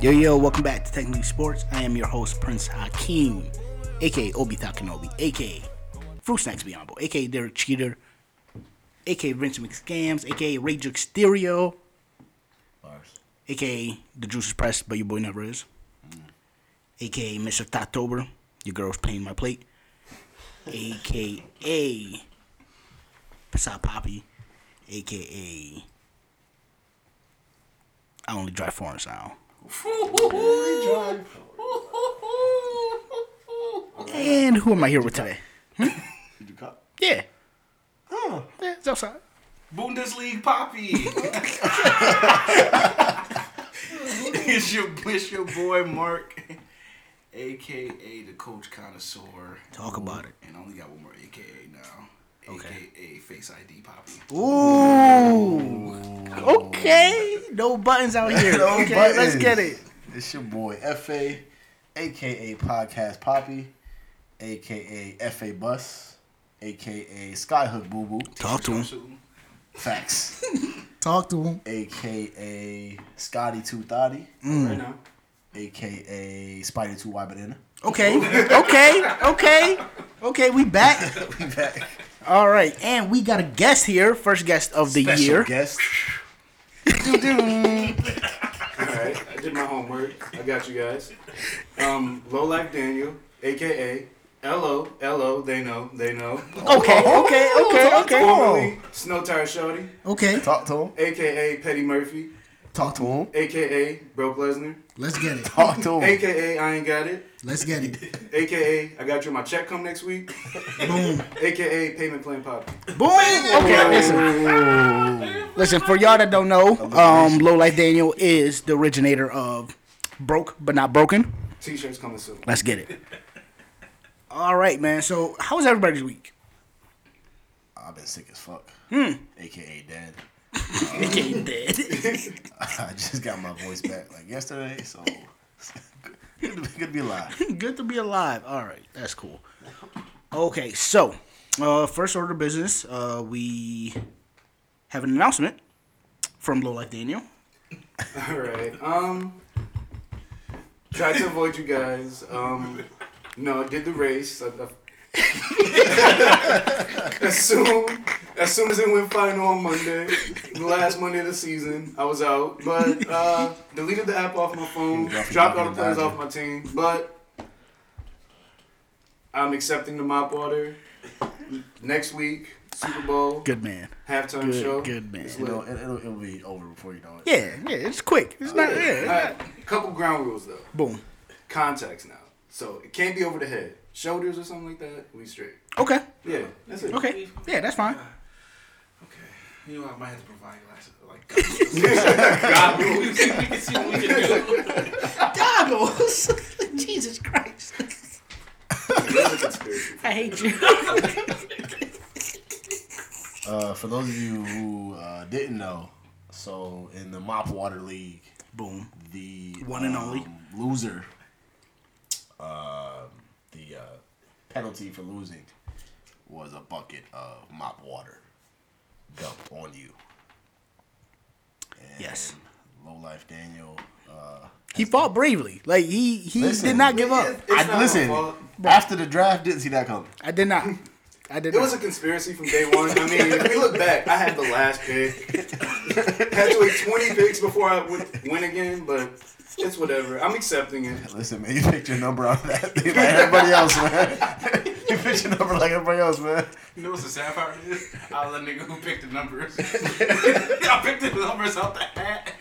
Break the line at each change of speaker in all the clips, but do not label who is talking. Yo, yo, welcome back to Technically Sports. I am your host, Prince Hakeem, aka Obi Takanobi, aka Fruit Snacks Biombo, aka Derek Cheater, aka Vincent McScams, aka Rage Stereo,
Bars.
aka The Juice is Pressed, but your boy never is, aka Mr. Tatober, your girl's paying my plate, aka Passat Poppy, aka I only drive foreign sound. And who am I here with today? Hmm?
Did you cop?
Yeah. Oh, yeah, it's outside.
Bundesliga Poppy. it's your it's your boy Mark, aka the Coach Connoisseur,
Talk about it.
and I only got one more aka now.
Okay.
AKA Face ID Poppy.
Ooh. Okay. No buttons out here.
No
okay, let's
buttons.
get it.
It's your boy FA, aka Podcast Poppy, aka FA Bus, aka Skyhook Boo Boo.
Talk to him.
Soon.
Facts.
Talk to him.
aka Scotty Two Thotty,
Right now.
aka Spider Two Y Banana.
Okay. Okay. Okay. Okay, we back.
We back.
All right. And we got a guest here. First guest of the
Special
year.
guest.
Alright, I did my homework. I got you guys. Um Lolak Daniel, aka LO, LO, they know, they know.
Okay.
Oh.
Okay. Okay. Okay.
Formerly Snow Tire Shorty,
Okay.
Talk to him.
aka Petty Murphy,
Talk to him.
aka Broke Lesnar,
Let's get it.
Talk to him.
aka I ain't got it,
Let's get it.
aka I got you my check come next week,
Boom.
aka Payment Plan Pop.
Boom. Okay. Listen. Listen, for y'all that don't know, um, Low Life Daniel is the originator of Broke But Not Broken.
T-shirts coming soon.
Let's get it. All right, man. So, how was everybody's week?
I've been sick as fuck.
Hmm.
AKA dead.
It dead.
I just got my voice back like yesterday, so good to be- good to be alive.
Good to be alive. All right, that's cool. Okay, so uh, first order of business, uh, we have an announcement from Low Life Daniel.
All right. Um, tried to avoid you guys. Um, no, I did the race. I, I- as soon as soon as it went final on Monday, the last Monday of the season, I was out. But uh, deleted the app off my phone, dropped all the players off my team. But I'm accepting the mop order next week. Super Bowl
Good man.
halftime
Good,
show.
good man.
It's
You
lit.
know, it, it'll, it'll be over before you know it.
Yeah, yeah. It's quick. It's not. Yeah. it's
All
not-
right, couple ground rules though.
Boom.
contacts now. So it can't be over the head. Shoulders or something like that, we straight.
Okay.
Yeah, that's it.
Okay. Yeah, that's fine.
Okay. You know, I might have to provide you guys like God rules. God rules. we can see what we can do.
Goggles. Jesus Christ.
That's a conspiracy.
I hate you.
Uh, for those of you who uh, didn't know, so in the Mop Water League,
Boom.
the um,
One and only.
loser, uh, the uh, penalty for losing was a bucket of mop water dumped on you. And
Yes.
Low life Daniel. Uh,
He fought bravely. Like he he
Listen.
did not give up.
It's not
I
my
listen.
fault.
After the draft, didn't see that coming.
I did not. I did
It
not.
was a conspiracy from day one. I mean, if we look back, I had the last pick. had to wait 20 picks before I would win again, but it's whatever. I'm accepting it.
Listen, man, you picked your number out of that thing like everybody else, man. you picked your number like everybody else, man.
You know what's the sad part is? I was a nigga who picked the numbers. I picked the numbers out the hat.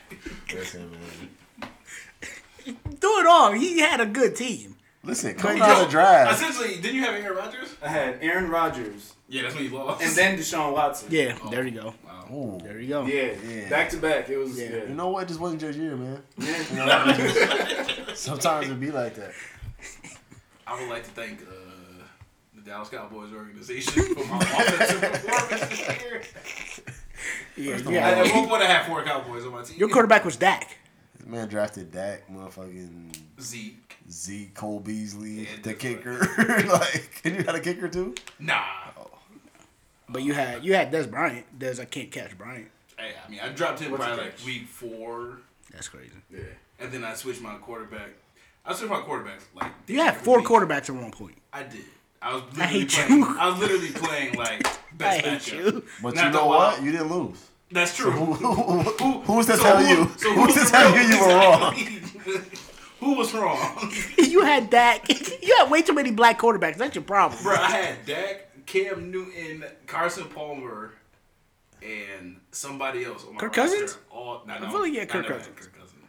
Listen, man.
Do it all. He had a good team.
Listen, coming out of the draft.
Essentially, didn't you have Aaron Rodgers?
I had Aaron Rodgers
Yeah, that's when you lost.
and then Deshaun Watson.
Yeah, there you go.
Wow.
Ooh.
Oh. There you go.
Yeah,
Yeah.
back to back. It was,
Yeah.
yeah.
You know what? It just wasn't your year, man.
Yeah.
You know, it just- sometimes it be like that.
I would like to thank uh, the Dallas Cowboys organization for my offensive performance this year.
Yeah,
At-
yeah.
At one point, I had four Cowboys on my team.
Your quarterback was Dak.
This man drafted Dak, motherfucking
Zeke.
Zeke, Cole Beasley,
Yeah,
the
that's
kicker. like, and you had a kicker too?
Nah.
But you had you had Des Bryant. Des I can't catch Bryant.
Hey, I mean, I dropped him
What's
by
the
like
catch?
week four.
That's crazy.
yeah.
and then I switched my quarterback. I switched my quarterbacks like
You had four
quarterbacks.
quarterbacks at one point.
I did. I was literally
hate
playing.
you.
I was literally playing like
I
best
hate
matchup.
you.
But
Not
you know
the wild.
what? You didn't lose.
That's true.
Who, who, who,
Who-
who's to
so
tell
who-
you?
so
who's
who's
to tell you
real-
you were wrong?
Exactly. who was wrong?
You had Dak. You had way too many black quarterbacks. That's your problem.
Bro, I had Dak, Cam Newton, Carson Palmer, and somebody else. On my
Kirk
roster.
Cousins?
All, no, no,
feel like you had
I
Kirk
never had
Cousins.
Kirk Cousins.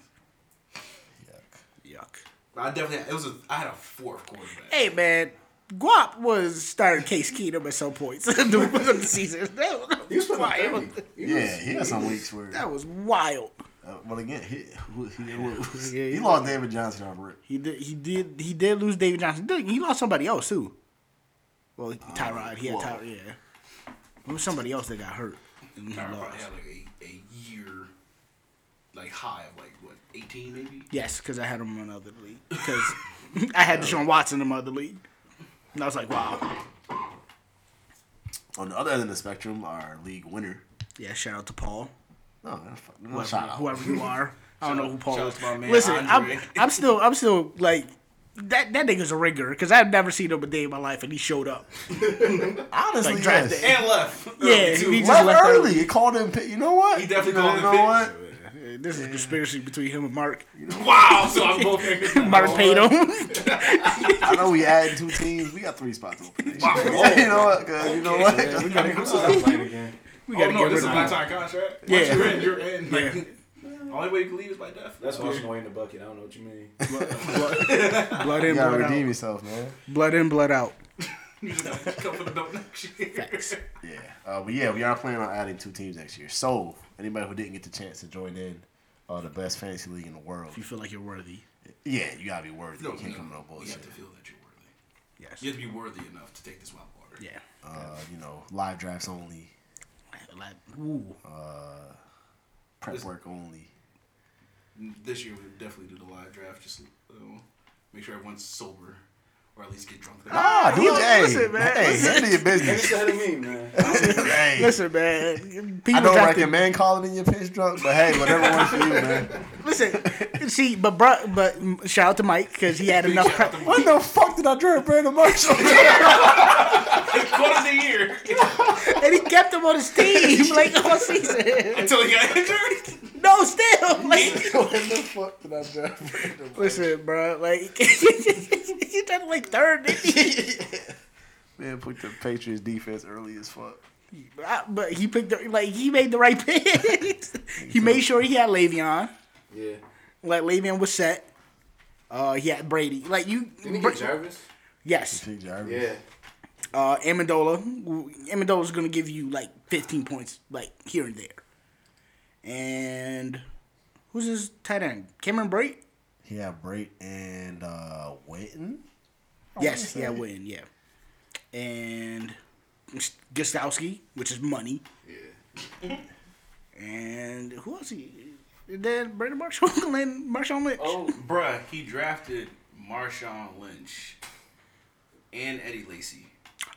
Yuck.
But I definitely had, it was a, I had a fourth quarterback.
Hey man, Guap was starting Case Keenum at some points in the, in the season. That was,
He was putting up
wild.
30. He
Yeah,
was-
he had some weeks where.
that was wild.
Uh, but again, he, who- he, he,
Yeah,
he
he
lost David Johnson on Rick.
He did. He did. He did lose David Johnson. Did- He lost somebody else too. Well, Tyrod. He had
whoa.
Tyrod. Yeah. It was somebody else that got hurt. And he
I probably
lost.
had like a, a year, like high of like what, 18 maybe?
Yes, because I had him on other league. Because I had Deshaun Watson in my other league. And I was like, wow.
On the other end of the spectrum, our league winner.
Yeah, shout out to Paul.
No, that's fuck- no,
Whoever,
shout out.
whoever you are. I don't know who Paul
Shout out
is.
to my man,
Listen,
Andre.
I'm, I'm still, I'm still like, that that nigga's a rigger because I've never seen him a day in my life and he showed up.
Honestly,
Like, draft
yes.
day.
And left.
Yeah,
Too.
he
Left.
just-
Left
left
early. He called him. pi- You know what?
He definitely
you know,
called
you
him
know
picks.
what?
This is a conspiracy between him and Mark.
Wow, so I'm both niggas now.
Mark paid him.
I know we added two teams. We got three spots open.
Wow.
you know what? Cause you know what?
We gotta get this out late again.
We
Oh
gotta
no,
get rid
this is a
of
black
him.
tie contract. Once
Yeah.
you're in, you're in. Like,
Yeah.
Only way you can leave is by death.
That's
why.
washing away in the bucket. I don't know what you mean.
Blood, blood
You
in,
gotta
blood
redeem
out.
yourself, man.
Blood in, blood out.
You just have to come for the belt next year.
Facts.
Yeah. Uh, but yeah, we are planning on adding two teams next year. So anybody who didn't get the chance to join in, uh, the best fantasy league in the world.
If you feel like you're worthy,
Yeah, you gotta be worthy.
No,
you can't
no,
come with no
You
bullshit.
have to feel that you're worthy.
yes.
You have to be worthy enough to take this wild water.
Yeah.
Uh, you know, live drafts only,
Like, ooh.
prep work only.
This year we definitely do the live draft. Just uh, make sure everyone's sober, or at least get drunk.
Ah, do
look,
it. Hey,
listen, man,
hey,
listen.
handle your
And it's
business.
ahead of me, man.
hey,
Listen, man. People
I don't
got to-
recommend calling in your pitch drunk, but hey, whatever works for you, man.
Listen, see, but bro, but mm, shout out to Mike because he had enough.
shout out
Pre-
to Mike.
When the fuck did I draft Brandon Marshall? I
Quarter of the year
and he kept him on his team like all season.
until he got injured.
No, still. Like,
when the fuck did I draft Brandon Marshall?
listen, bro. Like, you done like third. Didn't you?
Man, put the Patriots defense early as fuck.
I- But he picked the, like he made the right pick. he made sure he had Le'Veon.
Yeah.
Like Le'Veon was set. Uh, he had Brady. Like you.
Didn't he
Bra-
get Jarvis?
yes.
T. Jarvis.
Yeah.
Uh, Amendola. Amendola's gonna give you like 15 points, like here and there. And who's his tight end? Cameron Brate.
He had Brait and uh, Witten.
Yes, yeah, win, yeah. And Gostowski, which is money. Yeah. And who else? He, and then Brandon Marshall and Marshawn Lynch.
Oh, bruh, he drafted Marshawn Lynch and Eddie Lacy.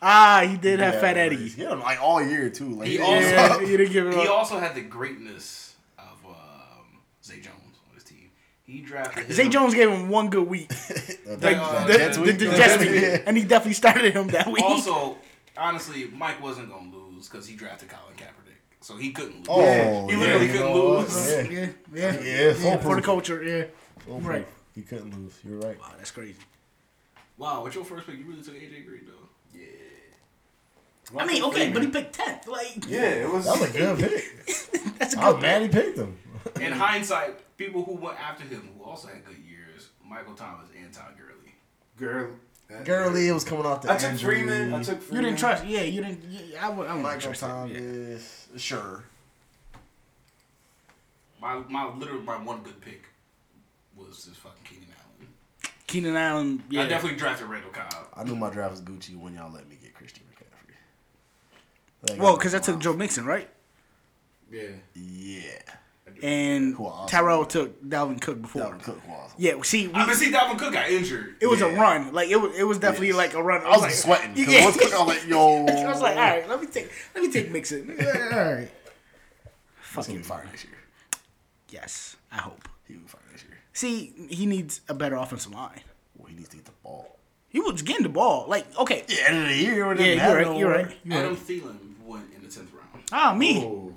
Ah, he did have
Yeah,
Fat Eddie.
He had him like all year too. Like
He
yeah.
all-
Yeah, you didn't give it
Uh,
He
up.
also had the greatness of um, Zay Jones on his team. He drafted
Zay
him-
Jones gave him one good week.
That-
Like,
that-
the,
that
uh, the,
tweet-
the
that
Jets
tweet,
week.
yeah.
And he definitely started him that week.
Also, honestly, Mike wasn't gonna lose because he drafted Colin Kaepernick, so he couldn't lose.
Oh,
Yeah.
He literally couldn't lose.
Yeah,
Uh, yeah, yeah.
yeah,
yeah for the culture, yeah. Right.
He couldn't lose. You're right.
Wow, that's crazy.
Wow, with your first pick, you really took AJ Green though.
Yeah.
I mean, okay, but he picked 10th. Like,
Yeah, it was.
That was a good pick.
that's a
I
good
was mad he picked him.
In hindsight, people who went after him who also had good years, Michael Thomas and Todd Gurley.
Girl.
Gurley was coming off the
I took
injury.
Freeman. I took Freeman.
You didn't trust. Yeah, you didn't. Yeah, I would. I wouldn't
Michael
trust it, yeah.
Thomas. Sure.
My my literally my one good pick was this fucking Keenan Allen.
Keenan Allen. Yeah,
I definitely drafted Randall Cobb.
I knew my draft was Gucci when y'all let me get Christian McCaffrey. Like,
Well, because I took Joe Mixon, right?
Yeah.
Yeah.
And
Who I also
Tyrell
wanted.
took Dalvin Cook before.
Dalvin Cook was.
Yeah, well, see, we,
I mean, see, Dalvin Cook got injured.
it was a
yeah.
run. Like it was, it was definitely
Yes.
like a run.
I was like, sweating. 'cause
Yeah.
Once Cook, I was like, yo.
I was like, all right, let me take, let me take Mixon. all right.
He's gonna
Fucking
be fire next year.
yes, I hope.
He will be fire next year.
See, he needs a better offensive line.
Well, he needs to get the ball.
He was getting the ball. Like, okay.
Yeah, end of the year.
Yeah, you're right. You're right. You're
Adam
right.
Thielen won in the tenth round.
Ah, me.
Oh.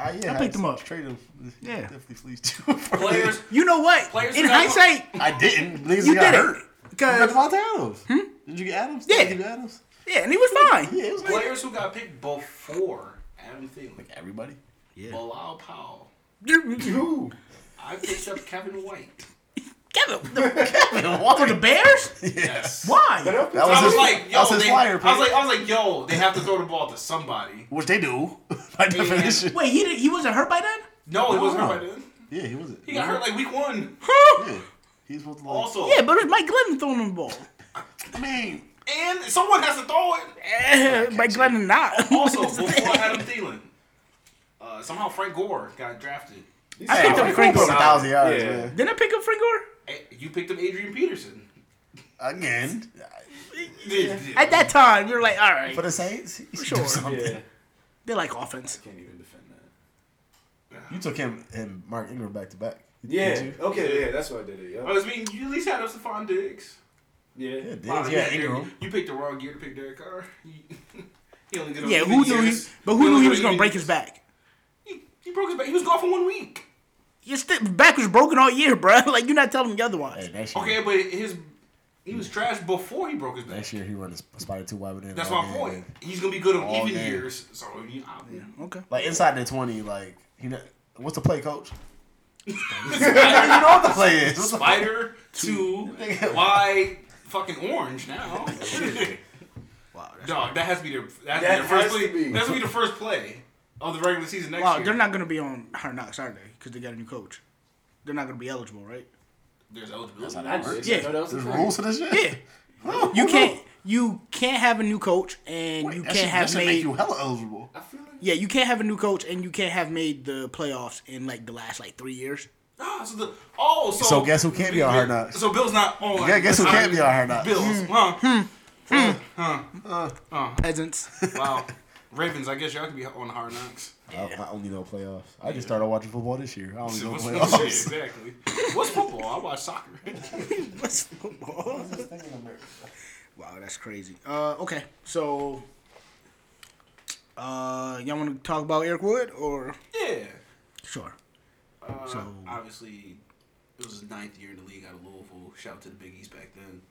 Ah, yeah,
I picked him up.
Trade him.
Yeah.
definitely fleeced you.
Players,
You know what?
Players
In
who got-
hindsight,
I didn't. Niggas
You
got
did it.
hurt. You
because
got Devontae Adams. Did you get Adams?
Yeah.
Did you get Adams?
yeah, and he was fine.
Yeah, it was like
players who got picked before Adam Thielen,
everybody.
Bilal Powell.
Who?
I picked up Kevin White.
Kevin, the,
What?
the Bears?
Yes.
Why?
That was
I was
his,
like,
that
yo,
was his
they,
flyer
I was
pick.
like, I was like, yo, they have to throw the ball to somebody.
Which they do, by definition.
Wait, he did, he wasn't hurt by then?
No, it wasn't
no.
hurt by then.
Yeah, he wasn't.
He got hurt like week one.
Yeah. He's supposed to like,
Also,
Yeah, but it was Mike Glennon throwing him the ball.
I mean,
and someone has to throw it.
Eh, Mike Glennon not.
Also, before Adam Thielen, uh, somehow Frank Gore got drafted.
I picked up Frank
for a
Gore.
thousand yards,
Yeah.
man.
Didn't I pick up Frank Gore?
Eh, You picked up Adrian Peterson.
Again,
At that time, you're like, all right.
for the Saints, he should do
Sure.
something.
Yeah.
They like offense.
Can't even defend that.
You took him and Mark Ingram back to back.
Yeah.
Did you?
Oh,
Okay. Yeah. That's why I did it. Yeah.
I mean, you at least had up Stephon Diggs.
Yeah.
Diggs,
Wow,
yeah,
you-
Ingram.
You picked the wrong gear to pick Derek Carr. he only did a
Yeah,
few
who knew he?
years.
But who knew
only
he
did
was
a
gonna
few
break
years.
his back?
He, he broke his back. He was gone for one week.
Your st- back was broken all year, bro. Like you're not telling me
Hey,
otherwise.
next year,
Okay, but his he was trash before he broke his back.
next year he run a spider two wide end.
That's my point. He's gonna be good on
All
even
game.
years. So he, I,
Okay.
Like inside the twenty, like he. Not, what's the play, coach? you know what the play is. What's the-
spider two why fucking orange now.
Wow. that's-
Dog, that has to be their that,
That
has
has
to be
to
their first play.
be.
That's gonna be the first play of the regular season next
Wow.
year.
They're not gonna be on Hard Knocks, are they? Because they got a new coach. They're not gonna be eligible, right?
There's eligibility.
I did.
Yeah.
No, that was the
There's
thing.
rules to this shit.
Yeah.
No,
You
no.
can't. You can't have a new coach, and
Wait,
you
that
can't
should- that
have
should
made.
make you hella eligible.
I feel like
Yeah, you can't have a new coach, and you can't have made the playoffs in like the last like three years.
ah, so the oh so
So guess who can't be on Hard Knocks?
So Bill's not on.
Yeah, guess who
Sorry,
can't be on Hard Hmm. Knocks?
Bills, huh?
Peasants.
Wow, Ravens. I guess y'all could be on Hard Knocks.
I, I only know playoffs. I just started watching football this year. I only know
What's- yeah,
playoffs.
exactly. What's football? I watch soccer.
What's football? wow, that's crazy. Uh, okay, so uh, y'all want to talk about Eric Wood or
yeah.
sure?
Uh,
So-
obviously, it was his ninth year in the league out of Louisville. Shout out to the Big East back then.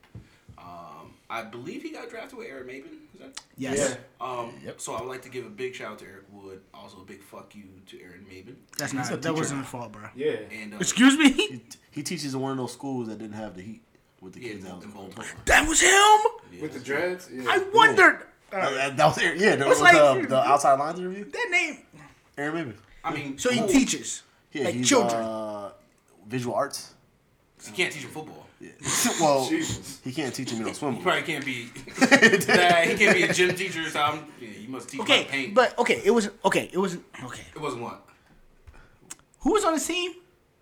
Um, I believe he got drafted with Aaron Maven. Is that?
Yes,
Yeah.
Um,
Yep.
So I would like to give a big shout out to Eric Wood. Also, a big fuck you to Aaron Maven.
that's
He's a
not that
teacher.
wasn't his fault, bro.
Yeah.
And uh,
Excuse me,
He, he teaches in one of those schools that didn't have the heat with the
yeah,
kids. out.
in Baltimore.
that was him.
Yeah.
With the dreads. Yeah.
I wondered
Uh, that, that was Aaron- yeah. That was
It's like-
the, the outside lines interview.
that name.
Aaron Maven.
I mean,
So he
cool.
teaches
Yeah,
like
he's,
children.
Uh, visual arts.
You can't teach him football.
Yeah. well,
Jesus.
he can't teach him to swim.
He probably can't be. nah, he can't be a gym teacher. So I'm, yeah, you must teach him how to
okay,
paint.
but okay, it was okay. It was okay.
it wasn't what.
Who was on his team?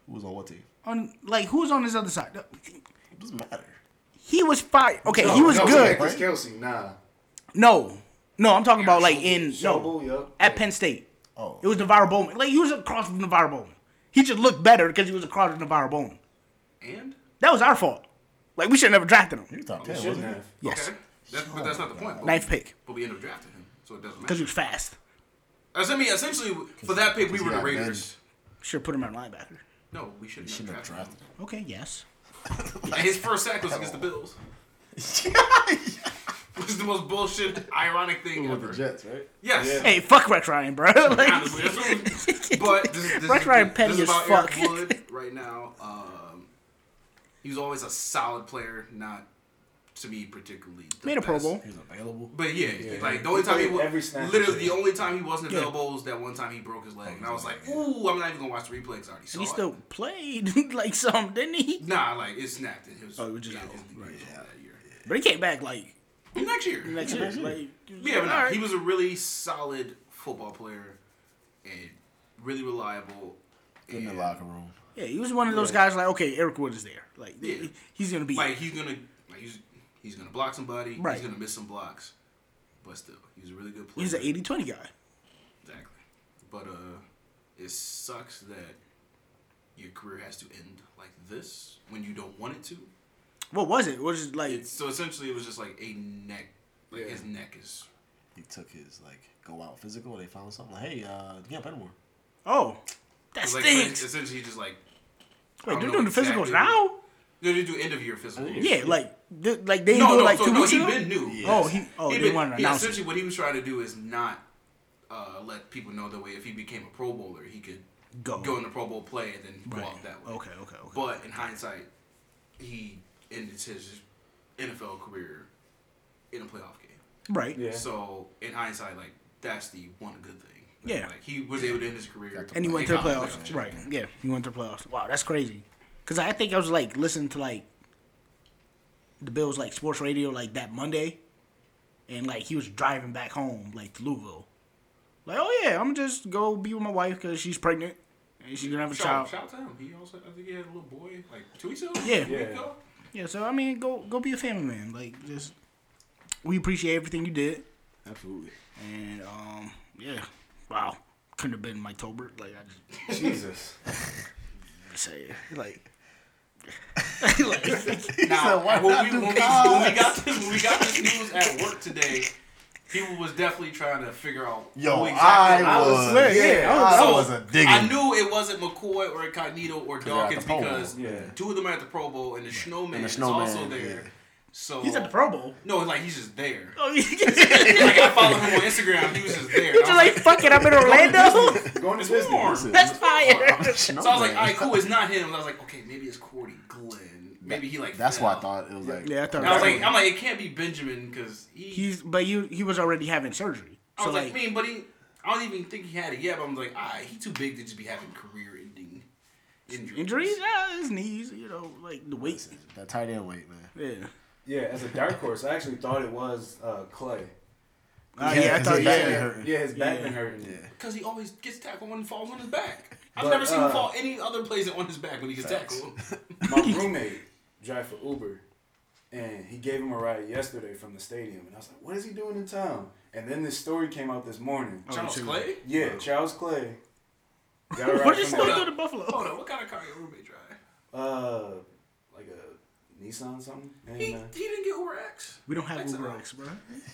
Who was on what team?
On like who was on his other side?
It doesn't matter.
He was fired. Okay, he was good.
Because Kelsey, nah.
No, no, I'm talking about like in no
Shovel, yup.
at Penn State.
Oh.
It was Navarro Bowman. Like he was across from Navarro Bowman. He just looked better because he was across from Navarro Bowman.
And
That was our fault. Like we should have never drafted
He
him.
was top
They
ten,
shouldn't
wasn't he?
have.
Yes,
okay, that's, but that's not the point.
ninth pick
But we ended up drafting him, so it doesn't matter.
because he was fast.
That's- I mean, essentially, for that pick, we were the
got
Raiders.
Should have put him at linebacker.
No, we shouldn't have
Shouldn't have
drafted
drafted
him.
Okay, yes.
And His first sack was against the Bills,
him.
which is the most bullshit, ironic thing
With
ever.
the Jets, right?
Yes.
Yeah.
Hey, fuck Rex Ryan, bro. Like,
Honestly, that's what it was. but this, is- this,
Rex
is,
Ryan
this
petty
is
as
about
fuck.
Eric Wood right now. Um, he was always a solid player, not to me particularly. The
made a Pro
best.
Bowl.
He's available.
But yeah, like the only time he
played
was
every snap
literally
this
the only time he wasn't available was that one time he broke his leg, and I was like, ooh, I'm not even gonna watch the replay 'cause I already saw
He
it.
still played like some, didn't he?
Nah, like it snapped. It was,
Oh, it was just
yeah,
out.
his knee
Right.
was out that year.
But he came back like
Next year.
next year. Like,
Yeah, but no,
all right.
he was a really solid football player and really reliable.
In the
and,
locker room.
Yeah, he was one of those guys like, okay, Eric Wood is there. Like,
Yeah.
he's gonna be.
Like he's gonna, like, he's he's gonna block somebody.
Right.
He's gonna miss some blocks, but still, he's a really good player.
he's an 80-20 guy.
Exactly. But uh, it sucks that your career has to end like this when you don't want it to.
What was it? Was it like
It's, so essentially, it was just like a neck. Like
Yeah.
his neck is.
He took his like go out physical. They found something like, hey, uh, yeah, Penmore.
oh, that
it's Like,
stinks.
essentially, just like
Wait,
I
they're
don't
doing
know
the physicals
exactly.
now?
no, they do end of year physical.
Yeah, like they- like they didn't
No,
do it
no,
like
so
two
no,
weeks
he
ago.
been new.
Oh, he oh
He
they
been-
wanted to
yeah,
announce it.
essentially what he was trying to do is not uh, let people know that way. If he became a Pro Bowler, he could
Go.
go in the Pro Bowl play and then
Right.
go out that way.
Okay, okay, okay.
But in hindsight, he ended his NFL career in a playoff game.
right.
Yeah.
So in hindsight, like that's the one good thing.
Yeah.
like he was able to end his career.
And he went to the
in college,
playoffs.
yeah.
Right. Yeah, he went to the playoffs. Wow, that's crazy. Because I think I was like listening to like the Bills like sports radio like that Monday, and like he was driving back home like to Louisville. Like, oh yeah, I'm gonna just go be with my wife because she's pregnant and she's gonna have a
Shout,
child.
shout out to him. He also, I think he had a little boy like two weeks ago.
Yeah.
a week
Yeah.
ago.
Yeah, so I mean, go go be a family man. Like, just we appreciate everything you did,
Absolutely.
and um, yeah, wow, couldn't have been Mike Tolbert. Like, I
Jesus.
just say it.
Like
Now,
said, "Why
when,
not
we,
do
when, we, when we got this, when we got this news at work today, people was definitely trying to figure out.
yo,
who
I was,
swear, yeah,
yeah,
I
I
So,
was a digging.
I knew it wasn't McCoy or Incognito or
they're at
Dawkins
the Pro Bowl.
because
Yeah.
two of them are at the Pro Bowl and the Snowman,
And the
is also
Snowman,
there.
yeah.
So
he's at the Pro Bowl.
No, like he's just there.
Oh, yeah.
Like I followed him on Instagram. He was just there.
You're like, fuck it, I'm in Orlando.
Going to
it's
Disney.
warm.
Listen,
That's fire.
So I was like, all right, cool. It's not him. And I was like, okay, maybe it's Cordy Glenn. Maybe he like.
That's
fell.
why I thought it was like.
Yeah, I thought
And I was like, I'm like, it can't be Benjamin because he.
He's, but you, he was already having surgery.
I
Oh, So
was like,
like,
man, but he. I don't even think he had it yet. But I'm like, ah, he too big to just be having career-ending injuries.
injuries, yeah, his knees, you know, like the weight.
that tight end weight, man.
Yeah.
Yeah, as a dark horse, I actually thought it was uh, Clay.
Uh,
Yeah,
yeah, I
his
thought,
back
yeah.
been hurting.
Yeah, his back
Yeah.
been hurting.
Yeah.
Because he always gets tackled when he falls on his back. I've
But,
never seen him
uh,
fall any other place than on his back when he gets
Facts.
tackled.
My roommate drive for Uber, and he gave him a ride yesterday from the stadium, and I was like, "What is he doing in town?" And then this story came out this morning.
Charles
too.
Clay?
Yeah, Charles Clay. Got a ride
What did
from
Stone
the-
do to Buffalo?
Hold on, what kind of car your roommate drive?
Uh, like a Nissan something. And,
He,
uh,
he didn't get Uber X.
We don't have
That's
Uber
all.
X, bro.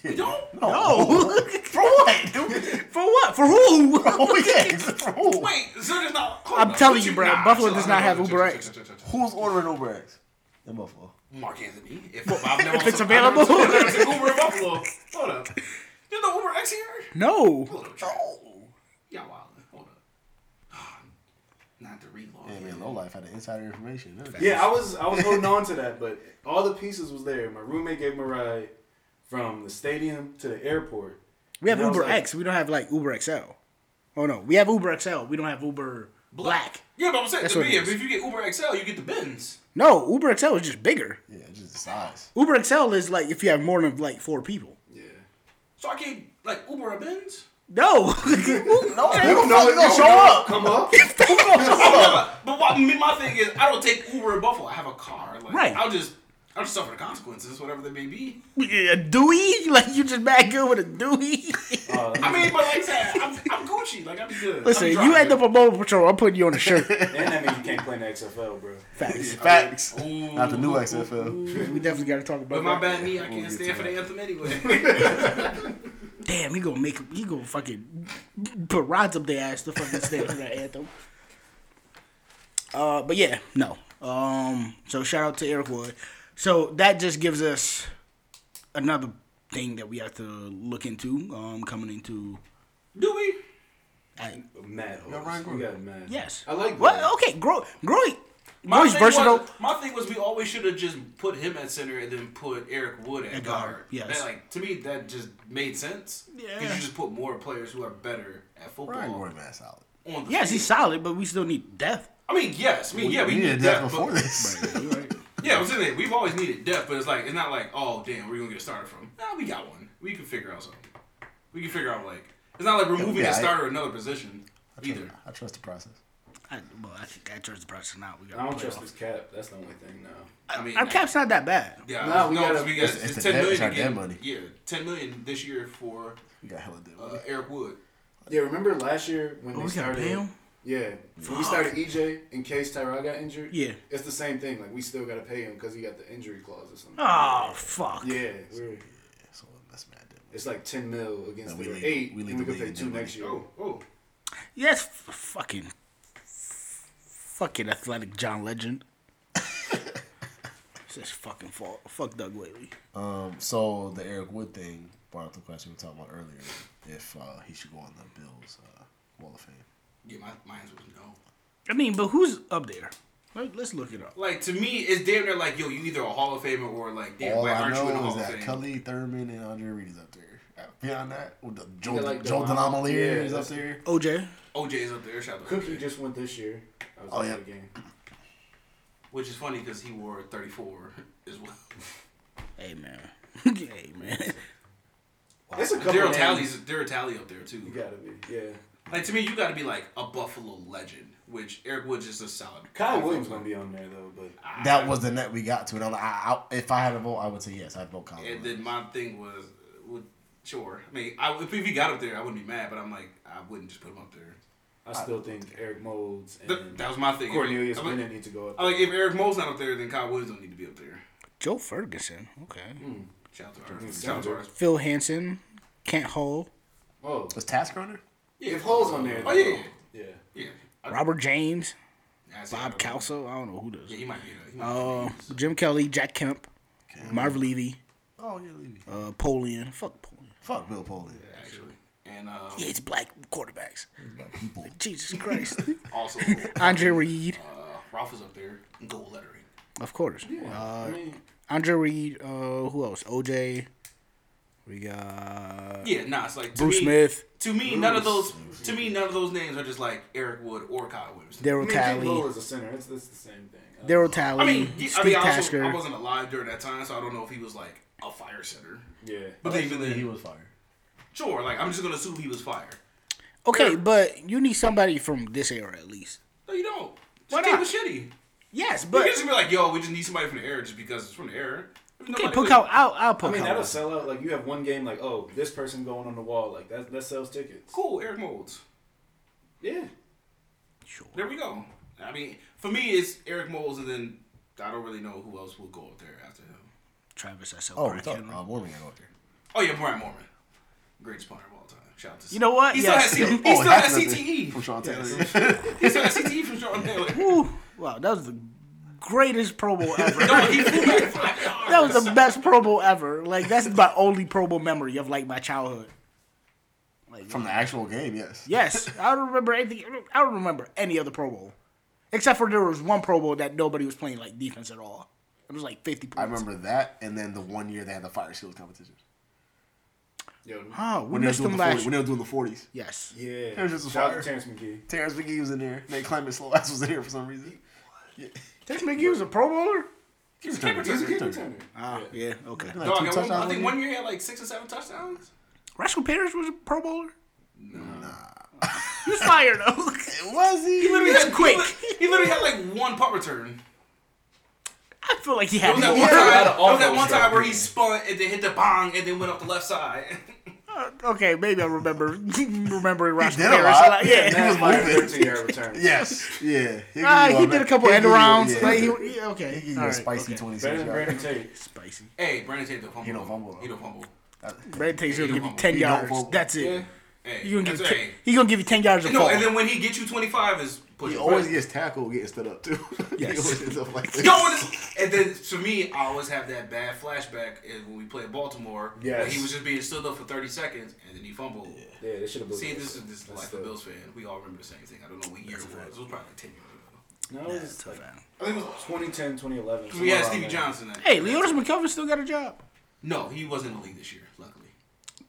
We don't?
No.
For what? dude?
For what? For who?
oh yeah. For who?
Wait, so there's not. hold
I'm
on,
telling
did
you, bro, Buffalo does not have Uber X.
Who's ordering Uber X? In Buffalo.
Mark Anthony. If, if, I've never
If it's
I've never
available.
seen- I've never seen Uber in Buffalo. Hold up. There's no Uber X here?
No.
Hold up. Charles. Y'all wildin'. Hold up. Ah, Not the relog.
Yeah, man, low life had the insider information. That was-
yeah, I was I was holding on to that, but all the pieces was there. My roommate gave him a ride from the stadium to the airport.
We have
And I was
Uber
like-
X. We don't have like Uber XL. Oh no, we have Uber XL. We don't have Uber Black.
Yeah, but I'm saying
That's
to
what
me,
it
if
is.
if you get Uber XL, you get the Benz.
No, Uber XL is just bigger.
Yeah, just the size.
Uber XL is like if you have more than like four people.
Yeah. So I can't like Uber a Benz.
No.
No,
Hey,
no, no, no, show up.
Come up.
But what, me, my thing is, I don't take Uber in Buffalo. I have a car. Like,
Right.
I'll just, I'll just suffer the consequences, whatever they may be.
a Dewey? Like you just mad good with a Dewey?
I mean, but like I said, I'm, I'm Gucci. Like I'm good.
Listen,
I'm
you end
driving.
up on Border Patrol, I'm putting you on a shirt.
and that means you can't play in the XFL, bro.
Facts.
Facts.
Ooh.
Not the new XFL.
We definitely got to talk about
With my
that.
bad knee, I
We'll
can't
get
stand
to
for the
that.
anthem anyway.
Damn, he gonna make he gonna fucking put rods up their ass to fucking stand for that anthem. Uh, but yeah, no. Um, so shout out to Eric Wood. So that just gives us another thing that we have to look into um, coming into.
Do we?
I,
Mad
Yo, Ryan
hoes. We got mad.
yes,
I like
What?
that.
Okay, Gro- Groy.
My
Groy's
thing,
versatile.
was, my thing was we always should have just put him at center and then put Eric Wood at
At guard,
guard.
yes.
That, like to me, that just made sense. Because
Yeah.
you just put more players who are better at football
Brian
on
Gordon, man, solid.
the field.
yes, he's solid, but we still need depth.
I mean, yes. I mean, yeah, we,
we
need
needed
depth,
that before
but-
this.
Yeah, I'm saying that we've always needed depth, but it's like it's not like oh damn, we're gonna get a starter from. Nah, we got one. We can figure out something. We can figure out like it's not like we're moving
yeah,
a
I-
starter to another position either.
I trust the process.
I, well, I think I trust the process now. We got.
I don't trust
oh.
this cap. That's the only thing now.
I mean,
Our cap's not that bad.
yeah,
Nah, we
no,
gotta-
because we got
it's-
it's
it's
ten
the debt-
million
it's our
again.
debt money.
Yeah, ten million this year for
We got hella dead
uh,
money.
Eric Wood.
Yeah, remember last year when
Oh,
they
we got
started
Bam.
Yeah, when we started EJ in case Tyrod got injured.
Yeah.
it's the same thing. Like we still gotta pay him because he got the injury clause or something.
Ah.
Oh fuck.
Yeah, we're,
So that's mad. Dude.
it's like ten mil against
No, we
the
leave-
eight.
we
We
leave
and we
the
could pay
league
two
in
next year.
Oh, oh.
Yes, f- fucking, fucking athletic John Legend. it's his fucking fault. Fuck Doug Whaley.
Um, so the Eric Wood thing brought up the question we were talking about earlier: if uh, he should go on the Bills uh, Wall of Fame.
Yeah, my, my answer was no.
I mean, but who's up there? Let, us look it up.
Like to me, it's damn near like yo, you either a Hall of Famer or like damn,
All
why
I
aren't you in the
know
Hall
is
of
that
Fame?
Kelly Thurman and Andre Reed is up there. Uh, Beyond that, with the Joe,
Yeah, like
Joe
Delon-
Delamalier
yeah,
is up
that's-
there.
OJ.
OJ is up there. Shout out to
Cookie
OJ.
just went this year. I was
Oh,
at
yeah.
the game.
which is funny because he wore 34 as well.
Hey man. hey man.
It's a couple.
Daryl
names.
Tally's Daryl Tally up there too.
You gotta be. Yeah.
Like to me, you got to be like a Buffalo legend, which Eric Woods is a solid.
Kyle Williams gonna be on there though, but
That was the net we got to. And I'm like, I, I, if I had a vote, I would say yes. I'd vote Colin.
And then my thing was, uh, would, sure. I mean, I, if he got up there, I wouldn't be mad, but I'm like, I wouldn't just put him up there.
I still think Eric Moulds
Th-
and
that was my thing.
Cornelius
I'm like,
Bennett need to go up.
I'm like, if Eric Moe's not up there, then Kyle Williams don't need to be up there.
Joe Ferguson. Okay.
Shout out to our, Mm, shout out to our,
Phil Hansen. Kent Hall.
Oh,
was Tasker on there?
if Hall's on there.
Oh yeah, yeah,
yeah.
yeah. I-
Robert James.
I see
Bob
Robert.
Calso. I don't know who does.
Yeah, he might be. there. He might
Uh,
be there.
Jim Kelly. Jack Kemp. Marv Levy.
Oh, yeah, Levy.
Uh, Polian. Fuck Polian.
Fuck Bill Polian.
actually, and um,
He hates black quarterbacks.
Like, people.
Jesus Christ.
also
Andre Reed.
uh, Ralph is up there. Goal lettering.
Of course. Uh,
Uh,
I mean,
Andre Reed. Uh, who else? OJ. We got
Yeah, nah. It's like to
Uh, Bruce
me,
Smith.
To me, none of those. To me, none of those names are just like Eric Wood or Kyle Williams.
Daryl
I mean, Jim Lowe
Talley.
is a center. It's, it's the same thing. Uh,
Daryl Talley.
I mean, yeah, I
Steve
mean, I, also,
Tasker.
I wasn't alive during that time, so I don't know if he was like a fire setter.
yeah.
But then, but then-
He was fired.
sure, like I'm just gonna assume he was fire.
okay, but you need somebody from this era at least.
No, you don't. Just
Why
keep
not?
it shitty.
Yes,
But
but
you just be like, yo, we just need somebody from the air just because it's from the air.
okay, put Kyle. I'll, I'll put
I mean,
Kyle.
that'll sell out. Like, you have one game, like, oh, this person going on the wall. Like, that that sells tickets.
Cool, Eric Molds.
Yeah.
Sure.
There we go. I mean, for me, it's Eric Moles, and then I don't really know who else will go up there after him.
Travis S.
Oh,
Oh,
we thought uh, Mormon got up there.
Oh yeah, Brian Mormon, greatest punter of all time. Shout out to
You know what?
He
Yes.
still has, C- he
Oh,
still
that's
has
nothing.
CTE.
From Sean Taylor.
He still has CTE from Sean Taylor.
Whew. wow, that was the greatest Pro Bowl ever.
No, he flew back five yards.
that was the best Pro Bowl ever. Like that's my only Pro Bowl memory of like my childhood. Like
From the actual game, yes.
Yes, I don't remember anything. I don't remember any other Pro Bowl, except for there was one Pro Bowl that nobody was playing like defense at all. It was like fifty points.
I remember that, and then the one year they had the fire skills competition.
Yo,
Oh, we
When they were
missed
doing
them
the 40,
last.
when they were doing the forties.
yes.
yeah.
There's just a
Shout out
fire.
to Terrence McGee.
Terrence McGee was in there. Nate Clement slow ass was in there for some reason.
Terrence McGee was a Pro Bowler.
He's a kick
He's a kick
returner.
returner.
Ah, yeah. Okay.
Like,
Dog,
two
at one,
touchdowns
I
one
think
year.
one year he had like six or seven touchdowns.
Rascal Parrish was a Pro Bowler.
No.
He was fired though.
Was he?
He
It's
had-
quick.
He literally had like one punt return.
I feel like he
It
had.
was that
more.
one
Yeah,
time,
out of
it
all
was that
those
one time
guys.
where he spun and then hit the bong and then went up the left side.
Uh, Okay, maybe I remember remembering Rascal
did a
Parrish.
lot.
Like,
He
yeah.
That's
was
my
moving.
13 yard return.
Yes. Yeah. He,
Ah,
can
he did
do that.
a couple
He
end
can do-
rounds.
yeah.
Like, he, he- okay.
He can do
All
a
right,
spicy
okay.
twenty six.
Brandon, Brandon Tate.
Spicy.
hey, Brandon Tate don't fumble.
He don't fumble, though.
He don't fumble.
Brandon Tate's gonna give you
don't
ten
don't
yards.
fumble.
That's it.
Yeah.
Hey,
You gonna
that's
give
hey.
ten, he gonna give you ten yards of
No,
fall.
and then when he gets you 25 is push
He
the
always
button.
gets tackled getting stood up too.
Yes.
he always ends up like this.
Yo, and, it's- and then to me, I always have that bad flashback is when we played Baltimore. Yeah,
Yes.
he was just being stood up for 30 seconds and then he fumbled.
Yeah, they should have
See, this is this is the life of Bills fan. We all remember the same thing. I don't know what year it was. It was probably like 10 years ago.
No, it was,
That's a
like,
fact.
I think it was 2010, 2011.
We
somewhere
had
around
Stevie
there.
Johnson. Then.
Hey, Leonis McKelvin still got a job.
No, he wasn't in the league this year. Luckily,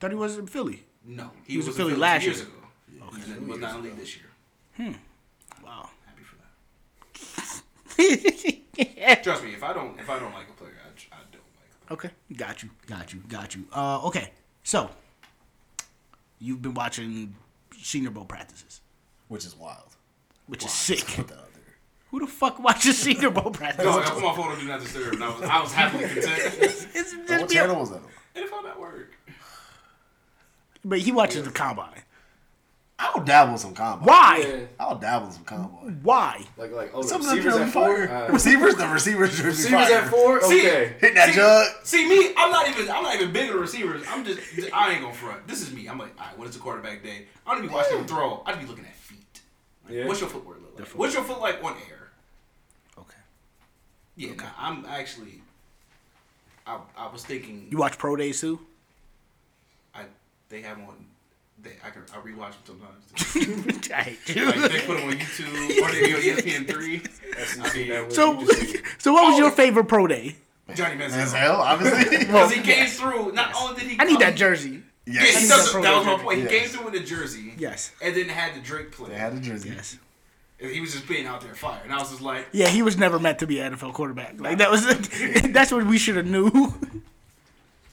Thought he was in Philly.
no, he,
was
was,
in
in
Philly
Philly
last
two years
year.
ago. He was in- was not in the league this year.
Wow.
Happy for that. Trust me, if I don't if I don't like a player, I, I don't like. Him.
Okay. Got you. Got you. Got you. Uh, okay. So you've been watching Senior Bowl practices,
Which is wild.
which is sick.
Put that out there.
Who the fuck watches Senior Bowl
No,
practices?
I put my phone on do not disturb, and I was I was happily content.
It's
But
just
What
be a-
channel was that on?
NFL Network.
but he watches the combine.
I'll dabble in some combo.
Yeah.
Why?
I'll dabble in some combo.
Why?
Like like oh the
Some of them
receivers
should
at
be
four.
fire.
All
Uh,
right.
Receivers, the receivers should be
Receivers
fire.
at four.
See-
Okay.
Hit that
see,
jug.
See me, I'm not even I'm not even big on receivers. I'm just I ain't gonna front. This is me. I'm like, all right, when it's a quarterback day, I'm gonna be watching him throw. I'd be looking at feet. Like,
Yeah.
What's your footwork look like? What's your foot like on air?
Okay.
Yeah, nah, I'm actually. I, I was thinking.
You watch pro days too?
I they have on. They, I can I rewatch them sometimes.
I hate you.
like they put them on YouTube or they be on E ESPN three.
SEC network,
So,
you just-
so what was your favorite pro day?
Johnny
As
Manziel.
hell, obviously.
Well,
Because he came through. Not only did he.
I need
come-
that jersey.
Yeah, he
I need
yes.
does-
does-
that
that was my
program.
point. He
Yes.
came through with a jersey.
Yes.
And then had the Drake play.
They had a jersey.
Yes.
And he was just being out there fire, and I was just like,
Yeah, he was never meant to be an NFL quarterback. Like that was that's what we should have knew.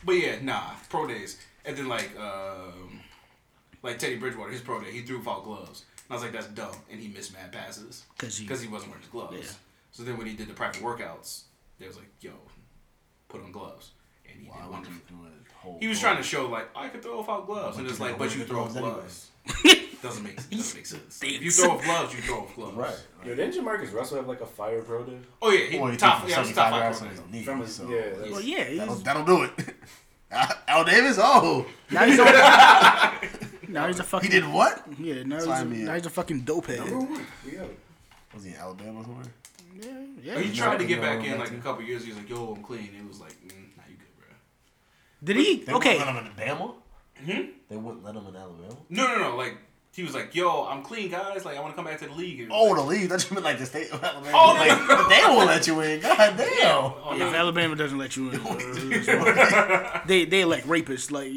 but yeah, nah, pro days. And then like, um, like Teddy Bridgewater, his pro day, he threw without gloves. And I was like, that's dumb, and he missed mad passes
'Cause he-
wasn't wearing his gloves.
Yeah.
So then when he did the private workouts, they was like, yo, put on gloves, and he did wonderful. He was trying to show like I could throw without gloves, and it's like, but you throw with gloves. doesn't make doesn't make sense. If you throw with gloves, you throw with gloves.
Right.
Yo, didn't Jamarcus Russell have like a fire pro day?
Oh yeah, he,
Boy, he
top.
took
Yeah,
75
he's top five.
yards on
quarterback.
his knee,
From his,
so
yeah,
well,
that's-
yeah, he's,
that'll, that'll do it. Al Davis, oh,
now he's a, now he's a
he
fucking
did what?
yeah. Now he's,
Sign
a,
me
now
up.
he's a fucking dopehead.
we got it.
Was he in Alabama somewhere?
Yeah,
He
yeah.
tried to get
no,
back
no,
in like
no.
a couple years. He was like, "Yo, I'm clean." It was like, mm, "Nah, you good, bro."
Did he?
They
Okay.
wouldn't let him in Alabama. They wouldn't let him in Alabama.
No, no, no. Like he was like, "Yo, I'm clean, guys. Like I want to come back to the league." And it was
Oh,
like,
the league. That you meant like the state of Alabama.
Oh,
like,
no.
but they won't let you in. God damn.
oh,
If
no,
Alabama doesn't let you in, uh, they they like rapists. Like,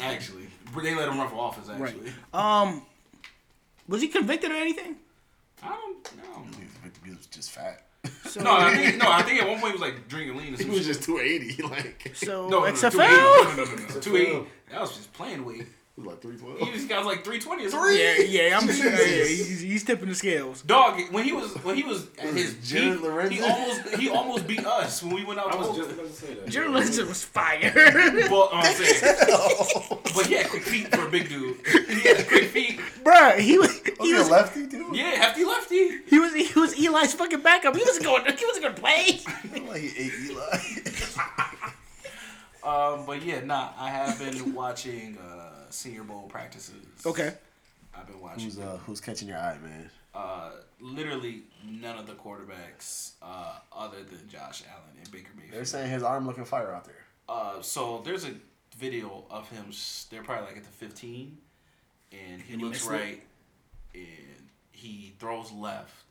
actually, but they let him run for office.
right?
Actually,
Um, was he convicted of anything?
I don't know.
He was just fat.
So,
No, I think no. I think at one point he was like drinking lean. Or
He
some
was
shit.
just 280, like
so
no, no, no,
XFL.
280. No, no, no, no.
XFL.
Two eighty. That was just playing weight.
he was like
He
312.
was got like three twenty or something.
Yeah, yeah, I'm. Yeah,
Jesus.
he's, he's tipping the scales.
Dog, when he was when he was at his
Jared
peak,
Lorenzo?
he almost he almost beat us when we went out.
I
to
was
Oakland.
just about to say that.
Journalism was fire,
Well, I'm saying, but he had quick feet for a big dude. He had quick feet.
Bruh, He was
He
he
was
was
a lefty dude.
Yeah, hefty lefty.
He was he was Eli's fucking backup. He was going he was going to play.
Like he ate Eli.
Um, but yeah, nah. I have been watching uh, Senior Bowl practices.
Okay.
I've been watching.
who's uh, who's catching your eye, man?
Uh, literally none of the quarterbacks, uh, other than Josh Allen and Baker
They're
Mayfield.
saying his arm looking fire out there.
Uh, so there's a video of him. s- They're probably like at the 15, and he looks
missed
right, and he throws left,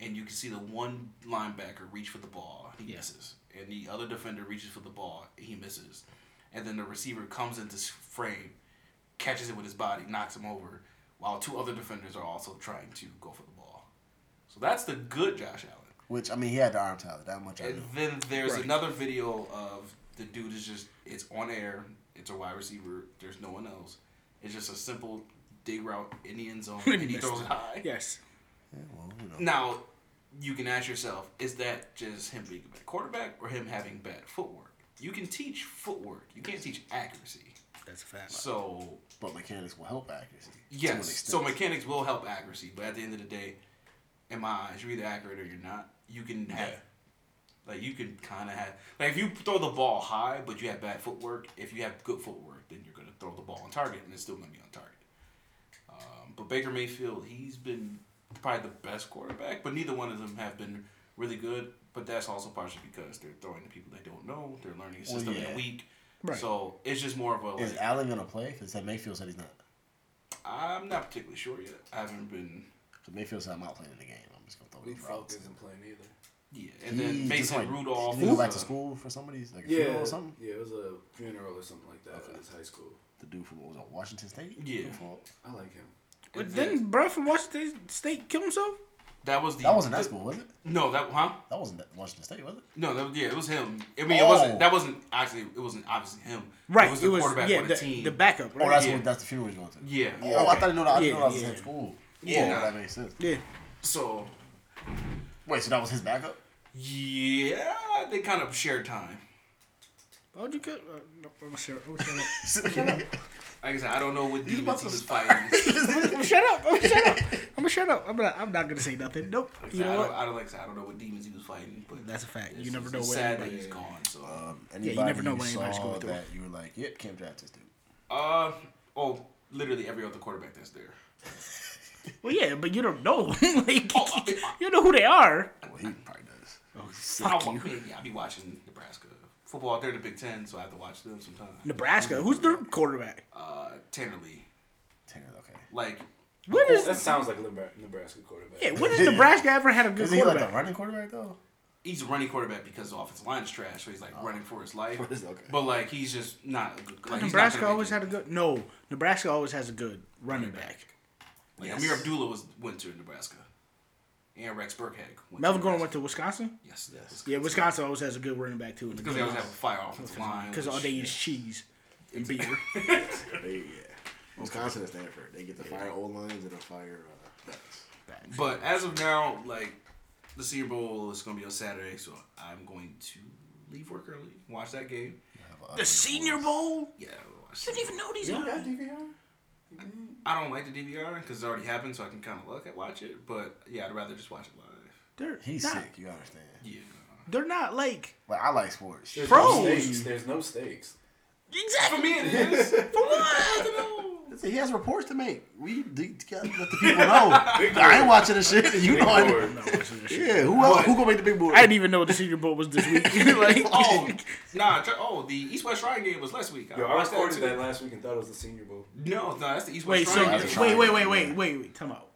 and you can see the one linebacker reach for the ball, he misses, and the other defender reaches for the ball, he misses, and then the receiver comes into s- frame, catches it with his body, knocks him over, while two other defenders are also trying to go for the ball. So that's the good Josh Allen.
Which I mean, he had the arm talent. That much I know.
And then there's another video of the dude is just it's on air. It's a wide receiver. There's no one else. It's just a simple dig route in the end zone, and he
missed
throws it high.
Yes.
Yeah, well, you know.
Now, you can ask yourself, is that just him being a bad quarterback or him having bad footwork? You can teach footwork. You can't teach accuracy.
That's a fact.
So
But mechanics will help accuracy. To an
yes,
extent.
so mechanics will help accuracy, but at the end of the day, in my eyes, you're either accurate or you're not. You can have. Like you can kind of have like if you throw the ball high, but you have bad footwork. If you have good footwork, then you're gonna throw the ball on target, and it's still gonna be on target. Um, but Baker Mayfield, he's been probably the best quarterback, but neither one of them have been really good. But that's also partially because they're throwing to people they don't know. They're learning a
Well,
system in
yeah.
a week,
Right.
so it's just more of a.
is
Like,
Allen gonna play? Because that Mayfield said he's not.
I'm not particularly sure yet. I haven't been.
Because Mayfield said I'm not playing in the game. I'm just gonna throw
Luke
these routes.
Falk isn't playing either.
Yeah, and then
He just,
Mason
like,
Rudolph.
Did he go
is,
back
uh,
to school for somebody's like a
Yeah,
funeral or something?
yeah, it was a funeral or something like that for his high school.
The dude from what was it, Washington State?
Yeah.
Football?
I like him.
But then bro from Washington State kill himself?
That was the.
That wasn't that school, was it?
No, that huh?
That wasn't that Washington State, was it?
No, that was, yeah, it was him. I mean, it
Oh.
wasn't. That wasn't actually. It wasn't obviously him.
Right.
It was the quarterback
yeah,
on
the,
the, team.
the backup, right?
Oh, that's
Yeah.
what, that's the funeral he's going to.
Yeah.
Oh, I thought he knew that. I
Yeah,
yeah, that was the
yeah.
same school.
Yeah.
Whoa, that makes sense.
yeah.
So,
Wait, so that was his backup?
yeah, they kind of shared time.
Why would you cut? Uh, no, I'm shut up. I'm shut up.
Like I said, I don't know what
about
demons he
to-
was fighting.
I'm shut up. I'm shut up. I'm shut up. I'm not, I'm not gonna say nothing. Nope. You
I
know
don't,
what?
I don't like. I said, I don't know what demons he was fighting, but
That's a fact.
it's-
You never
it's
know where
sad that
anybody's
he's
going.
gone. So,
Um,
you
anybody
never know what anybody's
saw
going through.
That you were like, yep, can't draft this dude.
uh, oh, literally every other quarterback that's there.
Well, yeah, but you don't know. like,
Oh, I-
you know who they are.
Well, he probably does.
Oh, I don't wa- yeah, I be watching Nebraska football. They're in the Big Ten, so I have to watch them sometimes.
Nebraska. Who's their quarterback?
Uh, Tanner Lee,
Tanner, okay.
like
What
That
is?
sounds like a Nebra- Nebraska quarterback.
Yeah, when has Nebraska ever had a good
Is he like a
quarterback?
running quarterback though?
he's a running quarterback because the offensive line is trash, so he's
Oh.
like running for his life.
his- okay.
But like he's just not. a good- Like, he's not
Nebraska
gonna
always
make it.
had a good. No, Nebraska always has a good running back.
Like, Amir Abdullah was went to Nebraska, and Rex Burkhead. Went
Melvin Gordon went
Nebraska.
to Wisconsin.
yes, yes.
Yeah, Wisconsin always has a good running back too.
Because they always have a fire offensive line.
Because all they use cheese and beer.
They, yeah. Wisconsin and Stanford, they get the fire old lines and the fire. Uh, backs.
But as of now, like the Senior Bowl is gonna be on Saturday, so I'm going to leave work early, watch that game.
the Senior Bowl.
Yeah, I'll watch
You
it.
didn't even know these.
You
are
don't have DVR?
I don't like the DVR because it already happened, so I can kind of look at watch it. But yeah, I'd rather just watch it live.
They're
He's
not,
sick. You understand?
Yeah.
They're not like
Like I like sports.
There's
Pros.
No stakes. There's no stakes.
exactly.
For me, it is. For what?
He has reports to make. We d- gotta let the people know. I ain't watching this shit. You know. I
board.
yeah. Who else? Who gonna make the big board?
I didn't even know the Senior Bowl was this week. like,
Oh, nah. tr- Oh, the East West Shrine game was last week. I
Yo, I
watched that
recorded
too.
that last week and thought it was the Senior Bowl.
No, no, that's the East
wait,
West
so
Shrine
that's
game.
right.
wait, wait, wait, wait, wait, wait. Time out.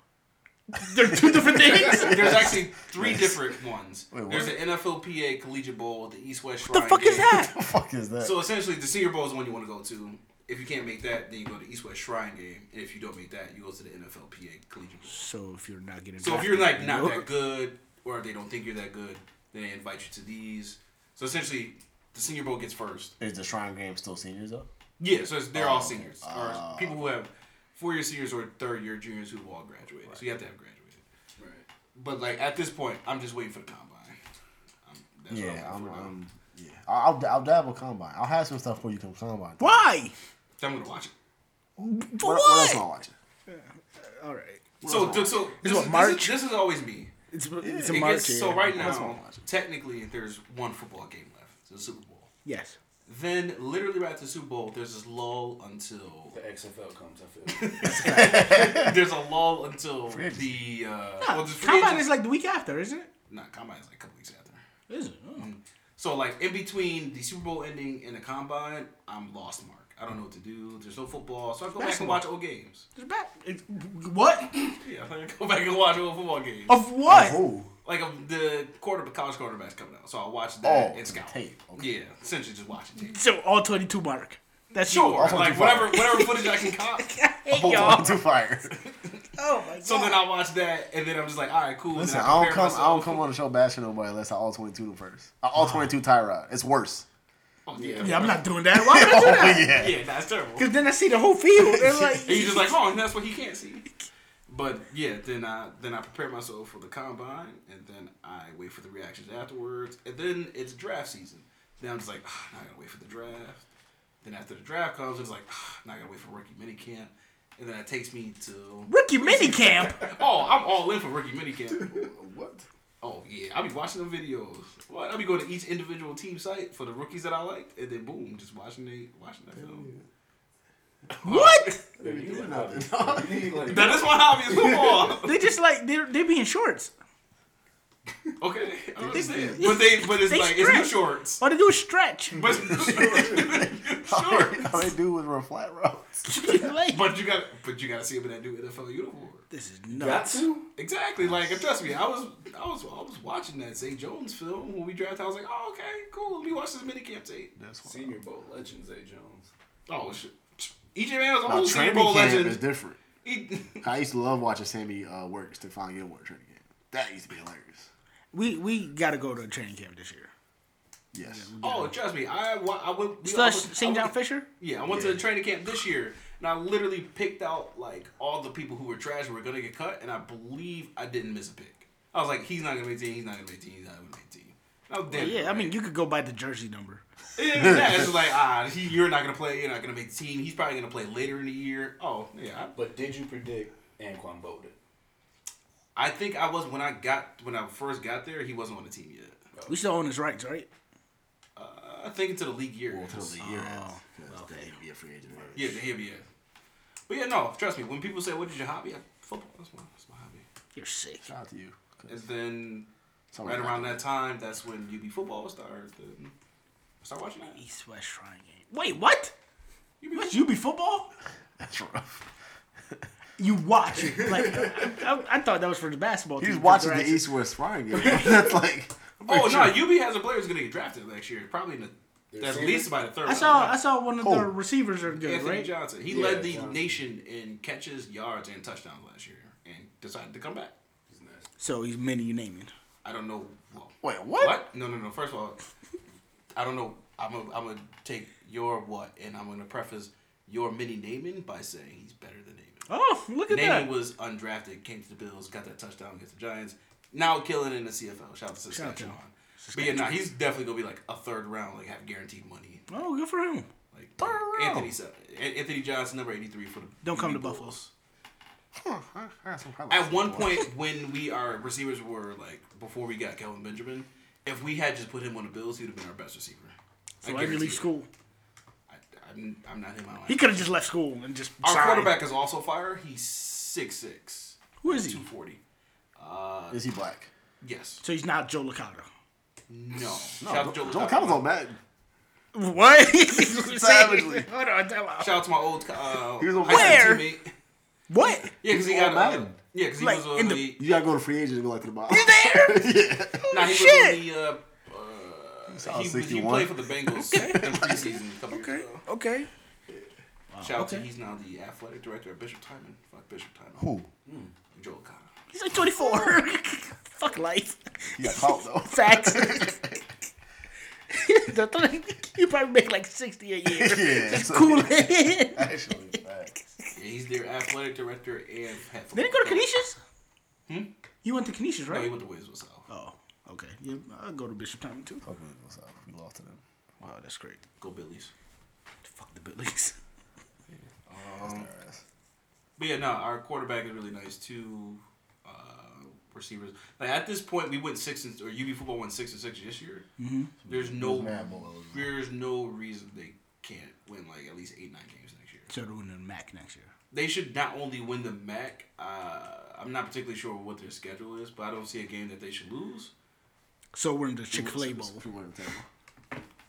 They're two different things.
There's actually three different ones.
Wait, what?
There's the NFLPA Collegiate Bowl, the East West Shrine.
the fuck
game.
is that?
the fuck is that?
So essentially, the Senior Bowl is the one you want to go to. If you can't make that, then you go to East West Shrine game. And if you don't make that, you go to the NFLPA Collegiate Bowl.
So if you're not getting,
So if you're like
drafted,
not
you know?
that good, or they don't think you're that good, then they invite you to these. So essentially, the Senior Bowl gets first.
is the Shrine Game still seniors though?
Yeah, so it's, they're all
Oh,
seniors,
ah.
or people who have four-year seniors or third-year juniors who've all graduated. So you have to have graduated.
Right.
But like at this point, I'm just waiting for the combine. I'm, that's what
Yeah,
I'm,
I'm.
waiting for.
I'm yeah. I'll, I'll dabble combine. I'll have some stuff for you come combine.
Why?
So I'm gonna watch it.
For
What,
what?
what else am I watching?
All right.
So, so, so this,
what,
is, This,
March?
is, this is always me.
It's, it's
It
a
gets-
March.
so
yeah.
right
That's what
now,
I'm watching.
technically, there's one football game left. It's the Super Bowl.
Yes.
Then, literally right after the Super Bowl, there's this lull until
The XFL comes. I feel.
there's a lull until
agency.
the uh,
Nah,
well, the free
combine
agency-
is like the week after, isn't it?
not combine is like a couple weeks after.
Is it?
Hmm.
Oh.
So like in between the Super Bowl ending and the combine, I'm lost, Mark. I don't know what to do. There's no football, so I go back and
basketball.
watch old games.
It's back. It's, what?
Yeah, I go back and watch old football games.
Of what?
Oh,
Like um, the quarter college quarterbacks coming out, so I watch that
Oh,
and scout.
tape, okay.
Yeah, essentially just watching tape.
So all 22 mark. That's
Sure,
yours.
Also
like
do
whatever whatever footage I can cop.
Hey,
hold
y'all.
on to fire.
Oh my god.
So then I watch that, and then I'm just like, all right, cool.
Listen,
and
I
then
don't
prepare
come. I don't
myself.
come on the show bashing nobody unless I all twenty two them first. I all twenty two Tyrod. It's worse.
Oh, yeah,
yeah, I'm not doing that. Why would I do that?
yeah.
Yeah, that's terrible.
Because then I see the whole field. And like,
And you're just like, oh, and that's what he can't see. But yeah, then I then I prepare myself for the combine, and then I wait for the reactions afterwards, and then it's draft season. Then I'm just like, ah, now I gotta wait for the draft. Then after the draft comes, it's like, ah, now I gotta wait for rookie minicamp, and then it takes me to
rookie minicamp.
oh, I'm all in for rookie minicamp.
What?
Oh yeah, I'll be watching the videos. Well, I'll be going to each individual team site for the rookies that I liked, and then boom, just watching they watching that film.
What?
Baby, you need like- you need like-
That is my hobby is football.
They just like they're they be in shorts.
Okay, I understand. But they, but it's
They
like it's new
stretch.
shorts.
All they do is stretch.
But shorts.
All they do is run flat routes.
like,
But you got, but you got to see him in that new NFL uniform.
this is
Got
nuts.
to.
Exactly. Like, trust me, I was, I was, I was watching that Zay Jones film when we drafted. I was like, oh, okay, cool. Let me watch this minicamp tape.
That's
Senior Bowl legends, A. Jones.
Oh shit. EJ Man was a
Now,
whole Super
training
Bowl
camp is
legend.
different.
He-
I used to love watching Sammy uh, work Stephon Gilmore at training camp. That used to be hilarious.
We we gotta go to a training camp this year.
Yes.
Oh, trust me. I wa- I went. we- I
Slash
went-
St.
I
John
went-
Fisher.
Yeah, I went to the training camp this year, and I literally picked out like all the people who were trash and were gonna get cut, and I believe I didn't miss a pick. I was like, he's not gonna make team. He's not gonna make team. He's not gonna make team. And I was damn
Yeah, I
right.
mean you could go by the jersey number.
Yeah, that's just like ah, he, you're not gonna play. You're not gonna make the team. He's probably gonna play later in the year. Oh yeah,
But did you predict Anquan Bolden?
I, I think I was when I got when I first got there. He wasn't on the team yet.
We still own his rights, right?
I think until the league year.
Until the year ends. 'cause then he'll be a free agent.
Oh, Yeah, the NBA. But yeah, no, trust me. When people say, "What is your hobby?" I, football. That's my, that's my hobby.
You're sick.
Shout out to you. 'Cause
And then
somebody
right
got
around
it.
that time, that's when UB football started. To start watching that.
East West Shrine game. Wait, what?
UB
What's UB football?
That's rough.
You watch it. Like I, I, I thought that was for the basketball team.
He's
for
watching the
Jurassic.
East West Ryan game. That's like.
Oh no, UB has a player who's gonna get drafted next year. Probably in the at
receiver?
least by the third.
I saw I
round.
saw one of
Oh.
the receivers are good,
Anthony
right?
Johnson. He
Yeah,
led the
Johnson.
nation in catches, yards, and touchdowns last year, and decided to come back.
He's nasty.
So he's many you naming.
I don't know. Well,
Wait, what?
No, no, no. First of all, I don't know. I'm gonna I'm gonna take your what, and I'm gonna preface your mini naming by saying he's better than Naaman.
Oh, look at
Naaman
that.
was undrafted, came to the Bills, got that touchdown against the Giants. Now killing in the CFL. Shout out to
Shout out to
Saskatchewan.
him.
But yeah, no, he's definitely gonna be like a third round, like have guaranteed money.
oh, good for him.
Like
Third
Anthony,
round.
Sa- An- Anthony Johnson, number eighty three for the
Don't come
the
to Buffalo.
Bulls.
Huh, I- I got some highlights.
At one point, when we our receivers were like before we got Kelvin Benjamin, if we had just put him on the Bills, he would have been our best receiver. I
So why did he
guarantee
leave
it.
school?
I, I'm, I'm not him. I don't
He
like
could have just left school and just
Our
signed.
quarterback is also fire. He's six six.
Who is he?
Two forty.
Is he black?
Yes.
So he's not Joe Licata.
No.
No,
Shout out to
Joe
Joe
Connell's
Lozada.
on Madden.
What?
Savagely.
Hold on, time out.
Shout out to my old uh,
He was on
high school
Where?
teammate.
What?
Yeah, because he
He's on
got uh,
Madden.
yeah, because he
Like,
was on
in the-
the
You gotta go to free agents and go like to the bottom.
You there?
yeah.
Nah, he
Shit.
was on the. Uh,
all
uh, he, was- he
61.
played for the Bengals in preseason a couple years ago.
Okay.
Shout out to
okay.
he's now the athletic director at Bishop Timon. Fuck Bishop Timon.
Who?
Joel Connor.
He's like 24. Fuck life.
You got caught though.
Facts. you probably make like 60 a year.
Yeah,
Just
so-
cool it.
Actually, facts.
Yeah, he's their athletic director and head
Did he go to Canisius? Hmm? You went to Canisius,
No, he
right?
went to Wizards South.
Oh, okay. Yeah, I'll go to Bishop Time too.
Fuck with us, uh, We lost to them.
Wow, that's great.
Go Billies.
Fuck the Billies.
That's their ass.
But yeah, no, our quarterback is really nice too. Uh, receivers. Like at this point, we went six and or UB football won six and six this year. Mm-hmm. There's no
mad bowl eligible.
there's no reason they can't win like at least eight nine games next year.
So they're winning the MAC next year.
They should not only win the MAC. Uh, I'm not particularly sure what their schedule is, but I don't see a game that they should lose.
So we're in the Chick Fil A Bowl.
If you want to tell me.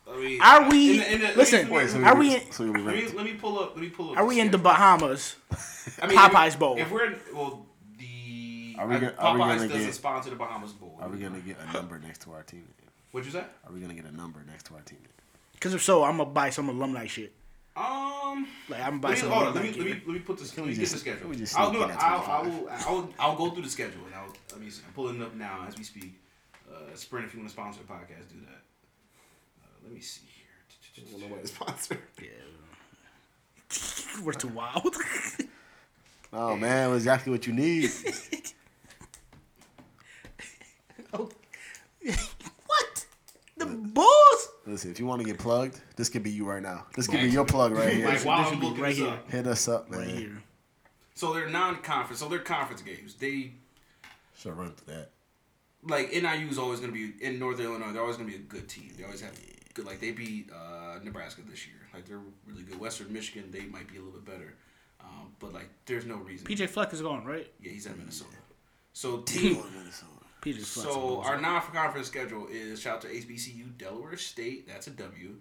I mean,
Are we-
in the- in the- let me-
listen,
let me-
Wait, so
Are we
you're-
in-
So you're
Let me,
right.
let me pull up. Let me pull up.
Are we in the
schedule.
Bahamas?
I
Popeye's
if-
Bowl?
If we're in, well, the
Are we gonna-
Popeyes
are we gonna
doesn't
get-
sponsor the Bahamas Bowl.
Are we gonna get a number next to our team?
What'd you say?
Are we gonna get a number next to our team?
Because if so, I'm gonna buy some alumni shit.
Um,
Like I'm
let
buying
me,
some
hold on. Let
alumni
me, let me
gear.
let me put this. Let
we
me get
just-
the
can
schedule.
we just
I'll
sneak
do
in
it.
at
I'll, I
25?
will. I'll I'll go through the schedule and I'll. Let me see. I'm pulling it up now as we speak. Uh, Sprint, if you want to sponsor the podcast, do that. Uh, let me see
Well,
here.
nobody's sponsored.
Yeah. We're too wild.
Oh man, that's exactly what you need.
Oh. what? The Bulls?
Listen, if you want to get plugged, this could be you right now. This could be
Right.
your plug right here.
Like while
should
I'm
be
looking
right
this
here.
up.
Hit us up, man.
Right here.
So they're non-conference. So they're conference games. They
Should run through that.
like NIU is always going to be in Northern Illinois. They're always going to be a good team. They always have good. Like they beat uh, Nebraska this year. Like they're really good. Western Michigan, they might be a little bit better. Um, but like, there's no reason.
PJ Fleck is gone, right?
Yeah, he's at Minnesota. So team.
PJ Fleck's
so
gone.
our non-conference schedule is shout out to HBCU, Delaware State. That's a W.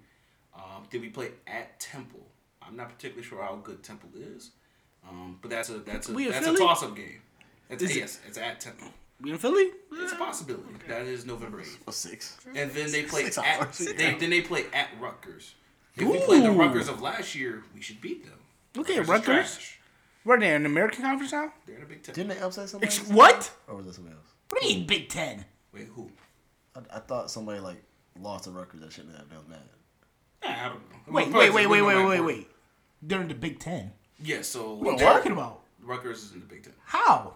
Um, did we play at Temple? I'm not particularly sure how good Temple is, um, but that's a that's a
We in
that's a
Philly?
toss-up game. That's yes, it's at Temple.
we in Philly?
It's a possibility. That is November eighth.
Oh, six.
And then they play
Six
at
hours.
they, then they play at Rutgers. If we play the
Ooh.
Rutgers of last year, we should beat them.
Look at
is
Rutgers.
trash.
We're there in the American Conference now?
They're in a Big Ten.
Didn't they upset somebody?
Ex- what?
Or was that somebody else?
What do you mean Big Ten?
Wait, who?
I, I thought somebody like lost a record that shouldn't have. That was mad.
Yeah, I don't know.
Wait,
Well,
wait, wait, wait,
we know
wait,
my
wait,
board.
wait. They're in the Big Ten.
Yeah, so
What are you talking about?
Rutgers is in the Big Ten.
How?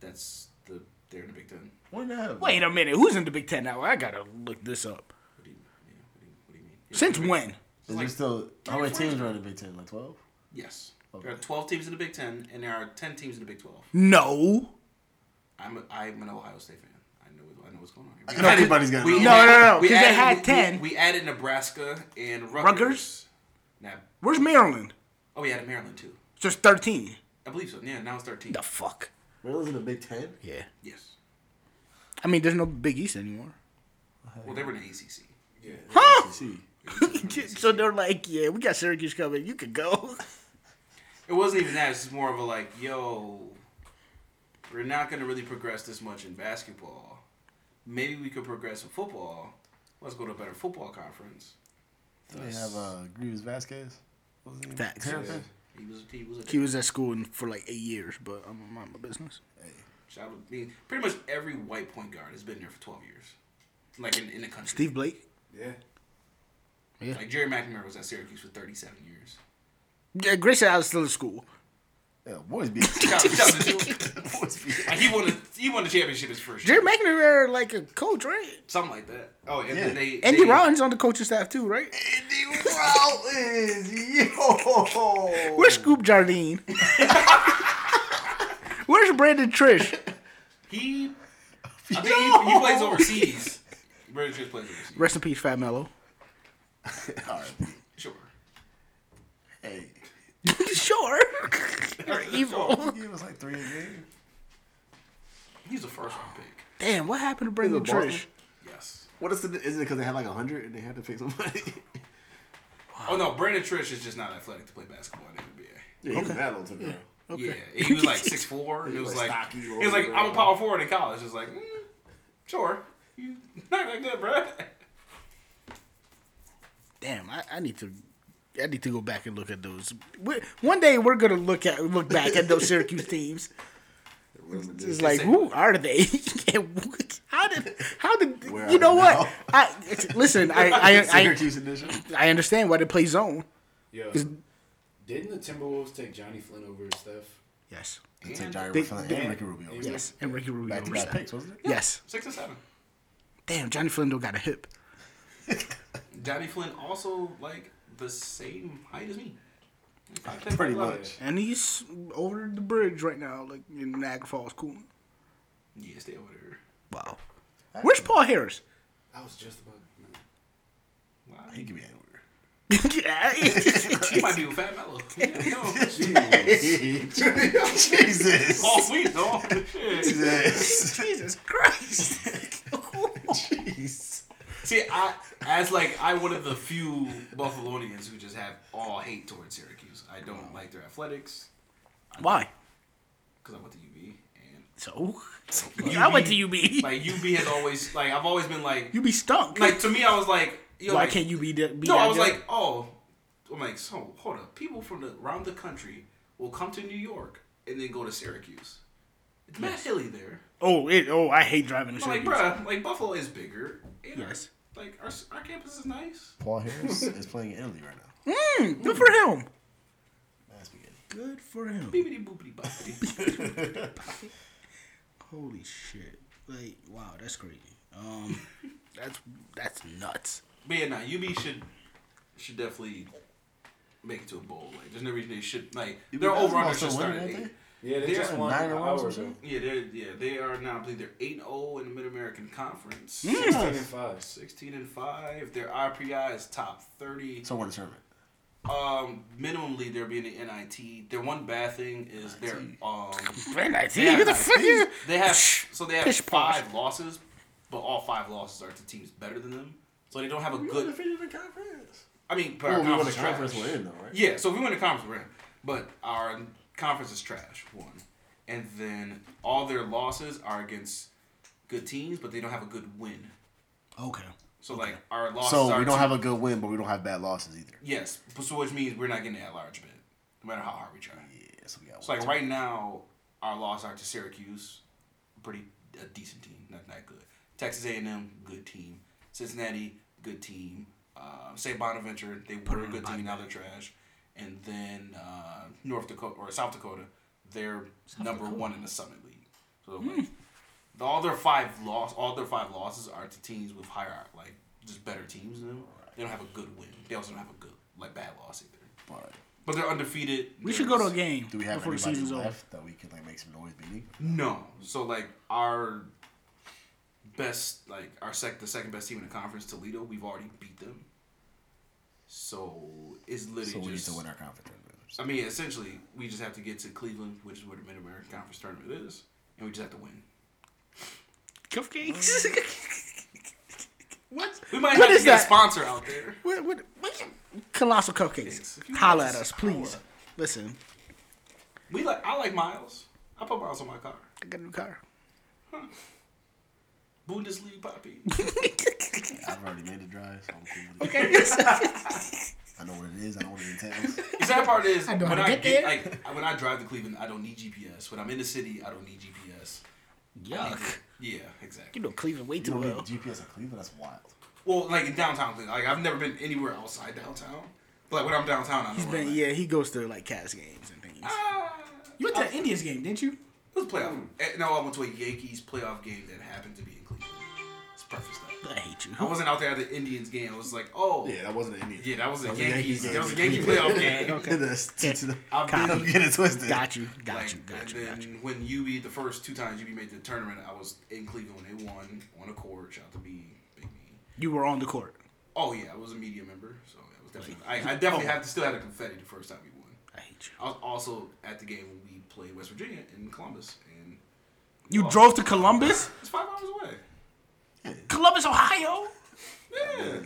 That's the they're in the Big Ten.
When did that happen?
Wait a minute. Who's in the Big Ten now? I gotta look this up.
What do you, yeah, what do you, what do you mean?
Since when?
Is
like
there still how
three or
many
four
teams
years
are in the Big Ten? Like twelve?
Yes. There are 12 teams in the Big Ten, and there are 10 teams in the Big 12.
No.
I'm a, I'm an Ohio State fan. I know what- I know what's going on. Here.
know everybody's got
we
an
No,
added-
no, no,
we
'cause they
added-
had
we-
10.
We, we added Nebraska and Rutgers.
Rutgers?
Now,
Where's Maryland?
oh, we added Maryland too.
It's just 13.
I believe so. Yeah, now it's 13.
The fuck?
Maryland's in the Big Ten.
Yeah.
Yes.
I mean, there's no Big East anymore.
Well, they were in the ACC.
Yeah.
Huh?
See,
so they're like, yeah, we got Syracuse coming. You could go.
It wasn't even that. It's just more of a like, yo, we're not going to really progress this much in basketball. Maybe we could progress in football. Let's go to a better football conference.
they have uh, Greaves Vasquez. What was his name?
Facts.
Therapist?
He was, he was a
He was at school in- for like eight years, but I'm gonna mind my business.
Shout out- I mean, pretty much every white point guard has been there for 12 years. Like in, in the country.
Steve Blake.
Yeah.
Like Jerry McNamara was at Syracuse for 37 years.
Yeah, Grayson Allen's still in school.
Yeah, boys be boys
Shout out- shout out to him.
be.
Like, he won the he won the championship his first
Jerry
year.
McNamara like a coach, right?
Something like that. Oh, and
Yeah.
then they
Andy
they,
Rollins on the coaching staff too, right?
Andy Rollins, yo.
Where's Scoop Jardine? Where's Brandon Trish?
He I think he, he plays overseas. Brandon Trish plays overseas.
Rest in peace, Fat Mello.
All right.
Sure.
Hey,
sure. You're evil.
he gave us like three a game.
He's the first round pick.
Damn, what happened to Brandon
He's a boss.
Trish?
Yes.
What is it? Is it because they had like hundred and they had to pick somebody?
Oh no, Brandon Trish is just not athletic to play basketball in the NBA.
yeah, he was mad on the ground.
Yeah, he was like six four. It was
like
like,
stocky,
he was like
long,
I'm a
long.
power forward in college. It's like, mm, sure, you not that good, bro.
Damn, I, I need to. I need to go back and look at those. we one day we're gonna look at look back at those Syracuse teams. It's just like who are they? And wh- how did how did
Where
you
are
know
they
what?
now?
I it's- listen. I I, I
Syracuse edition.
I understand why they play zone.
Yo. Didn't the Timberwolves take Johnny Flynn over Steph?
Yes.
It's a Jerry
they-
Riffle
they-
and Ricky Rubio.
Yeah.
Yes. And Ricky Rubio.
Back to
was
back
that.
picks, wasn't it?
Yes.
Six and seven.
Damn, Johnny Flynn don't got a hip.
Johnny Flynn also like the same height as me.
Pretty much.
And he's over the bridge right now, like in Niagara Falls, cool.
Yeah, stay over there.
Wow. Where's Paul Harris?
I was just about.
Wow.
He could be
He might be with Fat Mellow. Yeah, you know.
Jeez.
anywhere. Jesus.
All sweet dog. Shit.
Jesus.
Jesus Christ.
Jeez.
See, I as like I one of the few Buffalonians who just have all hate towards Syracuse. I don't like their athletics
Why?
because I went to UB and
So?
UB,
I went to UB.
Like UB has always like I've always been like
you be stunk.
like to me I was like yo,
Why
like,
can't you be that? Be
no
that
I was
good?
like oh I'm like so hold up people from the, around the country will come to New York and then go to Syracuse. It's Matt Hilly there.
oh, it, oh, I hate driving to
I'm like
Syracuse.
bruh, like Buffalo is bigger. And
Yes.
Our, like our, our campus is nice.
Paul Harris is playing in Italy right now.
Mm, good for him.
That's good.
Good for him.
Beepity boopity boppity.
Holy shit! Like, wow, that's crazy. Um, that's that's nuts.
but yeah, nah, UB should should definitely make it to a bowl. Like there's no reason they should like their
Basketball
over under
still
should start
winning,
at
ain't
eight.
they?
Yeah, they
They're
just won
nine
an
or
hour
one or
ago.
something?
Yeah, they're yeah they are now. I believe they're eight zero in the Mid American Conference.
Mm.
Sixteen and five.
Sixteen and five. Their RPI is top thirty.
So what a tournament.
Um, minimally they're being the NIT. Their one bad thing is their um
Man, I see
Yeah,
you the
I
fuck is
they have so they have
Pish posh.
five losses, but all five losses are to teams better than them. So they don't have a good.
defeated the conference.
I mean, but
Well,
our
we won the
conference is
conference
trash.
we're in though, right?
Yeah, so if we win the conference, we're in. But our conference is trash, one. And then all their losses are against good teams, but they don't have a good win.
Okay.
So, like, our losses
So
are.
we don't
to-
have a good win, but we don't have bad losses either.
Yes, but so which means we're not getting at large bid, no matter how hard we try.
Yeah, so we got.
So, like, right now, our losses are to Syracuse, pretty a decent team, not that good. Texas A&M, good team. Cincinnati, good team. Uh, St. Bonaventure, they were a good team, now they're trash. And then uh, North Dakota or South Dakota, they're number one in the Summit League. So
Hmm.
like, the- all their five loss, all their five losses are to teams with higher like just better teams than them. They don't have a good win. They also don't have a good like bad loss either.
But
But they're undefeated.
We should go
There's-
to a game
do we have
before the
anybody
season's over.
left that we can like make some noise beating?
No. So like our best, like our sec, the second best team in the conference, Toledo. We've already beat them. So it's literally
So we need
just.
to win our conference. tournament.
I mean, essentially, we just have to get to Cleveland, which is where the Mid American Conference tournament is, and we just have to win.
Cupcakes. what?
We might
What
have
is
to get
that?
a sponsor out there.
What, what, what? Colossal cupcakes.
Yes, if you
Holla
want
at
to
us,
holla.
please. Listen,
We like. I like Miles. I put Miles on my car.
I got a new car.
Bundesliga poppy.
I've already made the drive, so I'm cool with it. I know what it is. I know what it entails.
The sad part is
know
when
how to
I
get
get,
there.
like when I drive to Cleveland, I don't need GPS. When I'm in the city, I don't need GPS. I need
Yuck.
to- Yeah, exactly.
You know Cleveland way
You
too
don't need
well.
GPS in Cleveland. That's wild.
Well, like in downtown Cleveland, like I've never been anywhere outside downtown. But like when I'm downtown, I know.
He's
where
been,
I'm at.
yeah, he goes to like Cavs games and things.
Ah,
Uh, You went to that Indians game, didn't you?
it was a playoff. eh, No, I went to a Yankees playoff game that happened to be in Cleveland. Let's preface that.
I hate you.
I wasn't out there at the Indians game. I was like, oh,
Yeah, that wasn't an
yeah,
Indian.
that was a
was a Yankees
Yankees.
game.
That was a Yankee playoff game.
Okay. That's, that's,
I've
I
been-
don't get it twisted.
Got you, got
Like,
you, got
and
you,
then
got you.
when UB, the first two times UB made the tournament, I was in Cleveland when they won on a court. Shout out to B, Big B.
You were on the court.
Oh yeah, I was a media member, so I was definitely. I, I definitely have to still had a confetti the first time we won.
I hate you.
I was also at the game when we played West Virginia in Columbus, and
You drove to Columbus,
it's five hours away.
Columbus, Ohio.
Yeah,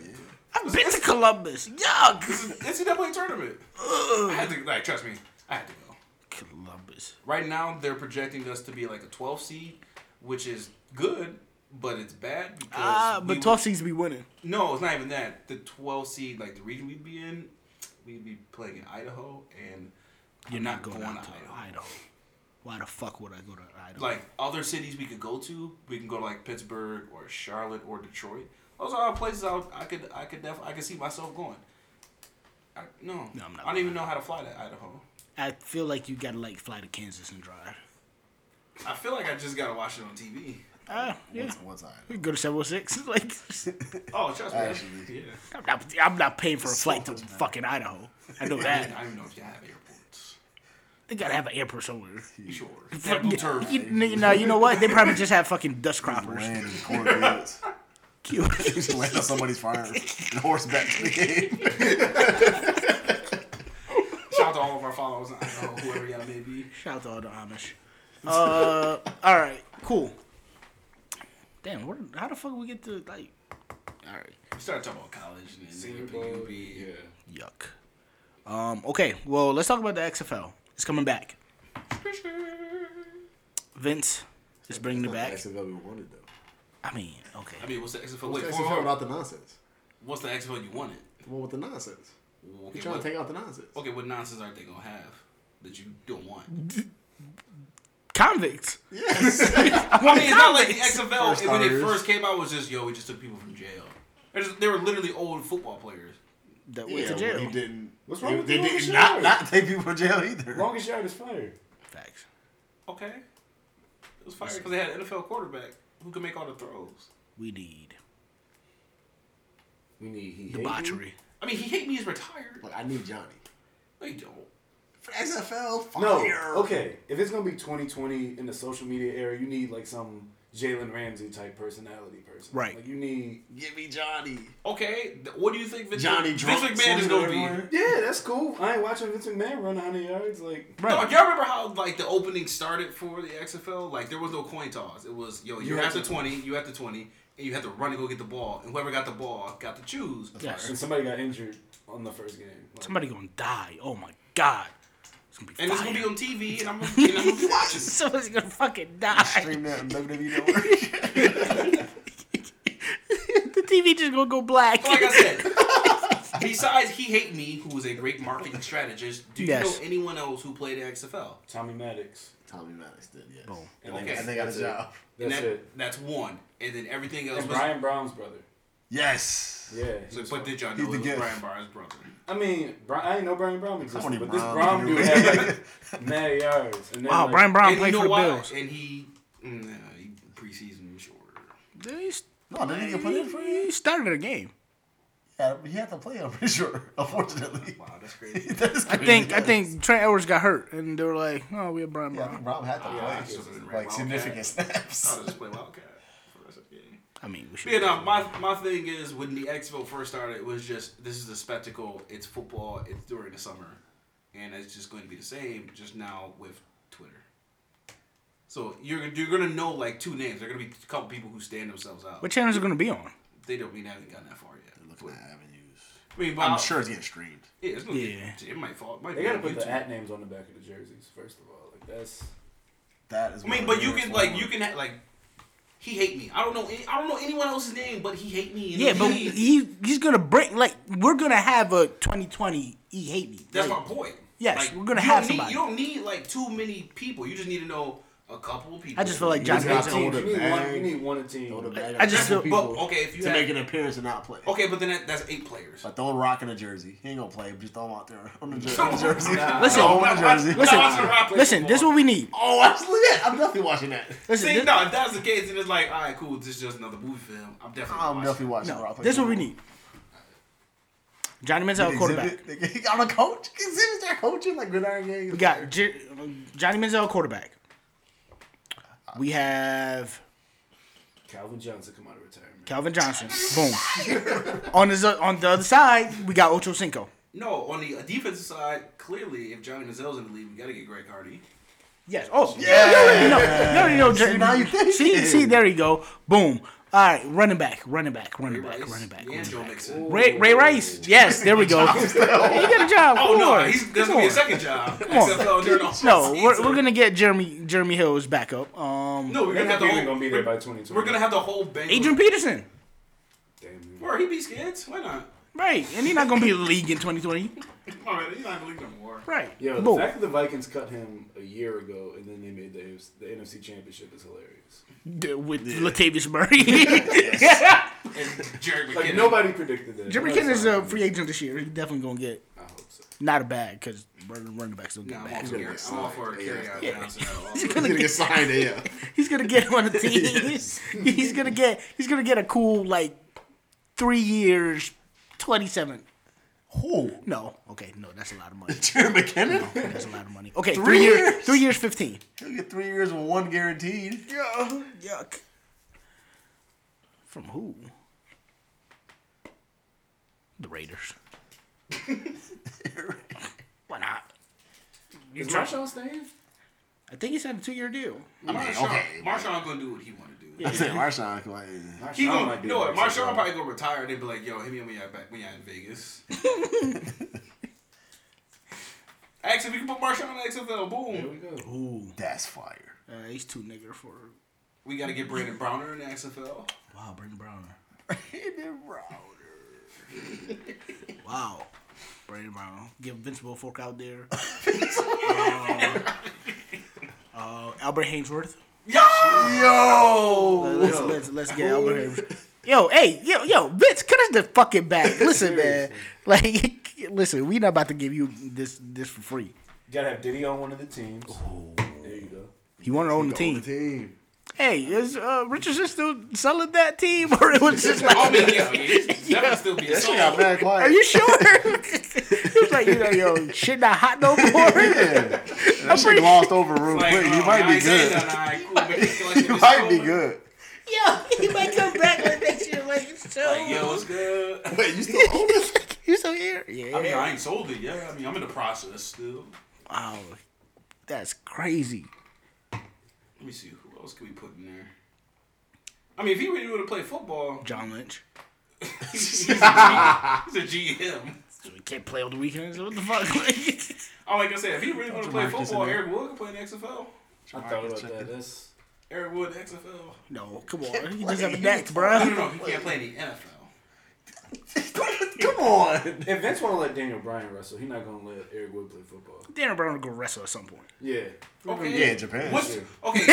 I've been to Columbus. Yuck.
it's an NCAA tournament. I had to like trust me. I had to go.
Columbus.
Right now, they're projecting us to be like a 12 seed, which is good, but it's bad because
Ah,
we
but
would-
12 seeds be winning.
No, it's not even that. The 12 seed, like the region we'd be in, we'd be playing in Idaho, and
You're
I'm
not going, out to Idaho. Why the fuck would I go to Idaho?
Like other cities we could go to, we can go to like Pittsburgh or Charlotte or Detroit. Those are all places I, would- I could I could def- I could see myself going. I, no,
No, I'm not
I don't
going
even know how to fly to Idaho.
I feel like you gotta like fly to Kansas and drive.
I feel like I just gotta watch it on TV.
Ah, yeah.
What's, what's
We can go to 706. Like,
Oh, trust me.
Actually.
yeah.
I'm not, I'm not paying for a flight to fucking Idaho. I know
I don't
that.
even know if you have airports.
They gotta have an airport somewhere.
Sure. That blue turf.
You, n- no, you know what? They probably just have fucking dust croppers.
Land in cornfields.
Cute.
Just land on somebody's farm and horseback to the game.
Shout out to all of our followers in Idaho, whoever y'all may be.
Shout out to all the Amish. Uh, all right, cool. Damn, where, how the fuck we get to like? All right,
We started talking about college and then
Senior
nigga
Bowl,
pick UB.
yeah.
yuck. Um, okay, well, let's talk about the XFL. It's coming back. Vince is bringing it back.
That's what we wanted though.
I mean, okay.
I mean, what's the XFL? Wait,
That's
hold on, hold on.
about the nonsense.
what's the XFL you wanted?
The one with the nonsense.
Okay,
We're trying
what,
to take out the nonsense.
okay, what nonsense are they gonna have that you don't want?
Convicts.
I mean, it's not like the XFL
First
when they
starters.
first came out was just yo, we just took people from jail. They're just- they were literally old football players.
That
Yeah,
went to
well,
jail.
he didn't. What's
They,
wrong with the
did
longest
not,
yard?
not take people to jail either.
Longest yard is fired.
Facts.
Okay, it was fire because they had an NFL quarterback who could make all the throws.
We need
We need he hate me.
debauchery.
I mean, he hate me is retired.
Like I need Johnny.
No, you don't.
For XFL, fire.
No, okay. If it's gonna be 2020 in the social media era, you need like some Jalen Ramsey type personality person.
Right.
Like you need.
Give me Johnny.
Okay, th- what do you think Vince,
Johnny
Vince
drunk,
McMahon is
swimming
gonna be?
everywhere.
Yeah, that's cool. I ain't watching Vince McMahon run 100 yards. Like
Right.
No, y'all remember how like the opening started for the XFL? Like there was no coin toss. It was yo, you're
have
after
to-
twenty, you after twenty, and you had to run and go get the ball, and whoever got the ball got to choose.
Yes.
and somebody got injured on the first game. Like,
Somebody gonna die. Oh my god. It's gonna be
And it's
fire.
gonna be on TV, and I'm gonna, and I'm gonna be watching. it.
Somebody's gonna fucking die.
Stream that on WWE Network.
the TV just gonna go black.
Like I said, besides he hate me, who was a great marketing strategist. Do you
Yes.
know anyone else who played at XFL?
Tommy Maddox.
Tommy Maddox did, yes.
Boom.
And, like,
Okay.
And they got a
That's it.
job.
And
That's
that-
it.
That's one, and then everything else
And
was.
Brian Brown's brother.
Yes.
Yeah. he
So,
was
but
fun.
did y'all
He's
know
the
it was
gift.
Brian Barnes' brother?
I mean, Bri- I ain't know Brian Brown existed,
Tony
but this
Brown.
Brown dude had like mad yards. And then,
Wow,
like,
Oh, Brian Brown
and
played for
you know
the
why?
Bills.
And he, mm, nah, he preseason sure.
Then he, s-
No, didn't he get put in for
he started a game.
Yeah, he had to play. I'm pretty sure. Unfortunately,
Wow, that's crazy.
that is
I
crazy.
think I think Trent Edwards got hurt, and they were like, "Oh, we have Brian
Oh, Yeah, I
Brown."
think Rob had to
Ah,
play
I should've been
like
Wildcat.
significant snaps.
I'll just play Wildcat for the rest of the game.
I mean, we should.
Yeah, no, my, my thing is when the expo first started, it was just this is a spectacle. It's football. It's during the summer, and it's just going to be the same. Just now with Twitter, so you're you're gonna know like two names. There are gonna be a couple people who stand themselves out.
What channels are going to be on?
they don't mean haven't gotten that far yet.
Looking at avenues.
I mean, but
I'm sure it's getting streamed.
Yeah, it's gonna
Yeah.
Get, it might fall. It might
They
be
gotta
on
put
YouTube.
the at names on the back of the jerseys first of all. Like that's
That is.
I mean,
one
but
of the
you
worst
can like
ones.
you can ha- like he hate me. I don't know. Any, I don't know anyone else's name, but he hate me. and
Yeah, but
he-
he he's gonna bring like we're gonna have a 2020 E hate me.
That's
Like,
my point.
Yes,
Like,
we're gonna
you
have
don't need,
somebody.
You don't need like too many people. You just need to know a couple people.
I just feel like
You
John
just got
Bates.
to hold
you
it
need one. You
back.
need one a team.
Throw the
Like,
bag
I
at
just
people
feel-
But okay, if you
to
had,
make an appearance and not play.
okay, but then that, that's eight players.
Like throw a rock in a jersey. He ain't gonna play. but Just throw him out there on the jer-
Come
on
on,
the jersey.
nah.
Listen,
Throw him on the
Not
jersey.
watching-
Listen,
not watching Rock play
listen.
football.
This is what we need.
Oh, actually, yeah, I'm definitely watching that.
Listen,
See,
this,
no, if that's the case, then it's like, all right, cool. This is just another movie film. I'm definitely.
I'm
watching.
definitely watching.
no, this is what we need. Johnny Manziel, quarterback.
He got a coach. Exhibit their coaching like gridiron games.
We got J- Johnny Manziel, quarterback. We have
Calvin Johnson come out of retirement.
Calvin Johnson. Boom. on his uh, on the other side, we got Ocho Cinco.
No, on the defensive side, clearly, if Johnny Manziel's in the league, we gotta get Greg Hardy.
Yes. Oh, yeah. You already know. You already know.
See, now you think
see,
it.
see, there you go. Boom. All right, running back, running back, running
Ray
back,
Rice,
running back.
yeah,
running
Joe
back.
Mixon.
Ray, Ray Rice. Yes, there we go. he got a job.
Oh
Come
no,
on.
he's there's
Come
gonna be a
on.
second job. oh, Come
on.
during the
No, we're,
season.
we're gonna get Jeremy Jeremy Hill's backup. Um,
no, we're
They're
gonna have
not
the
even
whole.
gonna be there by 2020.
We're gonna have the whole bench.
Adrian Peterson.
Damn,
Where he beats kids? Why not?
Right, and he's not gonna be in the league in 2020.
All right, he's not in the league no more.
Right.
Yo, the
Boom.
fact that the Vikings cut him a year ago and then they made the, AFC the NFC Championship is hilarious.
D- With Latavius Murray. yeah.
And Jared
Like
McKinnon.
nobody predicted that.
Jeremy Kinn is a free agent this year. He's definitely gonna get
I hope so.
not a bag because running backs don't
No,
get
I'm all
bags.
for Gary- I'm all for Gary Allen Johnson.
He's
He's
gonna get
gonna get signed. Yeah.
He's gonna get one of these. He's gonna get he's gonna get a cool like three years, twenty seven.
Who?
No, okay, no, that's a lot of money.
Jared McKinnon.
That's a lot of money. Okay, three,
Three
years,
years?
three years, fifteen.
He'll get three years with one guaranteed.
Yuck. Yuck. From who? The Raiders. Why not? You
Is
try-
Marshawn staying?
I think he signed a two year deal.
Marshawn,
okay.
Marshawn gonna do what he want to do.
I said Marshawn. come on.
Marshawn
He gonna
might be
you know what?
the Vikings
Marshawn
role.
probably gonna retire and they be like, "Yo, hit me up when y'all back when y'all in Vegas." Actually, we can put Marshawn in the XFL.
There
Boom.
we go.
Ooh.
That's fire.
Uh, he's too nigger for.
We gotta get Brandon Browner in the XFL.
Wow, Brandon Browner.
Brandon Browner.
Wow. Brandon Brown. Give Vince Wilfork out there. uh, uh, Albert Hainsworth.
Yo.
Let's, let's, let's get Albert Hainsworth. Yo, hey, yo, yo, Vince, cut us the fucking back. Listen, man. Like, listen, we not about to give you this this for free.
You gotta have Diddy on one of the teams. There you go.
He wanted to own the
Team.
team.
Team.
Hey, is uh, Richardson still selling that team, or it was just like,
I mean, yeah, I mean, it's definitely still be a
She got
song.
mad quiet.
are you sure? he was like, you know, yo, shit not hot no more.
Yeah. That shit
pretty-
glossed over real
Like,
quick. You
oh,
might
y'all
be
ain't saying
good.
nothing, all right, cool, but this collection
You
is
might be
over.
good.
Yo, he might come back like that shit like it's so.
Like, yo, it's good.
Wait, you still own this?
you still here? Yeah.
I mean, I ain't sold it yet. I mean, I'm in the process still.
wow, that's crazy.
Let me see who else can we put in there. I mean, if he really would have played football,
John Lynch.
he's a, G, he's a GM.
So he can't play on the weekends. What the fuck?
Oh, like I said, if he really would have played
Marcus in
football,
there.
Eric Wood could play in the XFL.
I thought about that. That's
Eric Wood, XFL.
no, come on. You just have a neck, bro.
No, no, no, he can't play in the NFL.
Come on.
if Vince want to let Daniel Bryan wrestle, he's not gonna let Eric Wood play football.
Daniel Brown will go wrestle at some point.
Yeah.
Okay.
Yeah, Japan.
What's,
Yeah.
okay,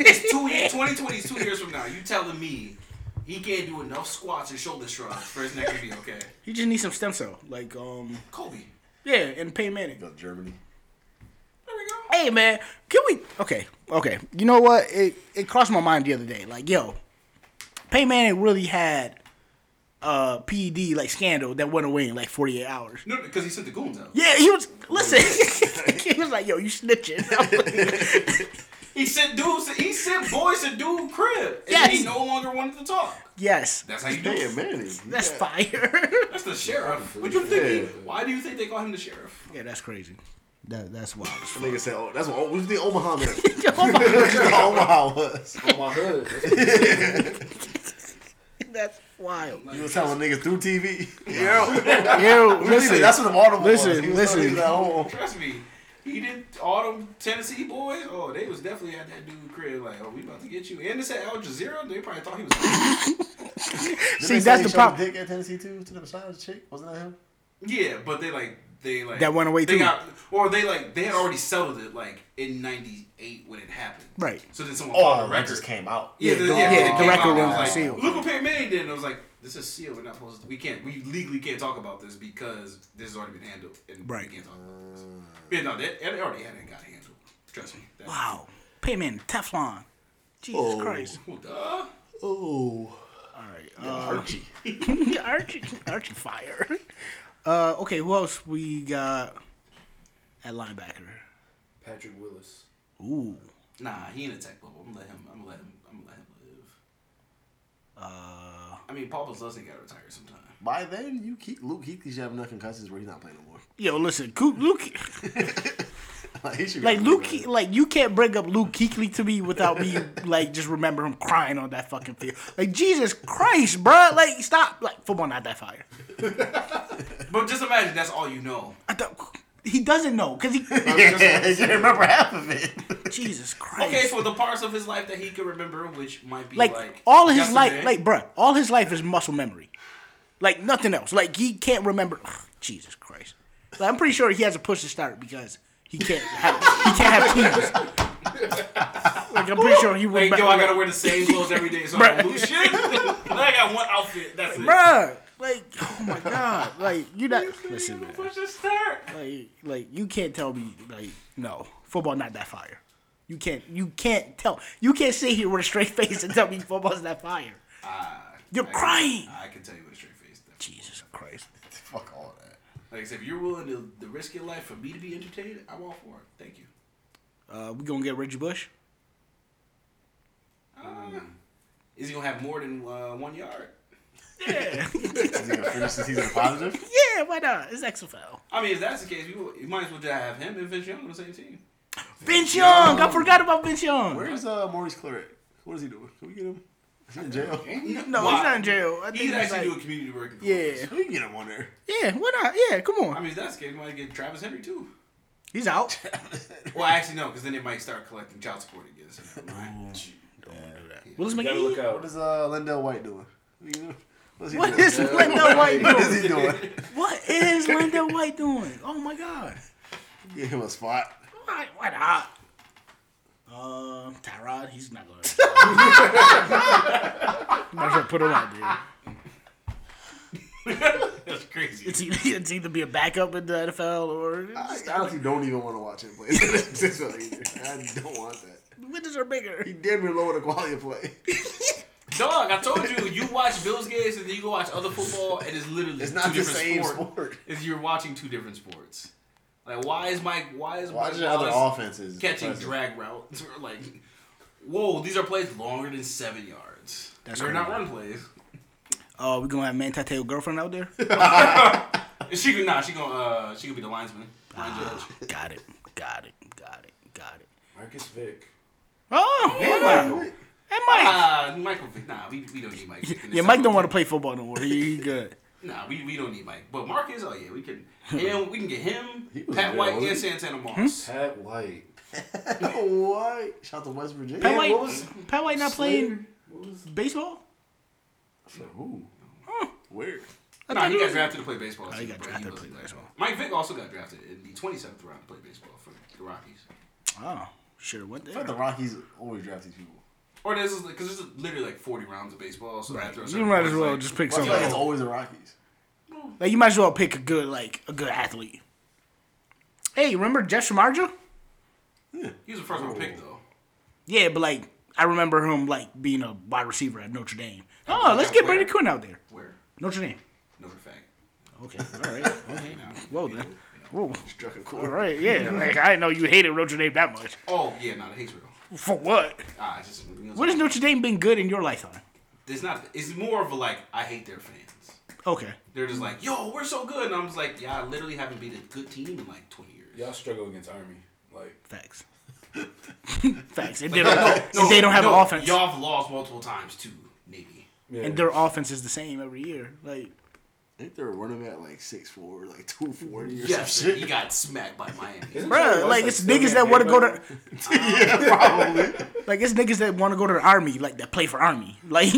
it's two years, 2020 is two years from now. You telling me he can't do enough squats and shoulder shrugs for his neck to be okay?
He just needs some stem cell, like um,
Kobe.
yeah, and Peyton Manning.
Go to Germany.
There we go.
Hey man, can we? Okay, okay. You know what? It it crossed my mind the other day. Like, yo, Peyton Manning really had uh, PED like scandal that went away in like 48 hours.
No, because he sent the goons out.
Yeah, he was listen. he was like, "Yo, you snitching." I'm like,
He sent dudes. He sent boys to dude crib, and
Yes.
he no longer wanted to talk.
yes,
That's how you do
Damn,
it.
man.
that's
yeah.
fire.
That's the sheriff. What you think?
Yeah.
He, why do you think they call him the sheriff?
yeah, that's crazy. That that's wild. as fuck.
Nigga said, oh, that's what, what you think Omaha meant.
oh my,
That's what Omaha was.
On my hood.
that's wild.
You was telling niggas through TV?
Yo,
Listen,
listen,
that's what the audible was.
Listen,
He was telling
listen.
niggas at home.
Trust me. He did all them Tennessee boys. Oh, they was definitely at that dude crib. Like, oh, we about to get you. And this at Al Jazeera. They probably thought he was.
Didn't
see
they say
that's
he
the
showed
problem.
Dick at Tennessee too to the massage chick. Wasn't that him?
yeah, but they like they like
That went away
They
too.
got or they like they had already settled it like in '98 when it happened.
Right.
So then someone filed a
that
record.
just Oh, came out.
Yeah,
Yeah,
the,
the-
yeah,
yeah,
they
the
came
record
out and
rooms
was
were
like,
sealed.
Look what Perry Manning did. And I was like, this is sealed. We're not supposed to, we can't, we legally can't talk about this because this has already been handled. And
Right.
We can't talk about this. Yeah, no, they, they already had it got handled. Trust me. That-
Wow, Payman Teflon. Jesus
Oh.
Christ.
Well, duh.
Oh,
All right,
Archie.
uh, Archie, Archie fire. Uh, okay, who else we got at linebacker?
Patrick Willis.
Ooh,
Nah, he ain't a tech bubble. I'm gonna let him, I'm gonna let him, I'm gonna let him live. Uh, I mean, Paul Posluszny gotta retire sometime.
By then, you keep Luke Heatley should have enough concussions where he's not playing no more.
yo, listen, Ku- Luke,
Like, he should be
like
out
Luke,
there,
Ke-
man.
like you can't bring up Luke Kuechly to me without me like just remember him crying on that fucking field. Like Jesus Christ, bruh. Like stop, like football not that fire.
But just imagine that's all you know.
I thought he doesn't know because he.
Yeah, you remember half of it.
Jesus Christ.
Okay, for the parts of his life that he could remember, which might be like,
like, all his
yesterday.
life, like bruh, all his life is muscle memory, like nothing else. Like he can't remember. Ugh, Jesus Christ! Like, I'm pretty sure he has a push to start because he can't have he can't have teams. Like I'm pretty sure he would.
Like, yo, I gotta wear the same clothes every day, so I don't
Bruh.
lose shit. Like, I got one outfit. That's it.
bruh. Like oh my god, like you're not listen, man.
What's this start?
Like like you can't tell me like no football not that fire. You can't you can't tell you can't sit here with a straight face and tell me football's that fire. You're
I can-
crying.
I can tell you with a straight face. That.
Ah, Jesus Christ.
Fuck all that.
Like I said, if you're willing to, to risk your life for me to be entertained, I'm all for it. Thank you.
Uh, we gonna get Reggie Bush.
Ah. Mm-hmm. Is he gonna have more than uh, one yard?
Is he gonna finish the season positive?
Yeah, why not? It's XFL.
I mean, if that's the case, we will- you might as well just have him and Vince Young on the same team.
Vince Young. I forgot about Vince Young.
Where's uh, Maurice Claret? What is he doing? Can we get him? Is he in jail?
No, he's not in jail. I
He
think
could
he's
actually
like,
do a community work. in
yeah,
We can get him on there.
yeah. Why not? Yeah, come
I
on.
mean, if that's the case, we might get Travis Henry too.
He's out.
Well, actually, no, because then they might start collecting child support again. So never mind.
Willis
You gotta look
McGee.
out.
What is uh, Lindell White doing? We can get him. What's he
What
doing?
is Lindell White
what
doing?
is he doing?
What is Lindell White doing? Oh my god.
Get him a spot.
Why, why not? Um, Tyrod, he's not going. Might as well put him out, dude.
that's crazy.
It's either, it's either be a backup in the NFL or
I honestly don't even want to watch him play. I don't want that.
windows are bigger.
He damn near lower the quality of play.
Dog, I told you, you watch Bills games and then you go watch other football, and it's literally
It's not
two
the
different
same
sport.
sport.
Is you're watching two different sports. Like, why is Mike? Why is
Watch
Mike
the other
Wallace
offenses.
catching
Impressive.
drag routes? Or like, whoa, these are plays longer than seven yards.
That's
They're not
crazy.
run plays.
Oh, we gonna have Manti Te'o girlfriend out there?
She could not. She gonna. Uh, she could be the linesman. Line judge.
got it, got it, got it, got it.
Marcus Vick.
Oh, yeah.
Wait,
Hey, Mike.
Ah, Michael. Vick. Nah, we, we don't need Mike. Vick in this
Yeah, Mike don't
time.
want to play football no more. He, he good.
Nah, we, we don't need Mike. But Marcus, oh yeah, we can. And we can get him,
He was
Pat
good,
White,
wasn't
and
he?
Santana Moss.
Pat White.
What? Shout to West Virginia.
Pat White,
what was-
Pat White not playing
What was
baseball?
So, who? Weird.
I
No,
thought
he got
was-
drafted to play baseball.
Oh, he
too,
got
but
drafted to
wasn't
play
there.
baseball.
Mike Vick also got drafted in the 27th round to play baseball for the Rockies.
Oh, should have went
I
there.
thought the Rockies always draft these people.
Or there's because there's literally like 40 rounds of baseball, so after a
You
certain
might
point,
as
it's
well
like-
just pick
I feel like it's
somebody.
always the Rockies.
Like you might as well pick a good, like a good athlete. Hey, remember Jeff Shamarja?
He was the first one pick though.
Yeah, but like I remember him like being a wide receiver at Notre Dame. Oh, let's get Brady Quinn out there.
Where?
Notre Dame.
Know the fact.
Okay. All right. Okay. Whoa. Then. Whoa.
Struck a
All
chord.
right. Yeah. Like I didn't know you hated Notre Dame that much.
Oh yeah, no, the hate's real.
For what?
Ah, it's just you know,
What has Notre Dame been good in your lifetime?
It's not. It's more of a like I hate their fans.
Okay.
They're just like, yo, we're so good, and I'm just like, yeah, I literally haven't beat a good team in like 20 years.
Y'all struggle against Army. Like
Facts. Facts. And they don't. and they don't have
no,
an offense.
Y'all have lost multiple times too, maybe.
yeah.
And their offense is the same every year. Like
I think they're running at like six four, like two forty or
Yeah,
some
he
shit.
got smacked by Miami.
Bruh, like it's niggas that want to go to,
yeah, probably.
like it's niggas that want to go to the army, like that play for army, like,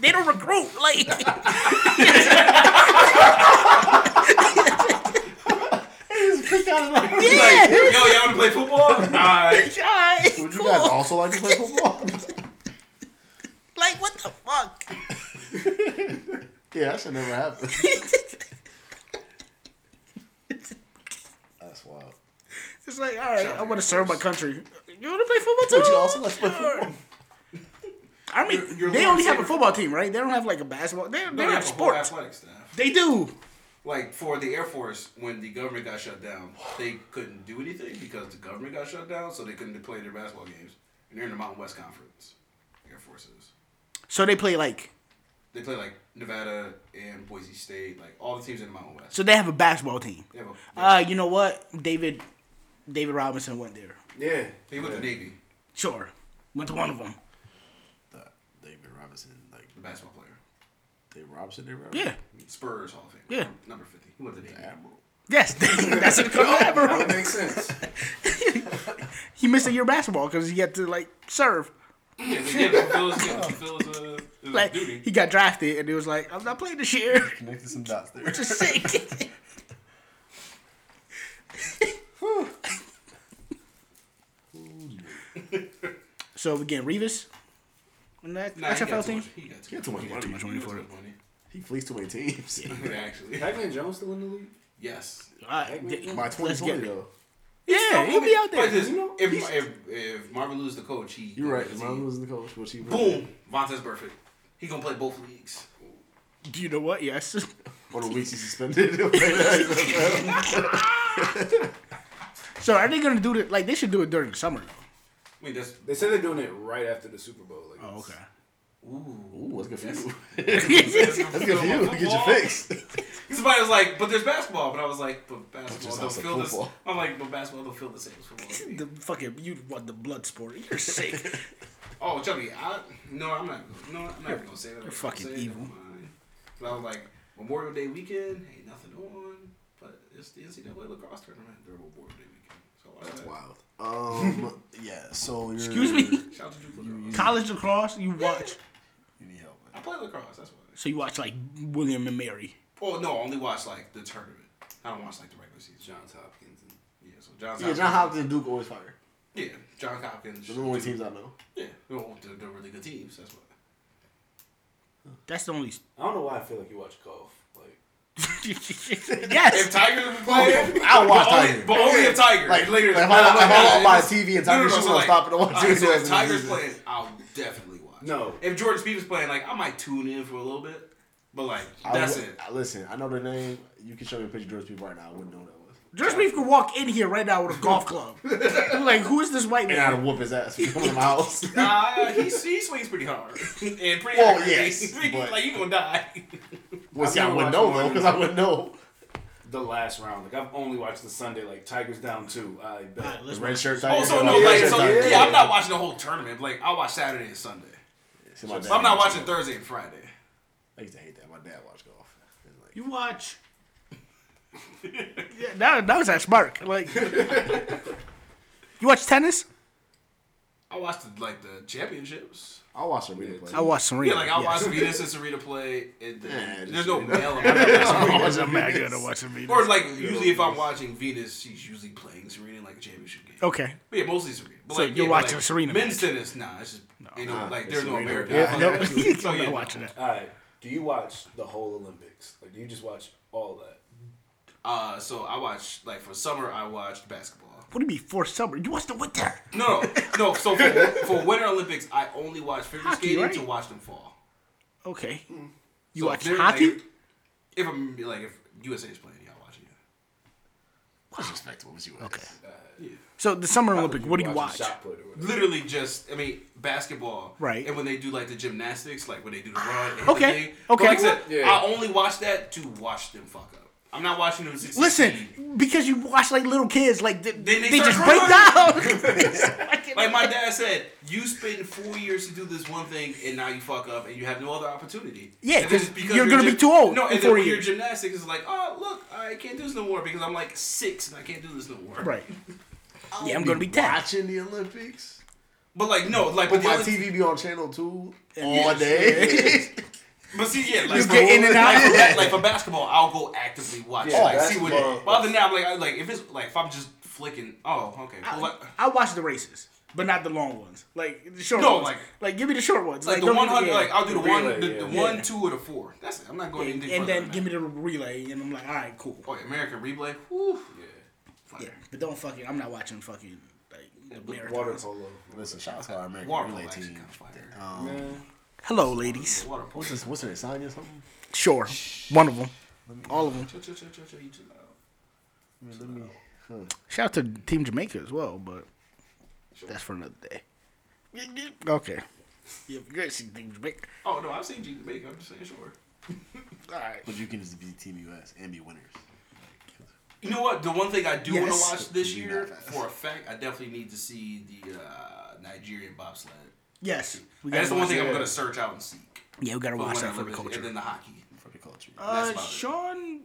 they don't recruit, like,
Like, yo, y'all want to play football? Nah.
alright,
Would you
cool.
guys also like to play football?
like what the fuck?
yeah, that should never happen. That's wild.
It's like, all right, I want to serve my country. You want to play football too?
Would you also like to play
Sure.
football?
I mean,
Your- your
they
Lord
only have a
Savior-
football team, right? They don't have like a basketball. They, they,
They
have,
have a whole
sports.
athletic staff.
They do.
Like for the Air Force, when the government got shut down, they couldn't do anything because the government got shut down, so they couldn't play their basketball games. And they're in the Mountain West Conference. Air Forces.
So they play like.
They play like Nevada and Boise State, like all the teams in the Mountain West.
So they have a basketball team.
They have a,
Uh, you know what? David, David Robinson went there.
Yeah.
he went to
yeah.
Navy,
Sure, went to one of them.
That David Robinson, like
the basketball player.
David Robinson, David Robinson.
Yeah.
Spurs Hall of Fame.
Yeah.
Number 50. He went to Navy.
Admiral.
Yes, that's it. Collaborate.
That makes sense.
He missed a year of basketball because he had to like serve.
Yeah, yeah, fulfill his, yeah, fulfill his, uh, his
Like
duty.
he got drafted and it was like, I'm not playing this year.
Connected some dots there.
Just sick. so again, Revis. And that
Nah, he got
XFL
too
team.
much. He got too,
got too much money.
He got too much money.
He fleeced too many teams.
Yeah, Actually,
Declan Jones still in the league?
yes.
All right, d-
By
let's get
2020
it.
though,
Yeah, he'll be out
Like
there.
this, if, if, if Marvin loses the coach, he
you're right.
he-
If I was the coach, what she
Boom, Vontaze perfect. He gonna play both leagues.
Do you know what? Yes.
Or the weeks he suspended. That's
so are they gonna do it? Like they should do it during the summer though.
I mean, that's
They said they're doing it right after the Super Bowl. Like,
Oh, okay.
ooh.
good for you.
That's
That's good for you to get you fixed.
Somebody was like, "But there's basketball," but I was like, "But basketball
just
don't
not some
feel this."
football.
I'm like, "But basketball don't feel the same as football."
The fucking you want the blood sport? You're sick.
Oh, Chubby, I no, I'm not. No, I'm not even gonna say that. You're
fucking evil.
But I was like Memorial Day weekend, ain't nothing on, but it's the NCAA lacrosse tournament during Memorial Day weekend. So uh, I
That's wild. Um, yeah. So you're,
Excuse me.
Shout out to Duke lacrosse.
College lacrosse, you watch.
You need help.
I play lacrosse. That's why.
So you watch like William and Mary.
Oh no, I only watch like the tournament. I don't watch like the regular season.
Johns Hopkins. And
Yeah, so John.
Yeah, John Hopkins and Duke always fire.
Yeah, John Hopkins.
Those are the only teams I know.
Yeah, well, they're, they're really good teams. That's why.
That's the only.
I don't know why I feel like you watch golf. Like,
If
yes.
Tiger was playing,
I'll watch
but only,
Oh, Tiger.
but only if Tiger.
Like
later,
later, like, if I-
No, no,
if
no,
I
no,
walk by a
it's-
TV and
no, no,
Tiger
no,
shoots,
so,
I'm
like,
stopping and watching
alright,
it.
so if Tiger's playing, I'll definitely watch.
No.
If Jordan Speed was playing, like I might tune in for a little bit, but like
I
that's
would-
it.
I- Listen, I know the name. You can show me a picture of George people right now. I wouldn't know who that was.
Just me could walk in here right now with a golf club. I'm like, who is this white
And I'd
man?
whoop his ass if he come to my house.
Uh, he, he swings pretty hard and pretty.
Well,
accurate.
yes, but-
like you gonna die.
Well, see, I
never
wouldn't
watched
know though,
one.
because I wouldn't know.
the last round. Like, I've only watched the Sunday. Like, Tigers down two. I bet.
The red shirt Tiger.
Also, no,
the red
like,
shirt
Oh, so,
Tiger.
yeah, I'm not watching the whole tournament. Like I watch Saturday and Sunday.
See, my
So
dad-
I'm not watching Thursday and Friday.
I used to hate that. My dad watched golf. It's like-
You watch. yeah, that, that was that spark. Like, you watch tennis?
I watched the, like the championships.
I watched a replay.
I watch Serena.
Yeah, like I
yes.
watched Venus and Serena play. And then,
Yeah, just
there's no
Serena.
male. element.
I was a mad good at watching Venus.
or like usually if I'm watching Venus, she's usually playing Serena in, like a championship game.
Okay.
But yeah, mostly Serena. But,
So
like,
you're
yeah,
watching
like,
Serena
Men's tennis, nah, it's just you know like
it's
there's no
Serena.
American.
Yeah,
No,
So
I'm
Oh, yeah,
not watching that.
All right. Do you watch the whole Olympics? Like, do you just watch all that?
Uh, so I watched like for summer I watched basketball.
What do you mean for summer? You watch the winter?
No, no, no. So for, for Winter Olympics, I only watch figure
Hockey,
skating
right?
to watch them fall.
Okay. You
Hmm. So
watch
if they're,
hockey?
Like, if I'm like if USA is playing, yeah, I'll watch it.
Disrespectful was you.
Okay.
Yeah.
So the Summer Olympic, what do you watch?
watching shot put or whatever.
Literally just, I mean, basketball.
Right.
And when they do like the gymnastics, like when they do the run. and
Okay,
everything.
okay.
But like I said,
Yeah.
I only watch that to watch them fuck up. I'm not watching them. Succeed.
Listen, because you watch like little kids, like they,
Then
they,
they
just break
start
down.
Like my dad said, you spend four years to do this one thing, and now you fuck up, and you have no other opportunity.
Yeah,
And
'cause
then
you're gonna be too old
No,
in
and
four
then when your
years.
gymnastics is like, oh look, I can't do this no more because I'm like six and I can't do this no more.
right. Yeah, I'm gonna be tapped.
Watching the Olympics.
But like no, like
But
but,
my
the other-
TV be on channel two all day.
but see, yeah, like
get in and
Like, for,
out.
ba- like for basketball, I'll go actively watch.
Yeah,
like see
basketball.
what. But other than that, I'm like, I, like if it's like if I'm just flicking, oh okay, well, like,
I watch the races, but not the long ones. Like the short
No,
ones. Like,
like-
give me the short ones.
like the
don't
one
give me-
hundred,
yeah.
like I'll do the one,
Relay,
the,
yeah.
the
Yeah.
one, two, or the four. That's it. I'm not going
and,
anything
and
further
then
than
give me
that.
the relay, and I'm like, all right, cool.
Oh, yeah, American replay. Whew.
Yeah, but don't fucking. I'm not watching fucking like the
Water
marathons.
polo.
Listen, shout out to our American
Water
relay
polo actually
team. Um,
kind of fire.
Hello, ladies.
Water polo.
What's this? What's her Sonya or something?
Sure, one of them, all of them.
Chill, chill, chill, chill, chill, you chill out.
Let me.
Shout out to Team Jamaica as well, but that's for another day. Okay. Yeah, you guys see Team Jamaica.
Oh no, I've seen G Jamaica. I'm just saying, sure.
All right.
But you can just be Team US and be winners.
You know what? The one thing I do want
Yes.
to watch this
Be
year,
badass.
for a fact, I definitely need to see the uh, Nigerian bobsled.
Yes. We
That's the one
watch
thing
it.
I'm gonna search out and seek.
Yeah, we gotta
But
watch
when I
that for the
live in-
culture.
And then the hockey.
For the culture.
uh,
that's about it.
Sean.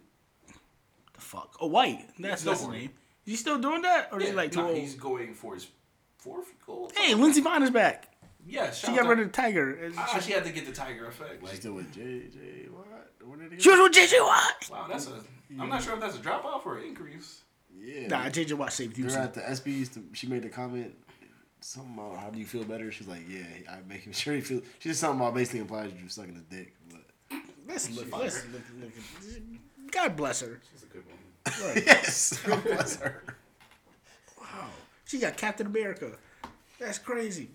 The fuck? Oh, White. That's
No
his
worry.
name. You still doing that, or is
Yeah,
it like too
nah,
old?
he's going for his fourth goal.
Hey, Lindsey Vonn is back.
yeah, shout
She got
out- Ah,
rid of the Tiger. It's-
I actually had to get the tiger effect.
She's
Like,
still with JJ. What? What did he
She was with JJ Watt.
wow, that's a. I'm
Mm.
not sure if that's a drop off or an increase.
Yeah.
Nah, JJ Watt saved you.
They're at the SBs. to- She made the comment. Something about how do you feel better? She's like, yeah, I make him sure he feels. She just something about basically implies you sucking his dick. But
Let's look. Let's look, look, at- God bless her.
That's a good one.
yes, God bless her.
Wow. She got Captain America. That's crazy.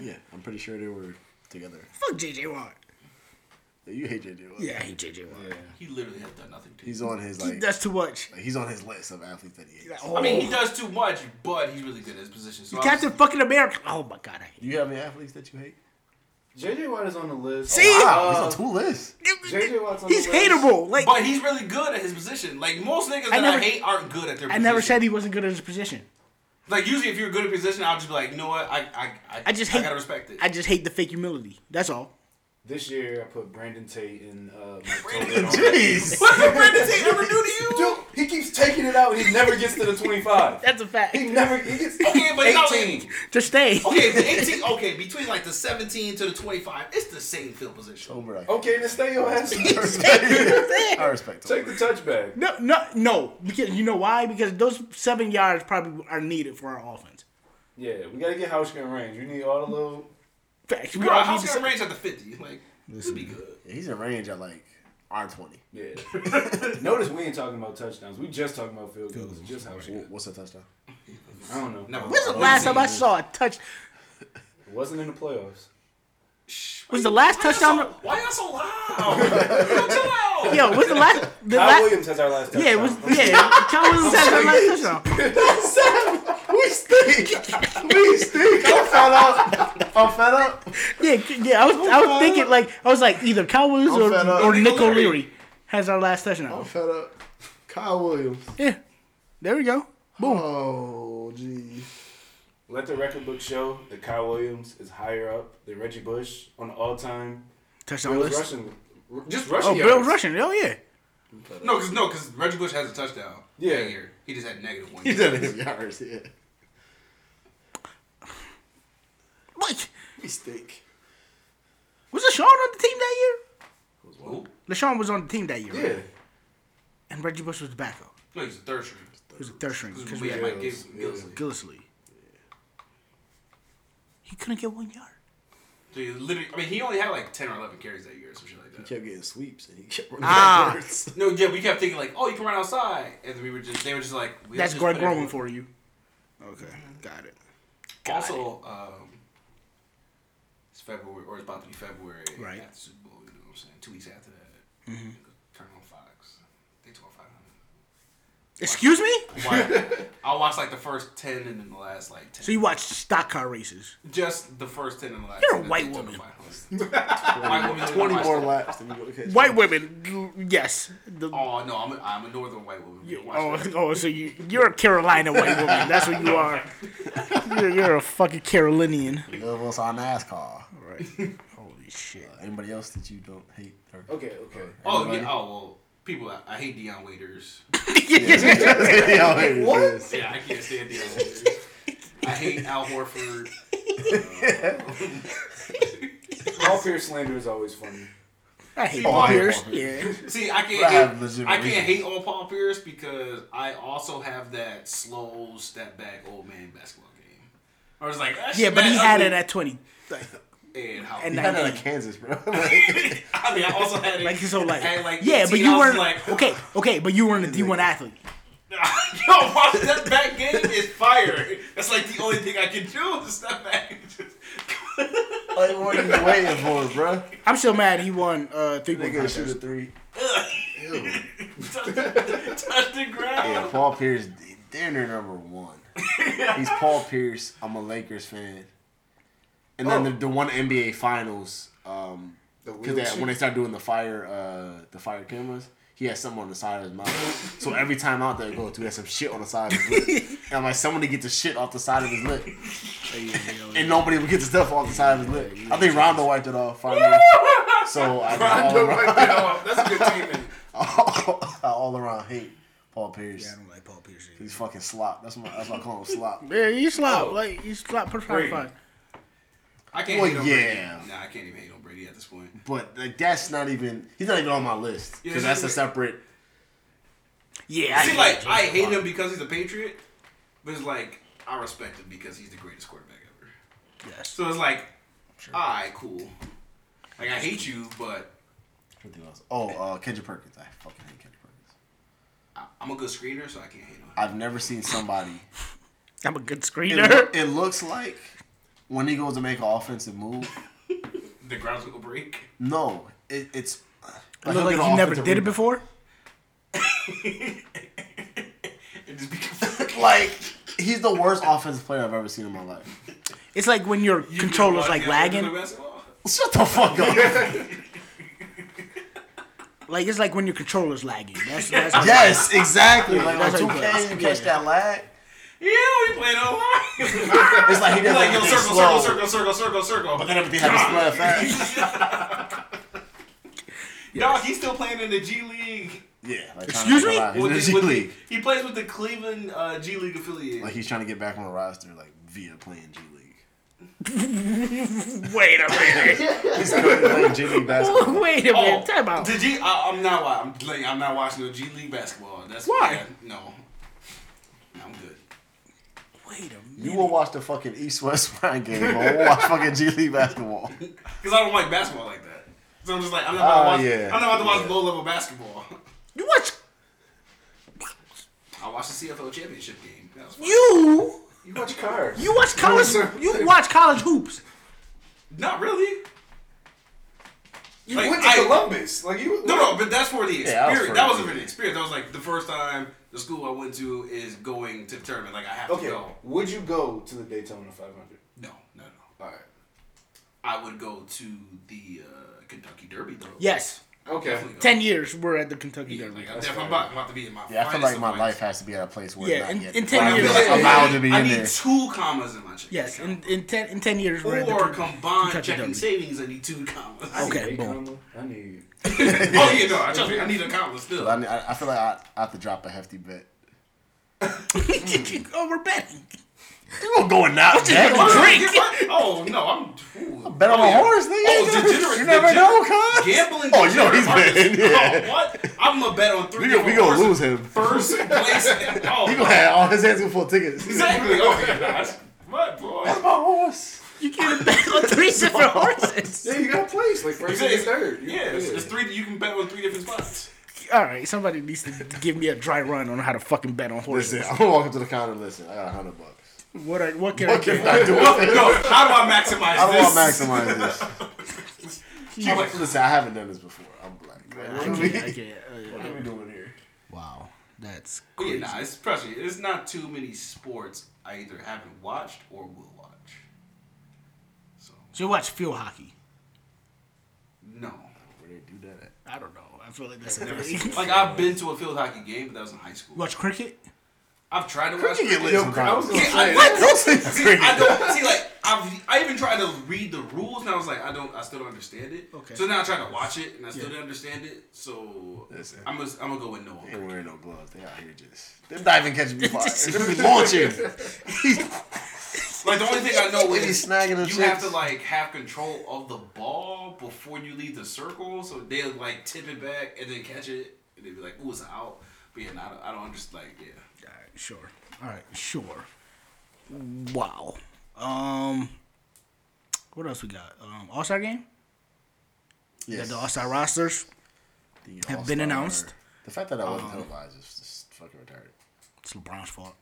Yeah, I'm pretty sure they were together.
Fuck JJ Watt.
You hate JJ. Watt.
Yeah, I hate JJ Watt.
He literally has done nothing to.
He's on his like.
That's too much.
He's on his list of athletes that he hates.
Oh.
I mean, he does too much, but he's really good at his position. So I'm
Captain fucking America. Oh my god, I hate
Do you have any athletes that you hate?
JJ Watt is on the list.
See?
Wow,
Uh,
he's on two lists.
JJ Watt's on
He's
the list.
hateable. Like
But he's really good at his position. Like most niggas that
never-
I hate aren't good at their.
I
position.
never said he wasn't good at his position.
Like usually, if you're good at position, I'll just be like, you know what? I I I,
I just
I
hate.
gotta respect it.
I just hate the fake humility. That's all.
This year, I put Brandon Tate in. Uh,
Jeez.
what did Brandon Tate ever do to you?
Dude, he keeps taking it out. and He never gets to the twenty-five.
That's a fact.
He never. He gets
Okay, but no,
eighteen.
To stay.
Okay, the 18. Okay, between like the 17 to the 25, it's the same field
Oh,
position.
Over. I-
Okay, then stay your ass.
I respect. I respect.
Take the touchback.
No, no, no. Because you know why? Because those seven yards probably are needed for our offense.
Yeah, we gotta get house gun range. We need all the little.
Facts. We
Bro,
all
how's
need
gonna
to-
range at the 50? Like, this would be good.
Yeah, he's in range at like R twenty.
Yeah. Notice we ain't talking about touchdowns. We just talking about field goals. Just house gun.
What's a touchdown?
I don't know.
Never
When's the last time I saw a touch?
It wasn't in the playoffs.
Was the last
Why y'all so-
touchdown?
Why y'all so loud? Yo, chill out.
Yo, was the last? The
Kyle
last?
Williams has our last touchdown.
Yeah, it was. Yeah, Kyle Williams had our last touchdown.
We stink. We stink. I'm fed up. I'm fed up.
Yeah, c- yeah. I was, I was thinking like I was like either Kyle Williams
I'm fed up. Oh.
or, or Nick
Nick O'Leary.
O'Leary has our last
I'm
touchdown.
fed up. Kyle Williams.
Yeah, there we go.
Oh, geez.
Let the record book show that Kyle Williams is higher up than Reggie Bush on the all-time
Touchdown
Bills
list.
rushing. r- Just rushing.
Oh,
yards.
Bill rushing. Oh yeah.
No, because no, because Reggie Bush has a touchdown.
Yeah.
that year. he just had negative one.
He's in his yards. Yeah.
Mike,
We stink.
was LaShawn on the team that
Who?
year? LaShawn was on the team that year,
Yeah.
right? and Reggie Bush was the backup.
No, he's a third string.
He was the third string
Because
because
we
we
had
had
Mike
Gillis.
Gil- Gillisley.
Gillisley. He couldn't get one yard.
So he literally, I mean, he only had like ten or eleven carries that year, or some shit like that.
Kept getting sweeps and he kept running
Ah.
backwards.
No, yeah, we kept thinking like, oh, you can run outside, and then we were just, they were just like, we
That's
just
Greg
put him-
Roman for you. Okay, got it.
Also, um, it's February, or it's about to be February
Right.
after Super Bowl. You know what I'm saying? Two weeks after that.
Mm-hmm.
Turn on Fox. They twelve five hundred.
Excuse me?
I'll watch like the first ten and then the last like ten.
So you watch stock car races?
Just the first ten and the last.
You're a
10, then
white
they took
woman.
the finals. white woman.
Twenty more
White.
laps than you go to catch.
White women, l- yes. The,
Oh no, I'm a, I'm a northern white woman. You watch
oh,
that.
oh, so you you're a Carolina white woman. That's what you are. You're, you're a fucking Carolinian.
None of us on NASCAR.
Right. Holy shit.
Anybody else that you don't hate? Or,
Okay, okay.
Oh yeah. Oh well, people. I, I hate Dion Waiters.
yeah, what?
Yeah, I can't stand Dion Waiters. I hate Al Horford.
All Pierce slander is always funny.
I hate
Oh, I hate
beers.
Paul
Yeah.
See, I can't.
But I have
hate-
legitimate
I can't
reasons.
hate on Paul Pierce because I also have that slow step back old man basketball game. I was like, "That
Yeah,
shit,
but
man,
he had
ugly."
it at twenty. Like,
and how
and
You
that-
had that in Kansas, bro. Like,
I mean, I also had it
like his whole life.
at, like,
yeah, but
18,
you
I was
weren't
like,
okay. Okay, but you weren't a D one athlete.
Yo, my step back game is fire. That's like the only thing I can do is step back. and just-
like what are you waiting for, bro?
I'm still mad he won uh, three point
Nigga shoot a
contest.
three.
touch, touch the ground.
Yeah, Paul Pierce, they're their number one. He's Paul Pierce. I'm a Lakers fan. And then the, the one NBA Finals, um,
Oh. The
because when they start doing the fire, uh, the fire cameras, he has something on the side of his mouth. so every time out there I go to, he has some shit on the side of his lip. and I'm like, somebody get the shit off the side of his lip, and nobody would get the stuff off the side of his lip. I think Rondo wiped it off finally. so I all
Rondo
around,
wiped it off. That's a good team. name.
all, around hate Paul Pierce.
I don't like Paul Pierce.
He's fucking slop. That's my that's why I call him slop.
Yeah, he's slop.
Oh.
Like he's slop
Brady.
personified.
I can't
Well,
hate on
yeah.
Brady. Nah, I can't even hate on Brady at this point.
But like that's not even he's not even on my list
Yeah,
because that's a separate.
Yeah,
See, like I hate him because he's a patriot, but it's like I respect him because he's the greatest quarterback ever.
Yes.
So it's like, all right, cool. Like I hate you, but
something else. Oh, uh, Kendrick Perkins. I fucking hate Kendrick Perkins.
I- I'm a good screener, so I can't hate on him.
I've never seen somebody.
I'm a good
It,
screener.
loo- it looks like when he goes to make an offensive move.
The ground's gonna break.
No, it, it's.
I
like,
look
he'll get
like
an
you never
offensive
did it
rebound.
before.
It just becomes
Like he's the worst offensive player I've ever seen in my life.
It's like when your controller's like lagging.
Shut the fuck up.
Like it's like when your controller's lagging. That's, that's
yes, exactly. Like, like
That's how
2K,
you play.
you catch that lag.
Yeah, we playing online.
It's like he does
like yo,
everything
circle,
slow,
circle, circle, circle, circle, circle.
but then everything happens fast.
Dog, he's still playing in the G League.
Yeah. Like
Excuse me?
trying to make a
With
rise.
the-
He's in the
with
G
the-
League.
He plays with the Cleveland uh, G League affiliate.
Like he's trying to get back on the roster, like via playing G League.
Wait a minute.
He's currently playing G League basketball.
Wait a
Oh,
minute. Time out.
The G, I, I'm not. wa- I'm like, I'm not watching the G League basketball. That's
Why?
yeah, no, I'm good.
Wait a
You
minute.
will watch the fucking East West Ryan game, but we'll watch fucking G League basketball.
Cause I don't like basketball like that. So I'm just like, I'm not about
Ah,
to watch.
yeah.
I'm not about to watch
Yeah.
low level basketball.
You watch
I watched the CFL championship game. That was fun.
you.
You watch cars.
You watch college.
sir.
You watch college hoops.
Not really.
You
Like,
went to
I-
Columbus. Like you.
No, no, but that's for the experience.
Yeah, that was for
that
the-
wasn't for the experience. That was like the first time the school I went to is going to the tournament. Like I have
Okay.
to go.
Would you go to the Daytona 500?
No, no, no.
All right.
I would go to the uh, Kentucky Derby though.
Yes.
Okay.
Definitely go.
Ten years we're at the Kentucky
Yeah,
Derby.
like, I'm, definitely about, about to be in my.
Yeah, I feel
finest
like
of
my
my-
life has to be at a place where
Yeah,
it's not
in-
yet
in 10
like,
I
years-
feel
I'm
like
like allowed to be
I
in
need
there.
two commas in my checking
Yes. In,
account.
in ten in ten years we're at the
or
Kentucky,
combined
Kentucky
checking
Derby.
savings. I need two commas.
Okay.
Hey,
boom.
Kamala, I need.
oh yeah, no, I trust me. I need a comma still.
I, mean, I, I feel like I, I have to drop a hefty bet.
oh, we're betting.
You gonna go and not bet?
gonna
Bet
drink.
Oh no, I'm. Ooh.
on
oh,
a
yeah.
horse, nigga.
Oh, degenerate.
you never know, cuz.
Gambling.
Oh, you know he's
degenerate
bad, yeah.
markets. Oh, what? I'm gonna bet on three.
We gonna, we
different
gonna lose
horses.
him.
First place. Oh,
He gonna have all his hands full of tickets.
exactly. Oh my gosh. What boy?
My horse.
You can't bet on three different horses.
Yeah, you got placed like first and third. You-
Yeah, it's, it's three. You can bet on three different spots.
All right, somebody needs to give me a dry run on how to fucking bet on horses.
Listen, I'm gonna walk up to the counter. and Listen, I got a hundred bucks.
What I, what can
What
I
can
do?
I do?
No, no, how do I maximize
I don't
this?
want to maximize this. I'm like, listen, I haven't done this before. I'm black. man.
I
What are
can't.
we,
I can't. uh,
what are we doing here?
wow, that's
But yeah,
crazy.
nah, it's especially it's not too many sports I either haven't watched or will watch. So
So you watch field hockey?
no.
Where they do that at?
I don't know. I feel like that's a
Never
thing.
seen, like I've been to a field hockey game, but that was in high
You
school.
watch cricket?
I've tried to watch.
Cricket get lit
Yo,
sometimes.
I was gonna
Yeah,
say,
what?
Don't say cricket.
I don't see like I've I even tried to read the rules and I was like I don't I still don't understand it.
Okay.
So now I tried to watch it and I still
Yeah.
didn't understand it. So
Listen.
I'm gonna I'm gonna go with no.
They ain't wearing no gloves. They out here just. They're not even catching me fire. It's gonna be launching.
Like the only thing I know
They be
is
snagging the
you have to
chicks.
like have control of the ball before you leave the circle, so they like tip it back and then catch it, and they be like, "Ooh, it's an out." But yeah, nah, I don't- I don't understand. Like, yeah,
All right, sure. All right, sure. Wow. Um, what else we got? Um, All Star game. Yeah,
Yes.
the All Star rosters.
The
have been
All-Star-
announced.
The fact that I wasn't
Um,
televised is just fucking retarded.
It's LeBron's fault.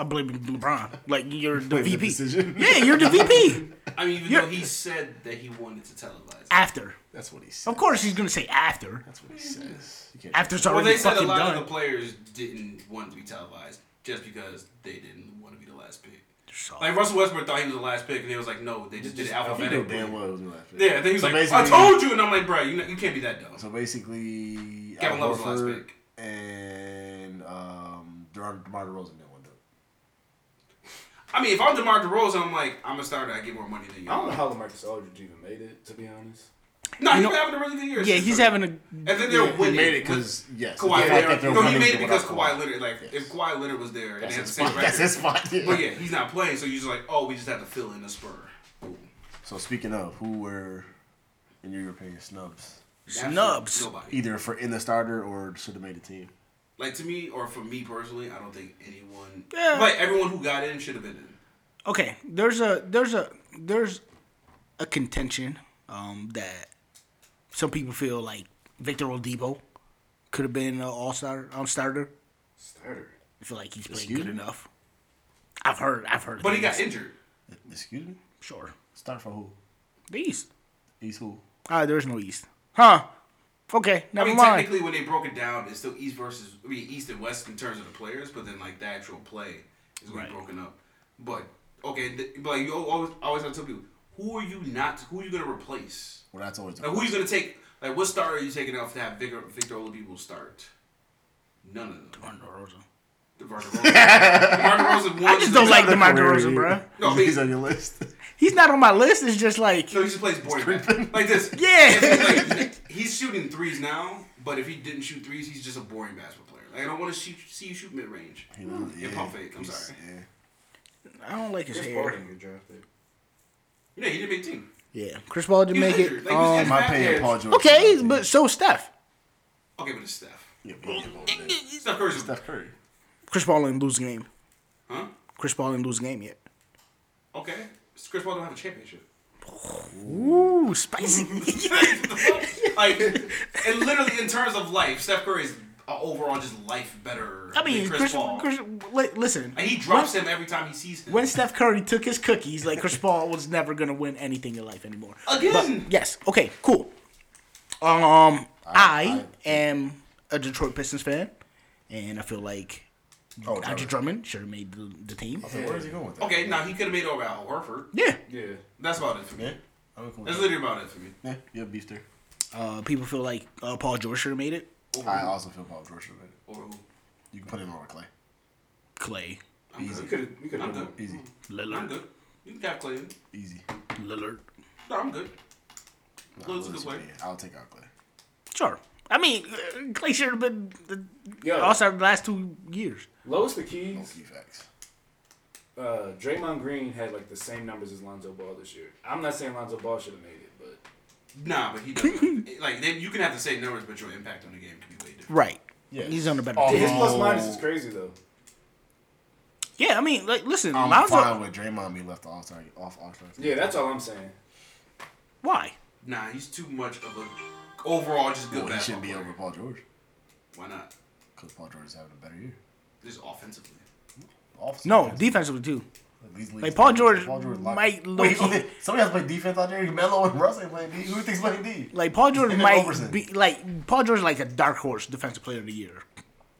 I blame LeBron. Like you're the
Blame the
VP.
decision.
yeah, you're the VP.
I mean, even
You're-
though he said that he wanted to televise, it.
After,
That's what he said.
of course, he's gonna say after.
That's what he says. You can't-
After it's
well,
already
they said a
fucking
lot
done.
of the players didn't want to be televised just because they didn't want to be the last pick.
So-
Like Russell Westbrook thought he was the last pick, and they was like, "No, they just did it
He knew
alphabetically."
damn well it was my last pick.
Yeah, then he was
So
like, "I
basically-
told you," and I'm like, "Bro, you know, you can't be that dumb."
So basically,
Kevin
Al
Love was the last
Horford
pick.
and um, DeMar, DeMar DeRozan didn't want to. do it.
I mean, if I'm DeMar DeRozan, I'm like, I'm a starter. I get more money than you.
I don't know how Lamarcus Aldridge even made it, to be honest.
No, he's
You know-
having a really good year.
Yeah, he's having a.
And then they're winning.
He made it because yes,
Kawhi
the fact that they're
Leonard. No, he
winning
made it because
without
Kawhi Leonard. Like, if
Yes.
Kawhi Leonard was there and
That's
they had
his
the same
spot.
record,
That's his spot. Yeah.
but yeah, he's not playing. So you're just like, oh, we just have to fill in the spur.
So speaking of who were, in your opinion, snubs,
Snubs.
Nobody.
either for in the starter or should have made the team.
Like to me, or for me personally, I don't think anyone.
Yeah.
Like everyone who got in should have been in.
Okay, there's a there's a there's a contention um, that some people feel like Victor Oladipo could have been an All Star um, starter.
Starter.
I feel like he's played
Excuse
good
me?
enough. I've heard. I've heard.
But he got
things.
injured.
Excuse me.
Sure.
Start for who?
The East.
He's who?
Ah, there's no East. Huh. Okay,
I
never
mean,
mind.
technically, when they broke it down, it's still East versus I mean, East and West in terms of the players, but then like the actual play is going
Right.
to be broken up. But okay, th- but like, you always I always have to tell people, who are you not? Who are you going to replace?
Well, that's always. the
Like who are you going to take? Like what starter are you taking off to have Victor Victor Oladipo start? None of them. DeMar DeRozan. DeMar DeRozan won.
I just don't like
Another
DeMar
career
DeRozan,
year.
bro.
No,
he's
but-
on your list.
He's not on my list. It's just like
No, he just plays boring back. like this.
Yeah.
It's like, he's shooting threes now, but if he didn't shoot threes, he's just a boring basketball player. Like I don't want to shoot, see you shoot mid range. Yeah, pump fake. I'm
He's-
sorry.
Yeah.
I don't like his
Chris
hair.
Paul didn't get drafted.
Yeah, he didn't make the team.
Yeah, Chris Paul
He
didn't
was
make
injured.
it.
Like, he was
Um,
In
injured
my
back
opinion,
there.
Paul George.
okay, but so Steph.
Okay, but it's Steph.
Yeah, but he's on the list.
Steph Curry's
Steph Curry.
Chris Paul didn't lose a game.
Huh?
Chris Paul didn't lose a game yet.
Okay. Chris Paul don't have a championship.
Ooh, spicy.
like, and literally in terms of life, Steph Curry is uh, overall just life better
I mean,
than Chris,
Chris,
Paul.
Chris, li- listen.
and he drops him every time he sees him.
When Steph Curry took his cookies, like Chris Paul was never gonna win anything in life anymore.
Uh, Again.
But, yes. Okay. Cool. Um, I,
I-
am a Detroit Pistons fan, and I feel like
Oh,
Andre
Tyler.
Drummond should have made the, the team.
So where is he going with that?
okay, now he could have made it over Al Horford.
Yeah.
Yeah.
That's about it for me.
Yeah. I'm cool with
That's
that.
literally about it for me.
Yeah, you have beef there.
Uh, people feel like uh, Paul George should have made it.
I also feel Paul George should have made it.
Or who?
You can put him over Clay.
Clay,
I'm
We
good.
could we could
I'm
have
good.
Easy.
I'm
Lillard,
good. You can have Clay. in.
Easy.
Lillard.
No, I'm good.
Nah,
Lose to
Lillard
Clay.
should be in. I'll take out Clay.
Sure. I mean, uh, Clay should have been the
Yo.
All Star the last two years.
Lowest the
No
keys.
key facts.
Uh, Draymond Green had like the same numbers as Lonzo Ball this year. I'm not saying Lonzo Ball should have made it, but
Nah, but he doesn't. like, then you can have the same numbers, but your impact on the game can be way different.
Right.
Yes.
He's on a better
Oh.
team.
his plus minus is crazy though.
Yeah. I mean, like, listen,
I'm
Lonzo.
Um, fine with Draymond being left All Star off All Star.
Yeah, that's all I'm saying.
Why?
Nah, he's too much of a overall just good
Well, he
basketball
shouldn't be
player.
over Paul George
Why not?
because Paul George is having a better year.
Just offensively.
Offensive
No,
defense.
defensively too.
These leagues-
Like Paul George,
locked.
might low
Wait,
key,
somebody has to play defense out there. Melo and Russ ain't playing D. Who thinks playing D?
like Paul George
And then
might
Overton.
be like Paul George is like a dark horse defensive player of the year.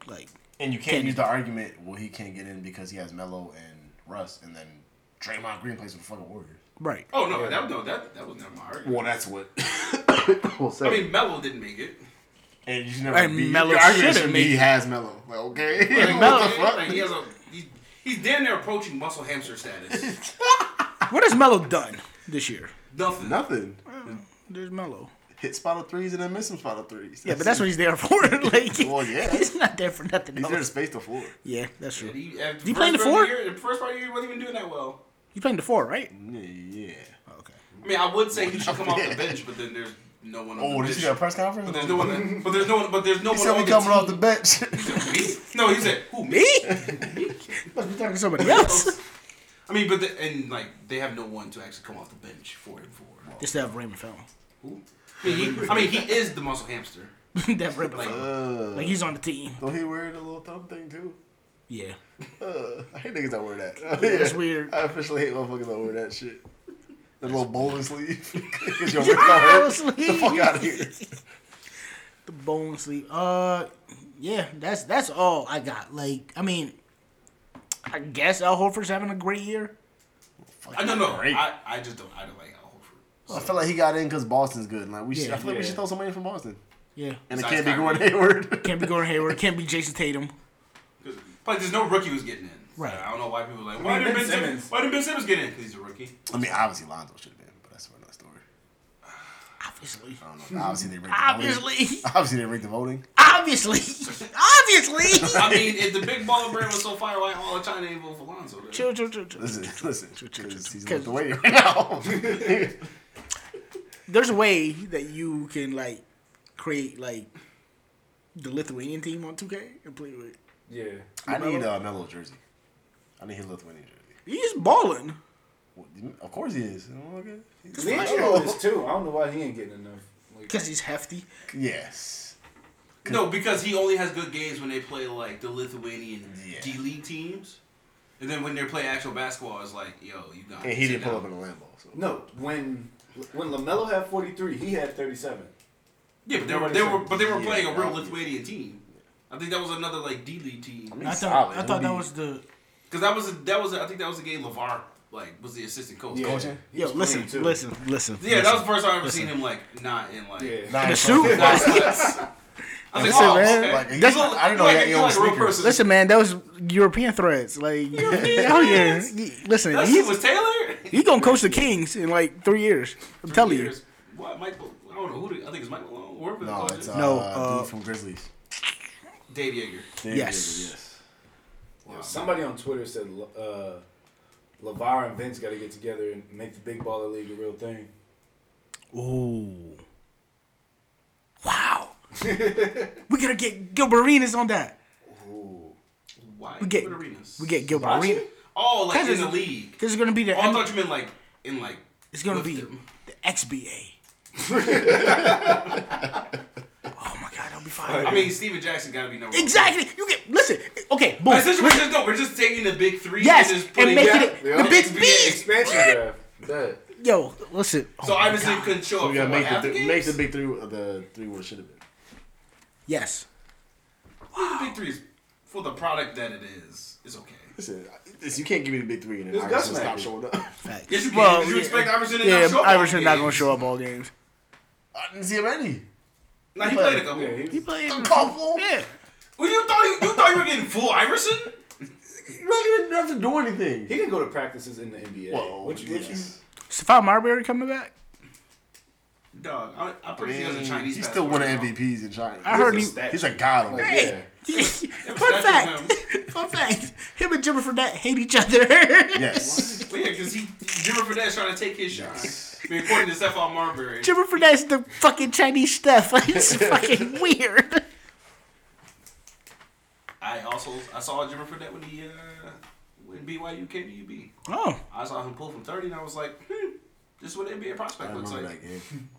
Like
And you can't use the argument, well, he can't get in because he has Melo and Russ, and then Draymond Green plays for the fucking Warriors.
right,
Oh no, that no, that that was not my argument.
Well, that's what. we'll say.
I mean, Melo didn't make it.
and you should never
And
be.
Melo
your argument
should've
shouldn't be
made
he
it.
has Melo. Like, okay. What
Melo-
the fuck?
Like, he has a he's, he's damn near approaching muscle hamster status.
what has Melo done this year?
Nothing.
Nothing.
There's Melo.
Hit spot of threes and then miss some spot of threes.
Yeah, but that's what he's there for. like,
Well, yeah.
he's not there for nothing.
He's
else.
there to space the floor.
Yeah, that's true.
And He, at
He
first
playing the
part of
four?
year- the first part of the year, he wasn't even doing that well.
You playing the four, right?
Yeah, yeah.
Okay.
I mean, I would say he should come off
Yeah.
the bench, but then there's no one on
Oh,
the
did
bench.
you get a press conference?
But there's no one. But there's no one. But there's no
He
one
said
on
we
the
coming
team.
off the bench.
Me? No, he said who me?
Must be talking to somebody else.
I mean, but the, and like they have no one to actually come off the bench for him for.
Just to have Raymond Felton.
Who? I mean, he, I mean, he is the muscle hamster.
that Raymond
Like,
Felton.
Uh,
Like he's on the team.
Don't he wear the little thumb thing too?
Yeah.
Uh, I hate niggas that wear that.
That's weird.
I officially hate motherfuckers that wear that shit. The little bowling sleeve. 'Cause your wrist don't hurt.
Honestly,
The fuck out of here.
the bone sleep. Uh, yeah, that's that's all I got. Like, I mean, I guess Al Horford's having a great year.
I uh, no no.
Great.
I, I just don't. I don't like Al Horford.
I feel like he got in because Boston's good. Like we should, I
Yeah.
feel like we should throw somebody in from Boston.
Yeah,
And it
Besides
can't be Gordon
Kyrie.
Hayward.
can't be Gordon Hayward, can't be Jason Tatum.
But there's no rookie who's getting in.
Right.
I don't know why people are like why did Ben Simmons? Why did Ben Simmons get in? 'Cause he's a rookie.
I mean, obviously Lonzo should have been, but that's for another story.
Obviously,
I don't know. Obviously they rigged the voting.
obviously,
Obviously they rigged the voting.
obviously, obviously.
I mean, if the big baller brand was so fire, why all of China ain't vote for Lonzo? then?
Chill, chill, chill, chill.
Listen, listen. 'cause he's
Cause-
left away right now.
There's a way that you can like create like the Lithuanian team on 2K and play with.
Yeah.
I need a uh, Melo jersey. I need his Lithuanian jersey.
He's balling.
Well, Of course he is. Okay. He's
Leandro is too. I don't know why he ain't getting enough. Like,
Cause he's hefty.
Yes.
No, because he only has good games when they play like the Lithuanian
Yeah.
D League teams, and then when they play actual basketball, it's like, yo, you got.
And he didn't pull up in a Lambo. So.
no, when when Lamelo had forty three, he had thirty seven.
Yeah, but they were they were but they were
Yeah,
playing a real
yeah.
Lithuanian team. I think that was another like D League team
I thought
He's solid.
I thought that
He'll be-
was the
because that was a, that was a, I think that was the game Levar like was the assistant coach. Yeah,
Coaching?
he
yo.
was
Listen,
22.
listen, listen.
that was the first time I ever seen him like not in like.
Yeah.
Nah,
The
it's
suit?
fucking-
I was like, I was like,
Listen,
oh,
man.
okay.
Like, he-
That's-
I didn't know
like,
he had
you're
own
like a real
sneakers.
person.
Listen, man, that was European threats. Like, out here. He- Listen,
that shit
he's,
was Taylor.
he gonna coach the Kings in like three years. I'm telling you.
Years. What Michael? I don't know who. The, I think it's Michael Malone. Whoever the
No,
coach
it's
is.
uh,
No,
no,
uh,
dude from Grizzlies.
Dave Yeager.
Dave
Yes.
Grizzly, yes.
Somebody on Twitter said uh, Lavar and Vince got to get together and make the Big Baller League a real thing.
Ooh. Wow. we gotta get Gilbert Arenas on that.
Why?
We get
What arenas?
we get Gilbert Arenas
Oh, like
'Cause
in the
it's-
league.
because it's gonna be the
Oh, I thought you meant like in like.
it's gonna
with
be
them.
the XBA. oh my god, that'll be fire.
I mean, Steven Jackson got to be number one.
exactly. You get listen. Okay, boom.
Like, since we're just no, we're just taking the big three.
Yes,
and, just
and
putting
making
Yeah.
it the big beast.
Expansion draft. That.
Yo, listen. Oh
So
my
obviously
God.
it couldn't show
So
up
we
for
gotta
what,
make
half
the,
the
th-
games.
make the big three. Uh, the three what it should have been.
yes.
The big three is for the product that it is. It's okay.
Listen, I- this, you can't give me the big three and then
It's
Iverson
Gus
stop
Mack.
showing up.
Facts.
Yes, you can, 'cause you expect Iverson to
yeah,
not show up all
Iverson not gonna
games.
show up all games.
I didn't see him any.
Now he played a couple.
Yeah,
He
he,
played.
A couple?
Yeah.
Well, you thought you, you thought you were getting full Iverson?
You don't even have to do anything.
he didn't go to practices in the NBA.
Whoa,
what you
yes.
guess?
Stephon Marbury coming back?
Dog, I, I'm
I
pretty sure he has a
mean,
Chinese.
he's still
passport
winning
now.
MVPs in China.
I heard he.
He's a stat.
he's a god on that.
Hey. fun
that's
fact. Fun fact. Him and Jimmy Fredette hate each other.
Yes.
Well, yeah, because he Jimmy Fredette's trying to take his shot.
Yes.
I mean, according to Stephon Marbury.
Jimmy Fredette's the fucking Chinese stuff. it's fucking weird.
I also I saw Jimmy Fredette when he uh, when BYU came to UB.
Oh,
I saw him pull from 30, and I was like, hmm, this is what an NBA prospect
I
looks
remember
like.
that game.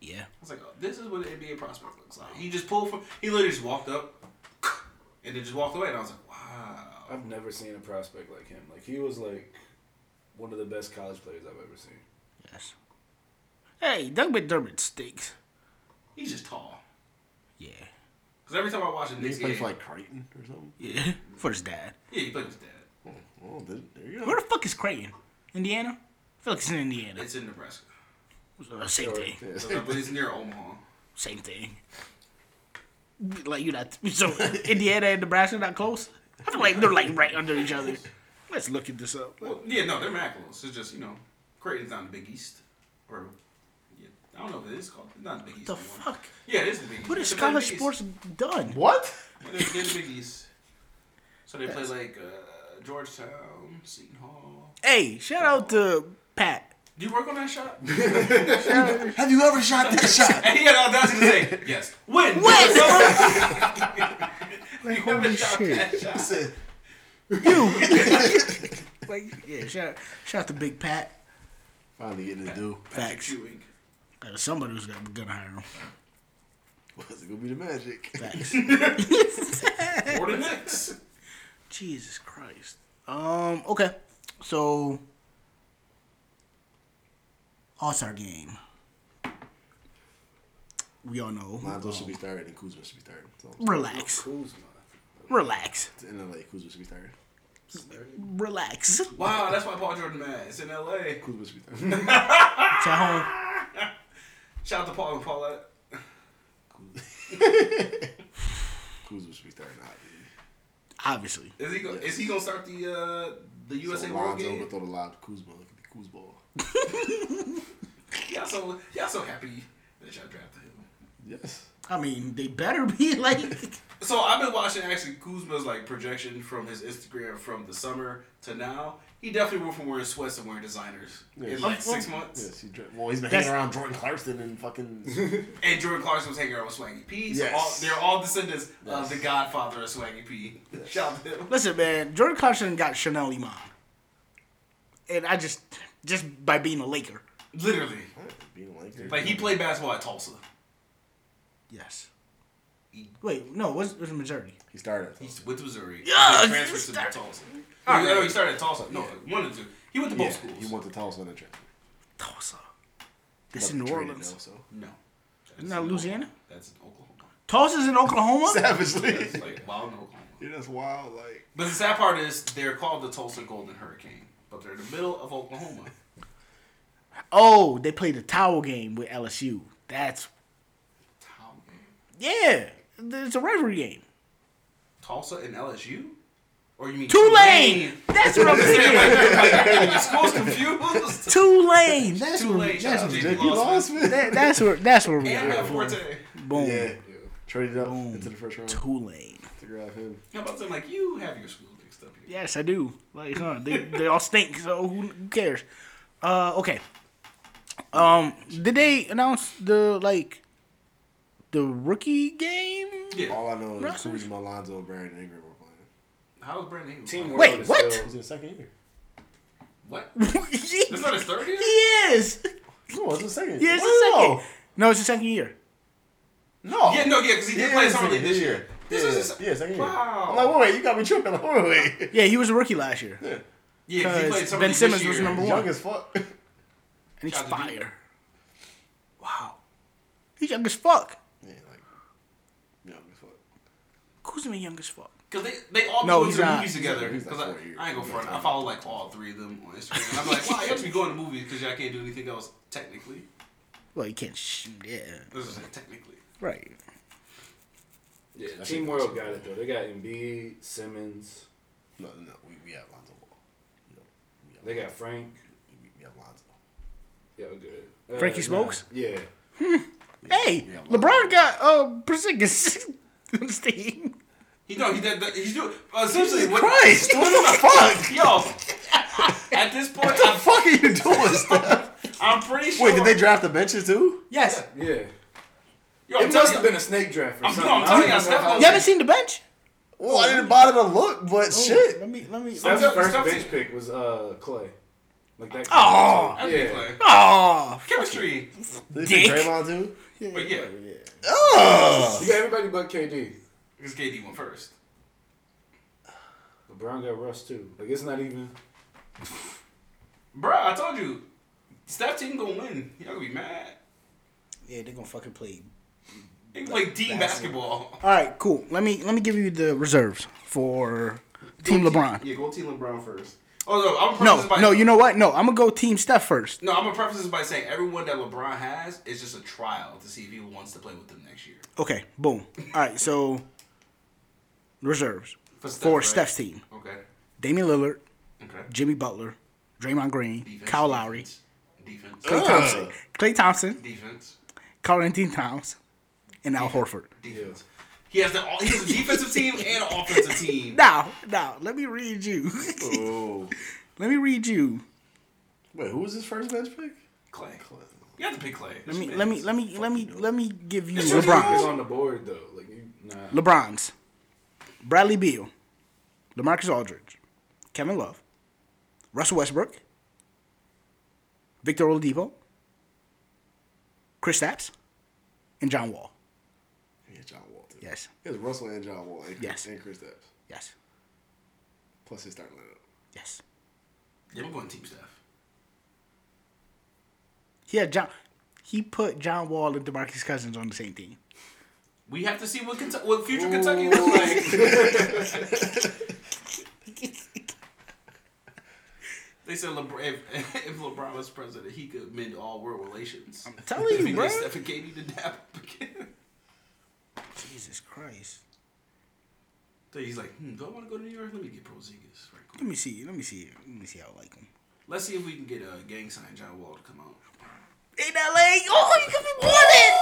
yeah.
I was like, oh, this is what an NBA prospect looks like. He just pulled from, he literally just walked up, and then just walked away, and I was like, wow. Wow.
I've never seen a prospect like him. Like he was like one of the best college players I've ever seen.
Yes. Hey, Doug McDermott stinks.
He's just tall.
Yeah.
Because every time I watch a
Did
Knicks
he play
game,
for like Creighton or something?
Yeah. For his dad.
yeah, he played with his dad.
Oh, there there you go.
Where the fuck is Creighton? Indiana? I feel like it's in Indiana.
It's in Nebraska,
Uh, same thing.
but it's near Omaha.
Same thing. Like you not so Indiana and Nebraska not close? I feel like they're like right under each other. Let's look at this up.
Well, yeah, no, they're not close. It's just you know, Creighton's not in the Big East, or yeah, I don't know if it is called. It's not the Big East.
The
anymore.
fuck?
Yeah, it is the Big East.
What has
They play the
college
Big East.
sports done?
What?
They're, they're the Big East. So they play like uh, Georgetown, Seton Hall.
Hey, shout out to Pat.
Do you work on that shot? and
Have you ever shot that shot?
he had audacity to say yes. When?
When?
You
Like, holy
ever shot
shit.
that shot?
Said,
Like, yeah, shout, shout out to Big Pat.
Finally getting his due.
Facts.
Chewing.
Uh, Somebody's gonna, gonna hire him.
Was it gonna be the magic?
Facts.
Or the Knicks.
Jesus Christ. Um. Okay. So. All Star Game. We all know.
Lonzo should be third and Kuzma should be third. So
Relax.
Kuzma.
Relax.
in LA, Kuzma should be third.
Relax. It's
Wow, that's why Paul Jordan mad. It's in L.A.
Kuzma should be third.
at home.
Shout out to Paul and Paulette.
Kuzma should be third. Not
Obviously.
Is he go- is he gonna start the uh, the USA
so
World
Lonzo
game?
gonna throw the lob to Kuzma. It could be Kuzball.
Y'all so y'all so happy that y'all drafted him.
Yes.
I mean, they better be like.
So I've been watching actually Kuzma's like projection from his Instagram from the summer to now. He definitely went from wearing sweats and wearing designers
Yes.
in like six months.
Yes. He, dra- well, he's been
That's-
hanging around Jordan Clarkson and fucking.
And Jordan Clarkson was hanging out with Swaggy P. So
Yes.
all, they're all descendants of the Godfather of Swaggy P. Shout out to him.
Listen, man. Jordan Clarkson got Chanel Iman. And I just, just by being a Laker.
Literally,
being like,
like he played basketball at Tulsa.
Yes. Wait, no. What's, what's the majority?
He started.
He went to Missouri.
Yeah,
Then transferred
he
to
started-
Tulsa. No, no, he started at Tulsa. No, one and two. He went to both
Yeah,
schools.
he went to Tulsa in the transfer.
Tulsa. This in New Orleans.
No. That's
that
in
Louisiana?
Oklahoma. That's in Oklahoma.
Tulsa's in Oklahoma.
Savagely.
That's like wild in Oklahoma.
Yeah, that's wild. Like
But the sad part is they're called the Tulsa Golden Hurricane, but they're in the middle of Oklahoma.
Oh, they played the towel game with LSU. That's
How-
yeah. It's a rivalry game.
Tulsa and LSU? Or you mean
Tulane. That's what I'm saying.
The school's confused.
Tulane. That's where.
Tulane. Shout out
That's
to
where.
JP
Jake, you
Lawson.
lost, man.
That, that's where. That's where we
And Matt
are.
Forte.
Boom.
Yeah, traded up into the first round
Tulane.
to grab him.
How about them? Like, you have your school mixed up here.
Yes, I do. Like, huh? They, they all stink. So who who cares? Uh, okay. Um, did they announce the like the rookie game?
Yeah.
All I know is
Russell.
Kuzma, Alonzo, and Brandon Ingram were playing.
How is Brandon Ingram?
Team
Wait,
World is
what?
still-
He's in his second year.
What?
he,
That's not his third year?
he is.
No, it's his second.
Yeah, it's his
What?
second. No, it's his second year.
No.
Yeah, no, yeah, because he did play
it's
summer league
second
this year. This
yeah,
is his-
yeah, second year.
Wow.
I'm like, wait, wait, you got me tripping. Like, wait, wait, wait.
Yeah, he was a rookie last year.
Yeah, 'cause he
Because
played summer
Ben
league
Simmons
this year.
was number
young as fuck.
And he's
Shout out to Duke.
fire. Wow. He's young as fuck.
yeah, like young as fuck.
Kuzma young as fuck.
Cause they, they all
No,
go
he's
to the
not.
movies together.
He's like
Cause I,
four years.
I ain't go front. I follow like all three of them on Instagram. And I'm like, wow, y'all just be going to movies because y'all can't do anything else technically.
Well, you can't sh- Yeah.
This is like technically.
Right.
Yeah, Team World got it though. They got Embiid, Simmons.
No, no, no, we, we have Lonzo Ball. No, we have,
They got Frank.
we, we have Lonzo.
Yeah, we're good. Uh,
Frankie
nah.
Smokes?
Yeah.
Hey,
Yeah, well-
LeBron got uh Porzingis on his team.
He no, he did. that- He's doing essentially what?
Christ, what the fuck?
Yo, at this point,
What the
I'm,
fuck are you doing, Steph?
I'm pretty sure.
Wait, did they draft the benches too?
Yes.
Yeah.
Yo, I'm
It must
telling
have
you,
been a snake draft or
I'm-
something.
no, I'm telling you,
I don't
Steph
know how-
You haven't seen the bench?
Well, I didn't bother to look, but shit.
Let me let me.
I'm
Steph's
telling-
first
Steph's-
bench pick was uh Clay. Like that.
Oh.
I
yeah.
think like,
Oh.
chemistry.
Did
Dick.
Draymond too?
But yeah,
Oh!
You got everybody but KD.
because KD went first.
Brown got rushed too. Like it's not even.
Bruh, I told you, Steph team gonna win. Y'all gonna be mad.
Yeah, they're gonna fucking play.
They can play team basketball.
All right, cool. Let me let me give you the reserves for Team LeBron.
Yeah, go Team LeBron first. Oh no, I'm gonna preface
No,
this by,
no, you know what? No, I'm gonna go Team Steph first.
No, I'm gonna preface this by saying everyone that LeBron has is just a trial to see if he wants to play with them next year.
Okay, boom. All right, so reserves
For
for,
Steph, right?
Steph's team:
Okay.
Damian Lillard,
Okay.
Jimmy Butler, Draymond Green,
Defense,
Kyle Lowry,
Defense.
Clay
Defense.
Thompson, Clay Thompson,
Defense.
Carlton Towns, and Al Horford.
Defense. He has the he has a defensive team and an offensive team.
Now, now, let me read you.
Oh.
let me read you.
Wait, who was his first bench pick?
Clay. You have to pick Clay.
Let me, let me, let me, let me, let me give you
It's really
It's
LeBron.
on the board though. Like you, nah.
LeBron's, Bradley Beal, LaMarcus Aldridge, Kevin Love, Russell Westbrook, Victor Oladipo, Chris Stapps, and John Wall.
Yeah, John Wall. Too.
Yes,
It was Russell and John Wall. And,
Yes.
And Chris Stapps.
yes,
Plus his starting lineup.
yes.
Yeah, I'm going team Steph.
He had John. He put John Wall and DeMarcus Cousins on the same team.
We have to see what Kentucky, what future Kentucky looks like. they said LeBron, if, if LeBron was president, he could mend all world relations. I'm
Telling you, bro.
Steph and KD to dap up again.
Jesus Christ.
So he's like, hmm, do I want to go to New York? Let me get Porzingis. Right, cool.
Let me see. Let me see. Let me see how I like him.
Let's see if we can get a gang sign John Wall to come out.
In LA, oh, he could be wanted.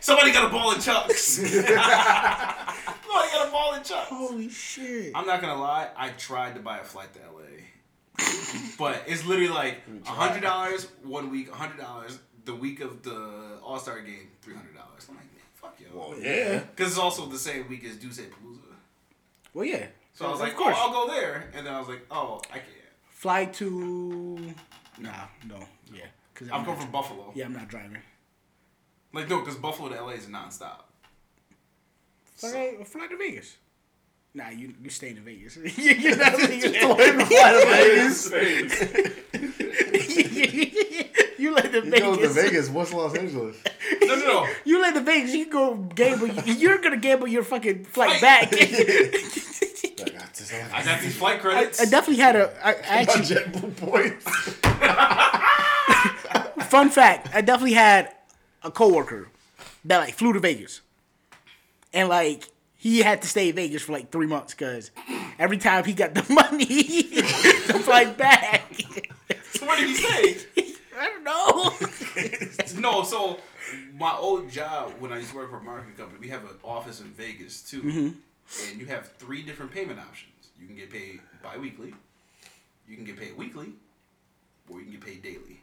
Somebody got a ball in chucks. Somebody got a ball in chucks.
Holy shit.
I'm not gonna lie, I tried to buy a flight to LA. but it's literally like hundred dollars one week, hundred dollars the week of the All Star game, three hundred dollars. I'm like, man, fuck y'all. Because
yeah.
it's also the same week as Duce Palooza.
Well, yeah.
So I was
Of
like,
course.
oh, I'll go there. And then I was like, oh, I can't.
Fly to. Nah, no. Yeah. Cause
I'm
not-
going from Buffalo.
Yeah, I'm not driving.
Like, no, because Buffalo to LA is nonstop.
Fly, fly to Vegas. Nah, you you stay in Vegas. You're not leaving. fly to Vegas. you let the
He
Vegas.
goes to Vegas. What's Los Angeles?
No, no, no.
You let the Vegas. You go gamble. You're gonna gamble your fucking flight back.
Like, I just don't
I
have
got these flight
I,
credits.
I definitely had a. I, I actually,
JetBlue points.
fun fact, I definitely had a coworker that like flew to Vegas, and like he had to stay in Vegas for like three months because every time he got the money to fly back,
So what did he say?
I don't know.
No, so my old job when I used to work for a marketing company, we have an office in Vegas too, and you have three different payment options. You can get paid bi-weekly, you can get paid weekly, or you can get paid daily.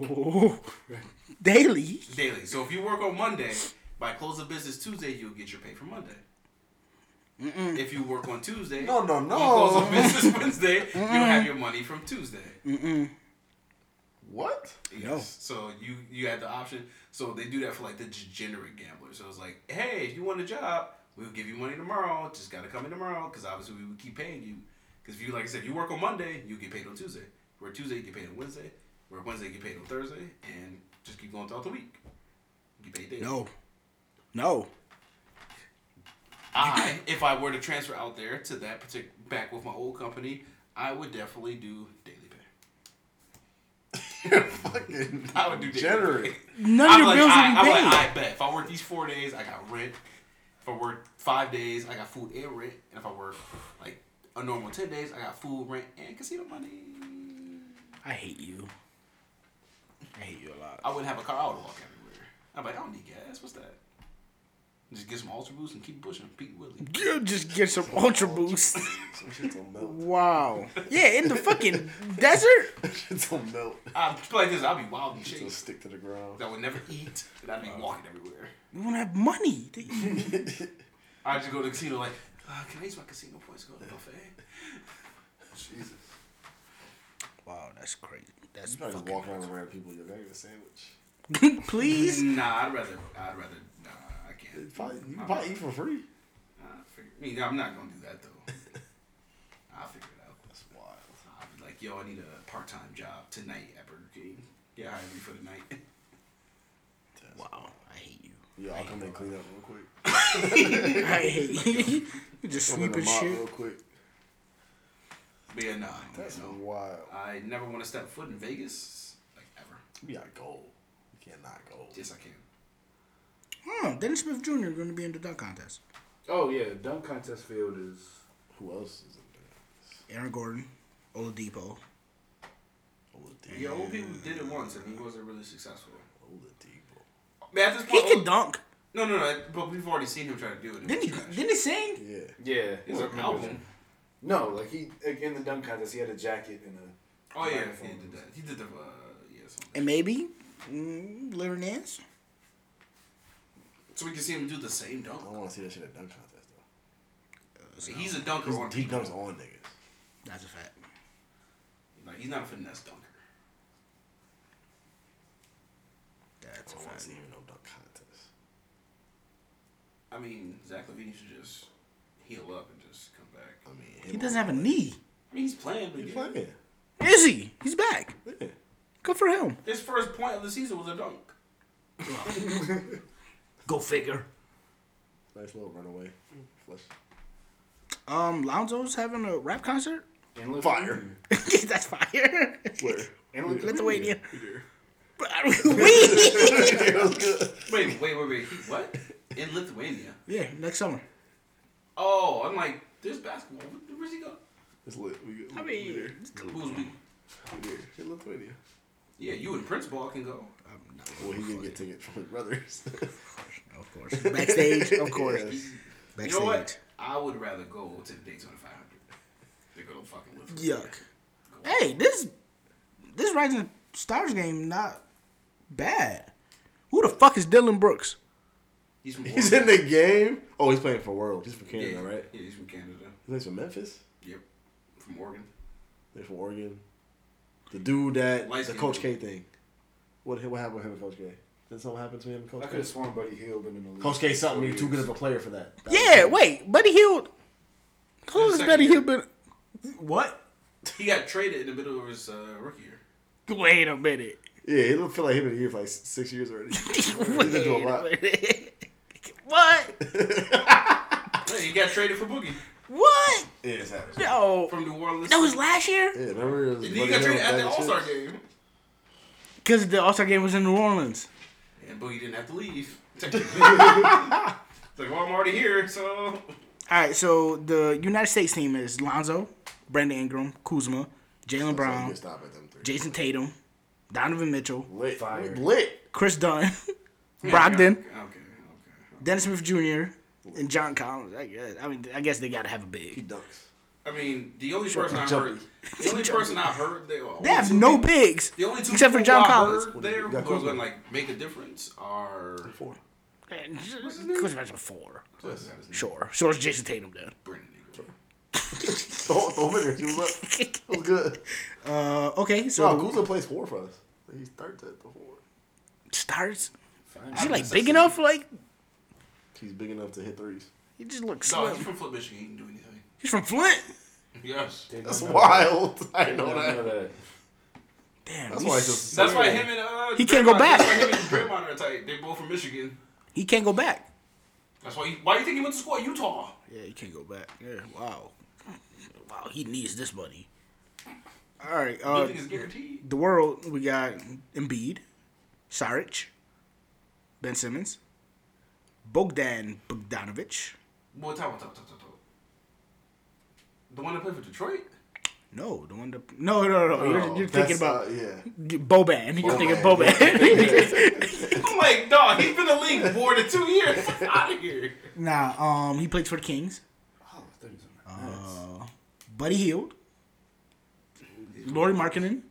Ooh. Daily,
Daily. So if you work on Monday, by close of business Tuesday, you'll get your pay for Monday. If you work on Tuesday,
No, no,
on
no.
close of business Wednesday, you'll have your money from Tuesday.
What?
So you you had the option. So they do that for like the degenerate gamblers. So it was like, hey, if you want a job, we'll give you money tomorrow. Just gotta come in tomorrow because obviously we would keep paying you. Because if you like I said, you work on Monday, you get paid on Tuesday. Where Tuesday you get paid on Wednesday. Where Wednesday you get paid on Thursday, and just keep going throughout the week. You get paid daily.
no, no.
I if I were to transfer out there to that particular back with my old company, I would definitely do daily pay.
You're fucking
I would do daily
degenerate.
pay.
None of
I'm
your
like,
bills
I,
will be
I'm
paid.
like, I bet if I work these four days, I got rent. If I work five days, I got food and rent. And if I work like a normal ten days, I got food, rent, and casino money.
I hate you. I hate you a lot.
I wouldn't have a car. I would walk everywhere. I'm like, I don't need gas. What's that? Just get some Ultra Boost and keep pushing. Pete Willie.
You just get some Ultra Boost.
Some shit's gonna melt.
Wow. Yeah, in the fucking desert.
Shit's gonna melt.
I play like this. I'd be wild and
It'll
chased.
stick to the ground.
I would never eat. And I'd be walking everywhere.
You want to have money.
I'd just go to the casino like, uh, can I use my casino points to go to the buffet?
Jesus.
Wow, that's crazy. That's
You probably just walk around and random people. You're making a sandwich.
fucking. Please.
Nah, I'd rather. I'd rather. Nah, I can't.
Probably, you can probably eat for free.
I mean, I'm not gonna do that though. like, yo, I need a part time job tonight at Burger King. Yeah, hire me for the night.
Wow, I hate you.
Yeah, I'll come and clean up real quick.
I hate you. you just
Come in the
sweeping
mop
shit.
real quick.
But yeah, nah.
That's
no.
wild.
I never want to step foot in Vegas, like ever.
We got gold. We cannot gold.
Yes, I can.
Oh, Dennis Smith Jr. is going to be in the dunk contest.
Oh yeah, dunk contest field is.
Who else is in
Aaron Gordon, Oladipo.
there?
Yeah, old people did it once, and he wasn't really successful.
Oladipo.
Man, at this
He
point, oh,
can dunk.
no, no, no. But we've already seen him try to do it.
Didn't he? Didn't he sing?
Yeah.
Yeah.
It's an album.
No, like he like, in the dunk contest, he had a jacket and a.
Oh yeah, he
Microphone.
did that. He did the uh, yeah. Something.
And maybe mm, Larry Nance.
So we can see him do the same dunk.
I don't want to see that shit at dunk contest though.
See, he's a dunker on
Because he
people.
dunks on niggas.
That's a fact.
Like he's not a finesse dunker.
That's
I
a
don't want
fact.
to see him in no dunk contest.
I mean, Zach Levine should just heal up and just come back.
I mean,
He doesn't have a knee.
I mean, he's playing. But
He's
yeah.
playing.
Is he? He's back.
Yeah.
Good for him.
His first point of the season was a dunk.
Go figure.
Nice little runaway. Flush.
Um, Lonzo's having a rap concert.
Endless
Fire.
That's fire.
Where?
Endless
Lithuania. We.
Wait, wait, wait, wait. What? In Lithuania?
yeah, next summer.
Oh, I'm like, there's basketball. Where- Where's he go?
It's lit. We good.
I
we there.
mean, it's cool.
Who's we?
We there. In Lithuania.
Yeah, you and Prince Ball can go.
Um, no,
Well, he didn't get tickets from his brothers.
of course. Backstage, of course.
Yes.
Backstage.
You know what? I would rather go to the Daytona 500 than go to fucking Lithuania.
Yuck. Hey, this this Rising Stars game not bad. Who the fuck is Dylan Brooks?
He's from
He's
Oregon.
in the game. Oh, he's playing for World. He's from Canada,
yeah,
right?
Yeah, he's from Canada.
He plays for Memphis.
Yep. From Oregon.
He's from Oregon. The dude that
Light
the
skin
Coach K
dude.
thing. What what happened with him and Coach K? Did something happen to him and
I
Coach
could have
K?
sworn Buddy Hill been in the league.
Coach K something.
for
You're too good
years.
of a player for that. That
Yeah,
was-
wait, Buddy Hill. How long has
His second
Buddy
year.
Hill been? What?
He got traded in the middle of his uh, rookie year.
Wait a minute.
Yeah, he don't feel like him in the year for like s- six years already. He's been
Wait
doing a
a
lot.
minute. What?
Yeah, he got traded for Boogie
What?
Yeah, it's happened.
No.
from New Orleans.
That was last year?
Yeah, remember it was
And
Buddy
he got
Hill,
traded at
Daddy
the All Star
Chips?
game.
Because the All Star game was in New Orleans.
And Boogie didn't have to leave. Technically. it's like, well, I'm already here, so.
All right, so the United States team is Lonzo, Brandon Ingram, Kuzma, Jalen
So you
Brown,
can stop at them three.
Jason Tatum, Donovan Mitchell,
Lit.
Fire.
Lit.
Chris Dunn, Brogdon,
Okay, okay. okay.
Dennis Smith Jr., and John Collins. I guess. I mean, I guess they gotta have a
He
big.
dunks.
I mean, the only person I heard,
jumpy.
the only person I heard, they, well,
They have no bigs
The only two
except for
people
John
I
Collins.
heard there
Got
who was
Kuzma.
gonna like make a difference are
Four.
And Kuzma's a four.
what's his name?
Sure. So it's Jason Tatum then.
Brandon Ingram.
Throw throw him in there. He was up. It was good.
Uh, okay, so
Wow,
Oh,
Guzzo plays four for us. He's third at the four.
starts. Is he
I'm
like
just
big
saying.
enough? Like
He's big enough to hit threes.
he just looks
No, he's
slim.
from Flint, Michigan. He can do anything.
He's from Flint.
Yes.
They don't
That's
know
wild. I
that.
know
They don't know
that.
that.
Damn.
That's
we
why I
s-
just.
That's why him and uh,
He can't go
Draymond-
back.
That's why him and Draymond are tight. They're both from Michigan.
he can't go back.
That's why. He, why you think he went to school at Utah?
Yeah, he can't go back. Yeah, wow. Wow, he needs this money. All right, uh,
Nothing is guaranteed.
the world we got Embiid, Saric, Ben Simmons, Bogdan Bogdanovic.
Boy, time, time, time, time, time. The one that played for Detroit.
No, the one that no no no. no. you're you're thinking
That's,
about
Uh, yeah.
Boban. You're thinking
Boban.
Boban.
I'm like, dog. He's been in the league more than two years. Out of here.
nah, um, he plays for the Kings.
Oh, I thought he was on that.
Uh, Buddy Hield, Lori Markkinen,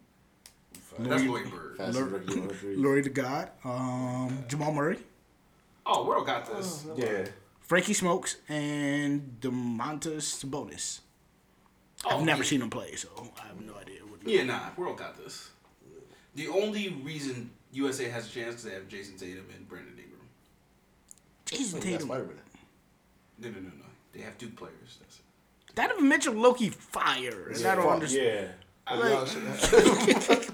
That's Lloyd Bird.
Fast
Lur-
break, you know, threes.
Lori the God, um, Jamal Murray.
Oh, world got this.
Yeah.
Frankie Smokes and Demontis Sabonis. I've
Oh,
never
yeah.
seen him play, so I have no idea. What
Yeah, nah, world got this. The only reason USA has a chance is they have Jason Tatum and Brandon Ingram.
Jason
That's
Tatum,
Spider-Man.
No, no, no, no. They have two players. That's it.
Donovan Mitchell, Loki, fire. And I don't
Fuck,
understand.
Yeah.
How y'all shit happen?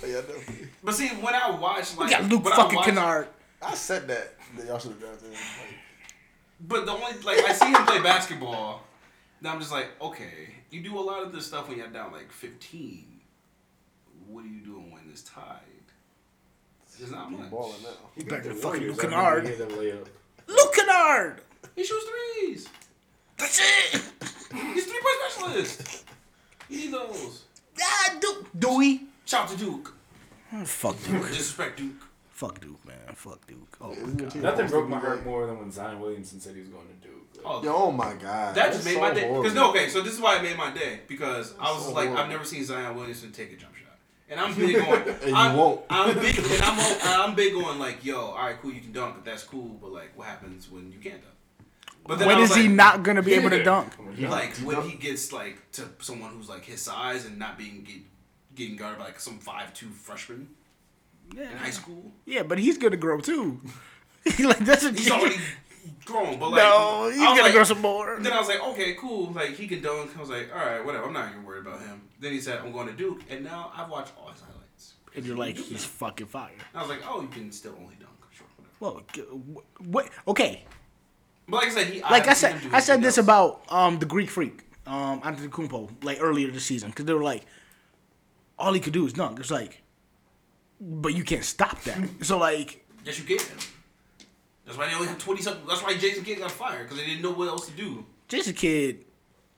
How y'all doing?
But see, when I watch, like,
We got Luke
when I
fucking
watch-
Kennard.
I said that. that y'all should have drafted him. Like,
But the only like I see him play basketball, and I'm just like, okay, you do a lot of this stuff when you're down like 15. What are you doing when it's tied? There's not
you
much.
balling now.
He
Better
beat the
than fucking
Warriors
Luke
after
Kennard.
he hit that layup.
Luke Kennard.
He shoots threes.
That's it.
He's a three point specialist. You need those.
Ah, Duke. Dewey.
Shout out to Duke.
Oh, fuck Duke.
Disrespect Duke.
fuck Duke, man. Fuck Duke. Oh my god.
Nothing broke my heart more than when Zion Williamson said he was going to Duke. Like,
Oh,
Yo, oh my god.
That
That's
just made my
so
day. Because
horrible.
no, okay, so this is why it made my day. Because I was
so
just like, I've
horrible.
never seen Zion Williamson take a jump shot, and I'm big on.
you
I'm,
won't.
I'm big, and I'm on, I'm big on like, yo, all right, cool, you can dunk, but that's cool. But like, what happens when you can't dunk? But
When
I was
is he
like-
not gonna be able to dunk?
Like when he gets like to someone who's like his size and not being get, getting guarded by like some five two freshman in high
Yeah.
school.
yeah, but he's gonna grow too. like that's a
He's already grown, but like
no. He's
I was
gonna
like-
grow some more.
And then I was like, okay, cool. Like he can dunk. I was like, all right, whatever. I'm not even worried about him. Then he said, I'm going to Duke, and now I've watched all his highlights.
And you're like, he's fucking fire.
And I was like, oh, you can still only dunk. Sure, whatever.
Well, g- wh- what? Okay,
But like I said, he,
like I
haven't seen
said,
him do
I said
anything
this
else.
about um the Greek Freak, um Antetokounmpo, like earlier this season, because they were like, all he could do is dunk. It's like, but you can't stop that. so like,
Yes, you can. That's why they only have 20 something. That's why Jason Kidd got fired because they didn't know what else to do.
just a kid.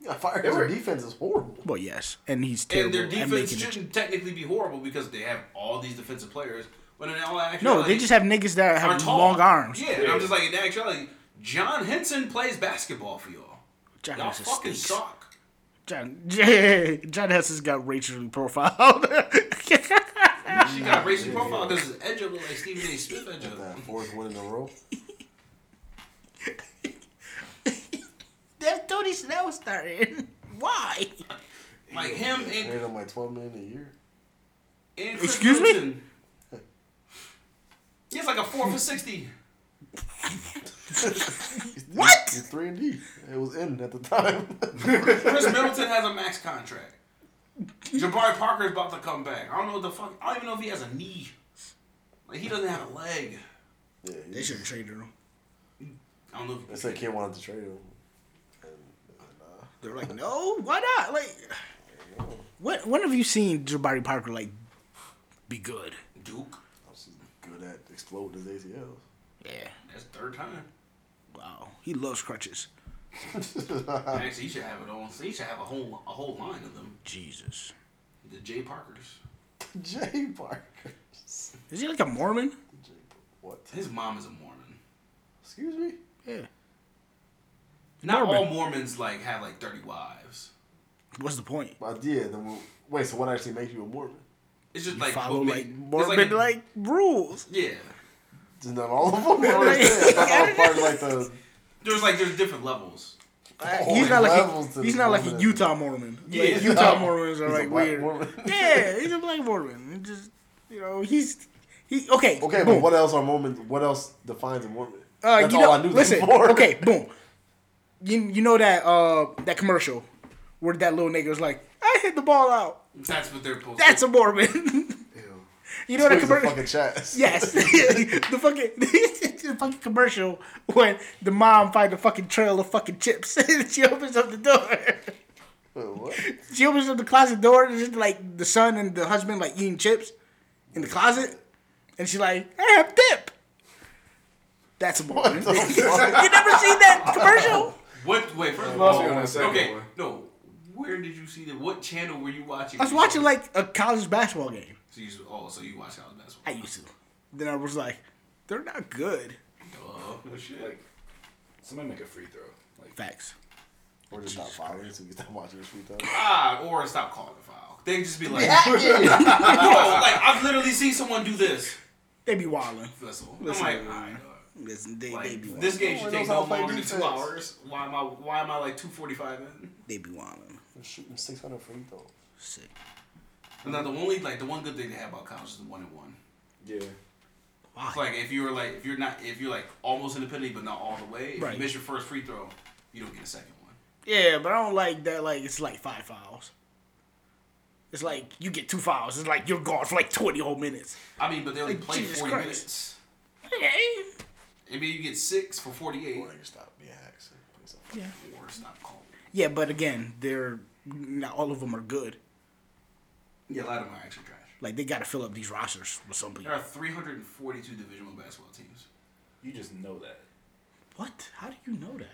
Yeah, fire their defense is horrible.
Well, yes, and he's
And
terrible
their
and at
defense
making. it.
shouldn't technically be horrible because they have all these defensive players. When in all actuality,
No, they just have niggas that
are
have
tall.
long arms.
Yeah, and I'm just like in actuality, John Henson plays basketball for y'all.
John
Y'all
Henson
fucking
stinks.
suck.
John, John Hessen's got racially profiled.
She got racial profile because his edge up look like Stephen A. Smith edge
That
up.
fourth win in a row.
That's Tony Snell starting. Why?
Like him and,
Made on like twelve million a year.
and
Excuse me?
me. He has like a four for sixty.
What?
It's three and D. It was in at the time.
Chris Middleton has a max contract. Jabari Parker is about to come back. I don't know what the fuck. I don't even know if he has a knee. Like he doesn't have a leg.
yeah,
They
he,
should have traded him.
I don't know.
they
If
said Kim wanted to trade him.
They're like, no, why not? Like, when when have you seen Jabari Parker like be good?
Duke.
She's good at exploding his ACLs.
Yeah.
That's third time.
Wow, he loves crutches.
Actually, he should have it on. He should have a whole a whole line of them.
Jesus,
The Jay Parkers.
Jay Parker.
is he like a Mormon?
Jay, what?
His mom is a Mormon.
Excuse me?
Yeah.
Not
Mormon.
all Mormons like have like thirty wives.
What's the point?
But yeah, then we wait, so what actually makes you a Mormon?
It's just
You
like
follow
what
like
made- it's
Mormon like,
a-
rules.
yeah.
Just not all of them. I don't understand. I thought that was part of like the
There's like there's different levels.
he's not
levels
like
to
a, he's
the
not like a
Mormonism.
Utah Mormon. Like,
Yeah.
Utah Mormons are
He's a
like
black
weird.
Mormon.
Yeah, he's a black Mormon. He Just you know, he's he okay.
Okay,
boom.
but what else are Mormons? What else defines a Mormon?
Uh,
That's
you know,
all I knew
listen,
before.
okay, boom. You, you know that uh that commercial where that little nigga was like, I hit the ball out.
That's what they're supposed.
That's
to.
a Mormon. you know that
Squeeze the
commercial?
fucking chest.
Yes, the fucking the fucking commercial when the mom finds the fucking trail of fucking chips. she opens up the door.
Wait, what?
She opens up the closet door and it's just like the son and the husband like eating chips in the closet, and she's like, I have dip. That's a Mormon.
the fuck?
you never seen that commercial?
What? Wait. First of
Lost
all,
me on that second
okay.
one.
No. Where did you see that? What channel were you watching?
I was watching like a college basketball game.
So you, oh, so you watch college
I
basketball?
used to. Then I was like, they're not good.
Duh. No shit.
like, somebody make a free throw. Like,
Facts.
We're just not following, so we stop watching this free throw.
ah, or stop calling the foul. They just be like, no. Like I've literally seen someone do this.
They be wildin'.
That's all.
Listen,
I'm like, all right, dog.
Listen, they, they
Like,
be
this
wildin'.
Oh,
game
No
should
one
take
knows how
no
to play
longer than two
defense.
hours. Why am I? Why am I like two forty five in?
They be wildin'.
We're shooting 600 free throws.
Sick.
And now the only like the one good thing they have about college is the one and one.
yeah.
Why?
It's like if you're like if you're not if you're like almost in the penalty but not all the way. If
Right.
you miss your first free throw, you don't get a second one.
yeah, but I don't like that. Like it's like five fouls. It's like you get two fouls. It's like you're gone for like 20 whole minutes.
I mean, but they only
Like,
played
Jesus
40
Christ.
minutes.
Hey.
I mean, you get six for 48.
Boy, I can stop being hacks.
Yeah.
Or stop calling.
Yeah, but again, they're not all of them are good.
Yeah, a lot of them are actually trash.
Like they got to fill up these rosters with some
There
people.
are 342 divisional basketball teams.
You just know that.
What? How do you know that?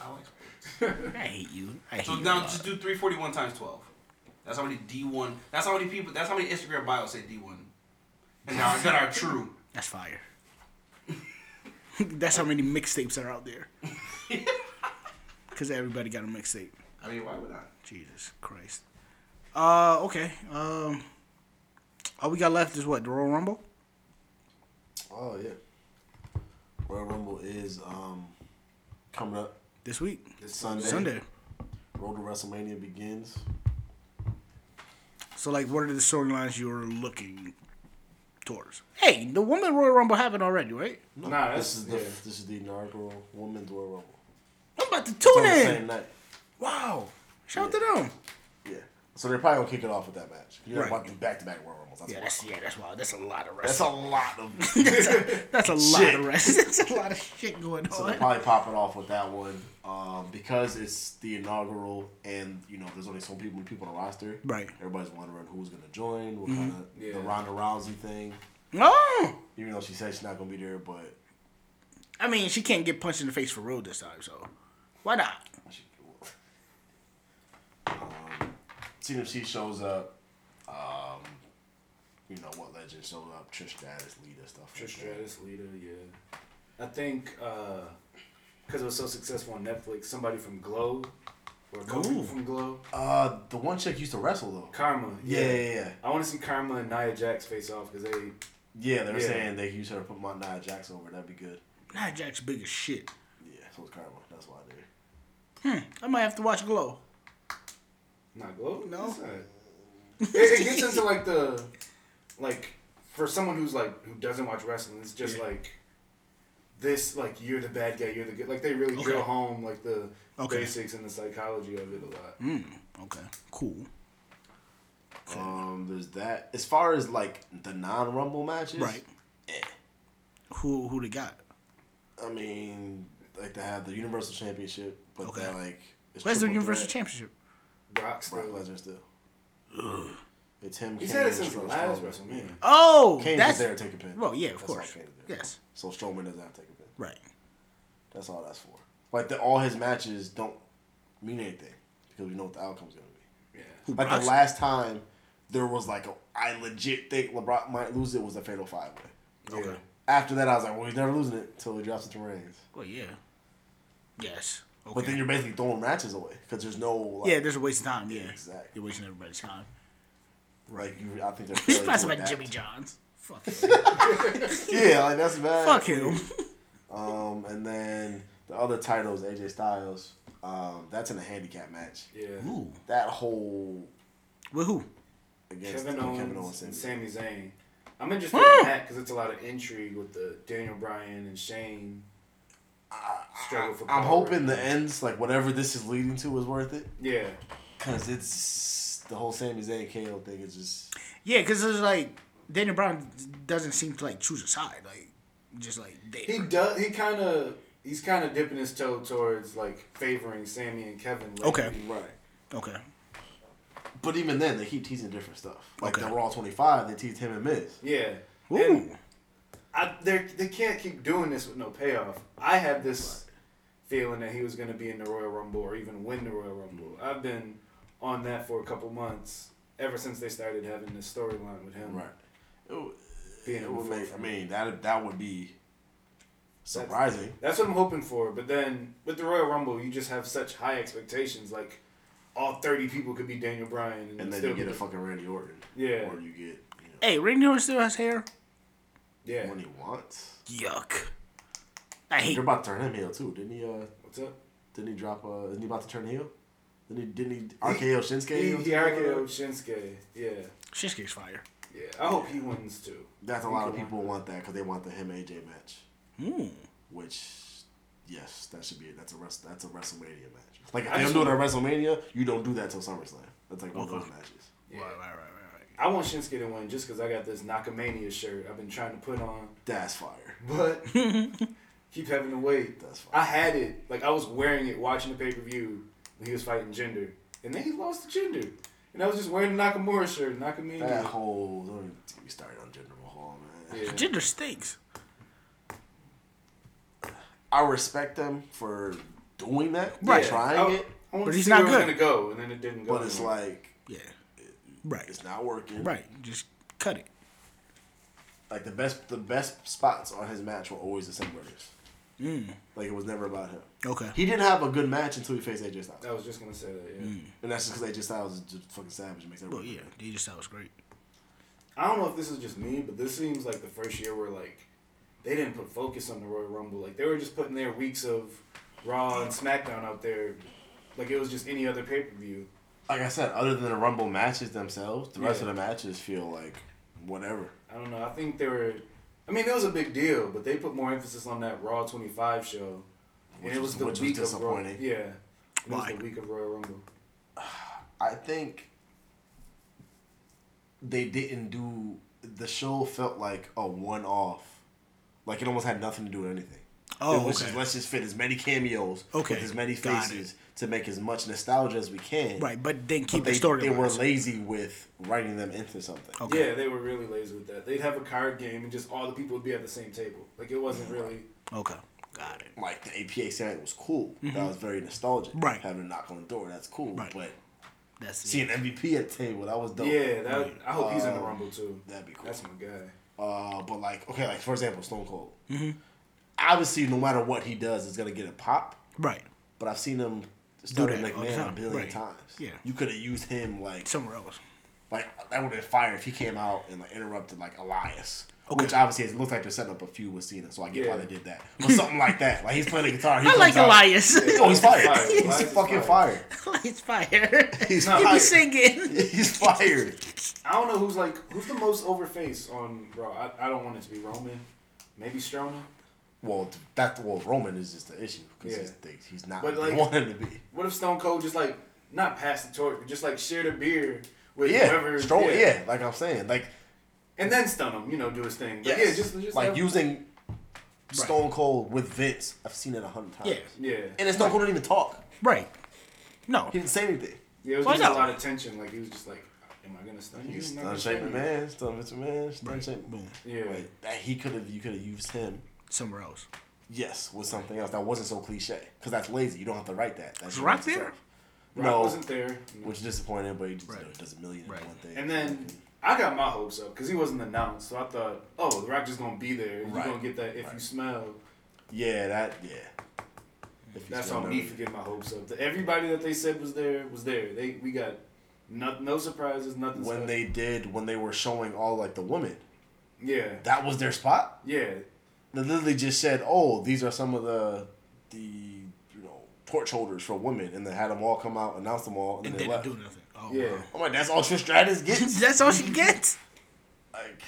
I like sports.
I hate you. I hate
So
you.
now
a lot.
just do 341 times 12. That's how many D1. That's how many people. That's how many Instagram bios say D1. And now that are true.
That's fire. That's how many mixtapes are out there. Because everybody got a mixtape.
I mean, why would I?
Jesus Christ. Uh, okay. Um, all we got left is what the Royal Rumble.
Oh yeah. Royal Rumble is um coming up
This week,
this Sunday.
Sunday.
Road to WrestleMania begins.
So, like, what are the storylines you're looking towards? Hey, the woman Royal Rumble happened already, right?
No,
Nah,
this
that's-
is the
yeah.
this is the inaugural Women's Royal Rumble.
I'm about to
It's on
tune
the same
in.
night.
Wow. Shout out to them.
Yeah. So they're probably gonna kick it off with that match. You're
Right.
about to do back to back Royal Rumbles. That's,
Yeah,
wild.
that's yeah, that's wild. That's a lot of
that's a
wrestling.
lot of.
That's a, that's a lot
Shit.
of wrestling. That's a lot of shit going
So they're
on.
probably popping off with that one um, because it's the inaugural, and you know there's only so people people on the roster.
Right. Mm-hmm.
Everybody's wondering who's gonna join. What kind of the
Yeah.
Ronda Rousey thing?
No.
Even though she said she's not gonna be there, but
I mean, she can't get punched in the face for real this time, so why not?
she, um, seeing if she shows up. Um, you know what legend shows up? Trish Stratus, Lita, stuff.
Trish
like that.
Stratus, Lita, yeah. I think because it was so successful on Netflix, somebody from Glow or a couple people
Ooh.
from Glow,
Uh, the one chick used to wrestle though.
Karma.
Yeah, yeah, yeah.
I want to see Karma and Nia Jax face off because they.
Yeah, they're
Yeah.
saying they use her to put Mount Nia Jax over. That'd be good.
Nia Jack's big as shit.
Yeah, so it's Karma. That's why they're.
I might have to watch Glow.
Not Glow.
No.
It's not. it, it gets into like the, like, for someone who's like who doesn't watch wrestling, it's just
Yeah.
like. This like you're the bad guy, you're the good. Like they really
Okay.
drill home like the
Okay. Hmm.
basics and the psychology of it a lot.
Okay, cool.
Um, there's that. As far as like the non Rumble matches,
Right. Who who they got?
I mean, like they have the Universal Championship, but
Okay.
they're like it's
Where's the
triple
Universal
threat.
Championship?
Brock still.
Brock Lesnar still. It's him.
He
Kane,
said it
and
since the
Braun
last
Strowman.
WrestleMania.
Oh,
Yeah. Kane's
that's
just there to take a pin.
well, yeah, of
That's all
course.
Kane's there for.
Yes,
So Strowman doesn't have to take a pin.
right.
That's all that's for. Like the, all his matches don't mean anything because we know what the outcome's gonna be.
Who,
Like
Brock's-
the last time there was like a, I legit think LeBron might lose it was a fatal five way.
Okay.
After that, I was like, well, he's never losing it until he drops it to Reigns.
Well, yeah. Yes. Okay.
But then you're basically throwing matches away because there's no like,
yeah, there's a waste of time. Yeah,
Exactly.
You're wasting everybody's time.
like you, I think they're
He's
failure
talking
to
about
adapt.
Jimmy Johns. Fuck.
Yeah, like that's bad.
Fuck him.
Um, and then the other titles, AJ Styles. Um, that's in a handicap match.
Yeah.
Ooh.
That whole
With who?
against
Kevin Owens,
Kevin Owens
and
and
Sami Zayn. I'm interested
Hmm.
in that because it's a lot of intrigue with the Daniel Bryan and Shane struggle for.
I'm
power.
hoping the ends, like whatever this is leading to, is worth it.
Yeah,
Cause it's the whole Sami Zayn KO thing is just
Yeah, because it's like Daniel Brown doesn't seem to like choose a side. Like just like they.
he does. He kind of he's kind of dipping his toe towards like favoring Sammy and Kevin. lately.
Okay.
right.
Okay.
But even then, they keep teasing different stuff. Like
Okay.
the Raw 25, they teased him and Miz.
Yeah.
Ooh.
And I, they're- they can't keep doing this with no payoff. I had this feeling that he was going to be in the Royal Rumble or even win the Royal Rumble. I've been on that for a couple months ever since they started having this storyline with him.
Right. It, would-
Being
it
in the
would make. I
forefront.
mean, that that would be surprising.
That's what I'm hoping for. But then with the Royal Rumble, you just have such high expectations. Like all 30 people could be Daniel Bryan, and,
And then
still
you get a
be-
fucking Randy Orton.
Yeah.
Or you get you know,
Hey, Randy Orton still has hair.
yeah.
when he wants.
Yuck. I hate.
You're about to turn him heel too, didn't he? Uh,
What's up?
didn't he drop? Uh, isn't he about to turn heel? Didn't he? Didn't he RKO Shinsuke?
He,
or
he
something like that?
RKO Shinsuke. Yeah,
Shinsuke's fire.
yeah. I hope he wins too.
Hmm.
That's a lot of people want that because they want the him AJ match,
Mm.
which Yes, that should be it. That's a rest. That's a WrestleMania match. Like if they don't do it at WrestleMania, you don't do that till SummerSlam. That's like one
Oh,
of those matches.
Right, right, right, right, right.
I want Shinsuke to win just because I got this Nakamania shirt I've been trying to put on,
That's fire.
but keep having to wait.
That's fine.
I had it. Like, I was wearing it watching the pay per view when he was fighting Gender. And then he lost to Gender. And I was just wearing the Nakamura shirt,
That
Nakamania.
whole don't even get me started on Jinder Mahal, man.
Yeah.
Ginger stinks.
I respect them for doing that,
Right.
right? Trying
I,
it,
I wanted
But
to
he's
see
not
where it was
good.
gonna go, and then it didn't go.
but it's
anywhere.
like
Yeah. Right.
it's not working.
Right. Just cut it.
Like the best, the best spots on his match were always the same winners.
Hmm.
Like it was never about him.
Okay.
He didn't have a good match until he faced AJ Styles,
I was just gonna say that. Yeah.
Mm.
and that's just because AJ Styles is just fucking savage and makes
Well,
everybody.
yeah, DJ Styles great.
I don't know if this is just me, but this seems like the first year where like they didn't put focus on the Royal Rumble. Like they were just putting their weeks of Raw and SmackDown out there, like it was just any other pay per view.
Like I said, other than the Rumble matches themselves, the rest
Yeah.
of the matches feel like whatever.
I don't know. I think they were. I mean, it was a big deal, but they put more emphasis on that Raw twenty five show,
Which
and it
was-
was the
which was
week of Raw.
disappointing.
Yeah, it
Why?
was the week of Royal Rumble.
I think they didn't do the show felt like a one off. Like it almost had nothing to do with anything.
Oh,
It was
okay.
just, let's just fit as many cameos
Okay,
with as many
got
faces to make as much nostalgia as we can.
Right, but then
But
keep
they,
the story.
they were lazy with writing them into something.
Okay.
Yeah, they were really lazy with that. They'd have a card game, and just all the people would be at the same table. Like it wasn't really.
Okay. Got it.
Like the APA sound was cool. That was very nostalgic.
Mm-hmm. Right.
Having a knock on the door, that's cool.
Right.
But
That's it.
seeing MVP at the table, that was dope.
Yeah, that, I hope he's in the
Oh,
Rumble too.
That'd be cool.
That's my guy.
Uh, but like, okay, like for example, Stone Cold.
Mm-hmm.
Obviously, no matter what he does, it's gonna get a pop.
right.
But I've seen him start
that
like
all the
man a
time,
billion
right.
times.
Yeah.
you could have used him like
Somewhere else.
like that would have been fire if he came out and like interrupted like Elias.
Okay.
Which obviously it looks like they're setting up a feud with Cena, so I get why
Yeah.
they did that. But something like that, like he's playing the guitar. He
I
comes
like
out-
Elias.
Oh, he's fired.
Elias
He's
is
fucking
fire.
fired.
He's fire.
He's
he be
fired.
singing.
He's fired.
I don't know who's like who's the most over face on Raw. I, I don't want it to be Roman, maybe Strowman.
Well, that well Roman is just the issue because
Yeah.
he's he's, he's not
But,
what they
like-
want him to be.
What if Stone Cold just like not pass the torch, but just like share the beer with
Yeah,
whoever?
Strowman. yeah, like I'm saying, like
and then stun him. You know, do his thing. But
Yes.
yeah, just, just
like
have-
using Stone Cold with Vince. I've seen it a hundred times.
Yeah.
Yeah,
And it's not going to even talk.
Right. No.
He didn't say anything.
yeah. It was
Why
just
not?
a lot of tension. Like he was just like, "Am I gonna stun you?
He's
Am I gonna
done shaping
stun
man. Stun Vince man. Stun
Right.
shaping.
Boom.
you?" Yeah,
Like, that he could have. You could have used him.
Somewhere else.
Yes, with something else that wasn't so cliche. Because that's lazy. You don't have to write that. That's
Rock there?
Rock
No,
wasn't there.
which is disappointing, but he just
Right.
does a million and one
Right.
thing.
And then I got my hopes up because he wasn't announced, so I thought, "Oh, The Rock just gonna be there. You're
Right.
gonna get that if you smell."
yeah, that yeah. If you
That's
still
on
know.
me for getting my hopes up. The- Everybody that they said was there was there. They we got no, no surprises, nothing.
When
special.
they did, when they were showing all like the women,
yeah
that was their spot.
yeah
They literally just said, "Oh, these are some of the the you know torch holders for women," and they had them all come out, announce them all, and,
And
then they
didn't
left.
do nothing. Oh,
yeah.
wow.
I'm like, "That's all Trish Stratus gets."
That's all she gets.
like,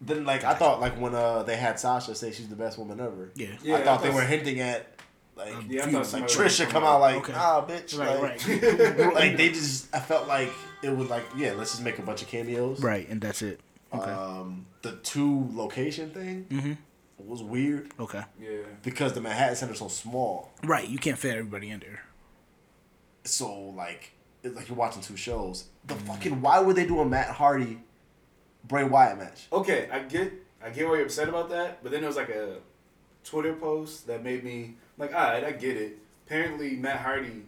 then like I thought like when uh they had Sasha say she's the best woman ever.
Yeah.
Yeah,
I
I
thought they
thought-
were hinting at like
yeah.
Dude,
I thought
like,
like
somebody
Trish
was
should
gonna
come out like,
Okay.
"Ah, bitch,"
Right,
like,
right.
like they just I felt like it was like yeah, let's just make a bunch of cameos.
right, and that's it. Okay.
Um, the two location thing
Mm-hmm.
was weird
okay.
Yeah,
because the Manhattan Center's so small.
Right, you can't fit everybody in there.
so like it's like you're watching two shows. The
Mm-hmm.
fucking why would they do a Matt Hardy Bray Wyatt match?
okay. I get I get why you're upset about that, but then there was like a Twitter post that made me like, all right, I get it. Apparently, Matt Hardy,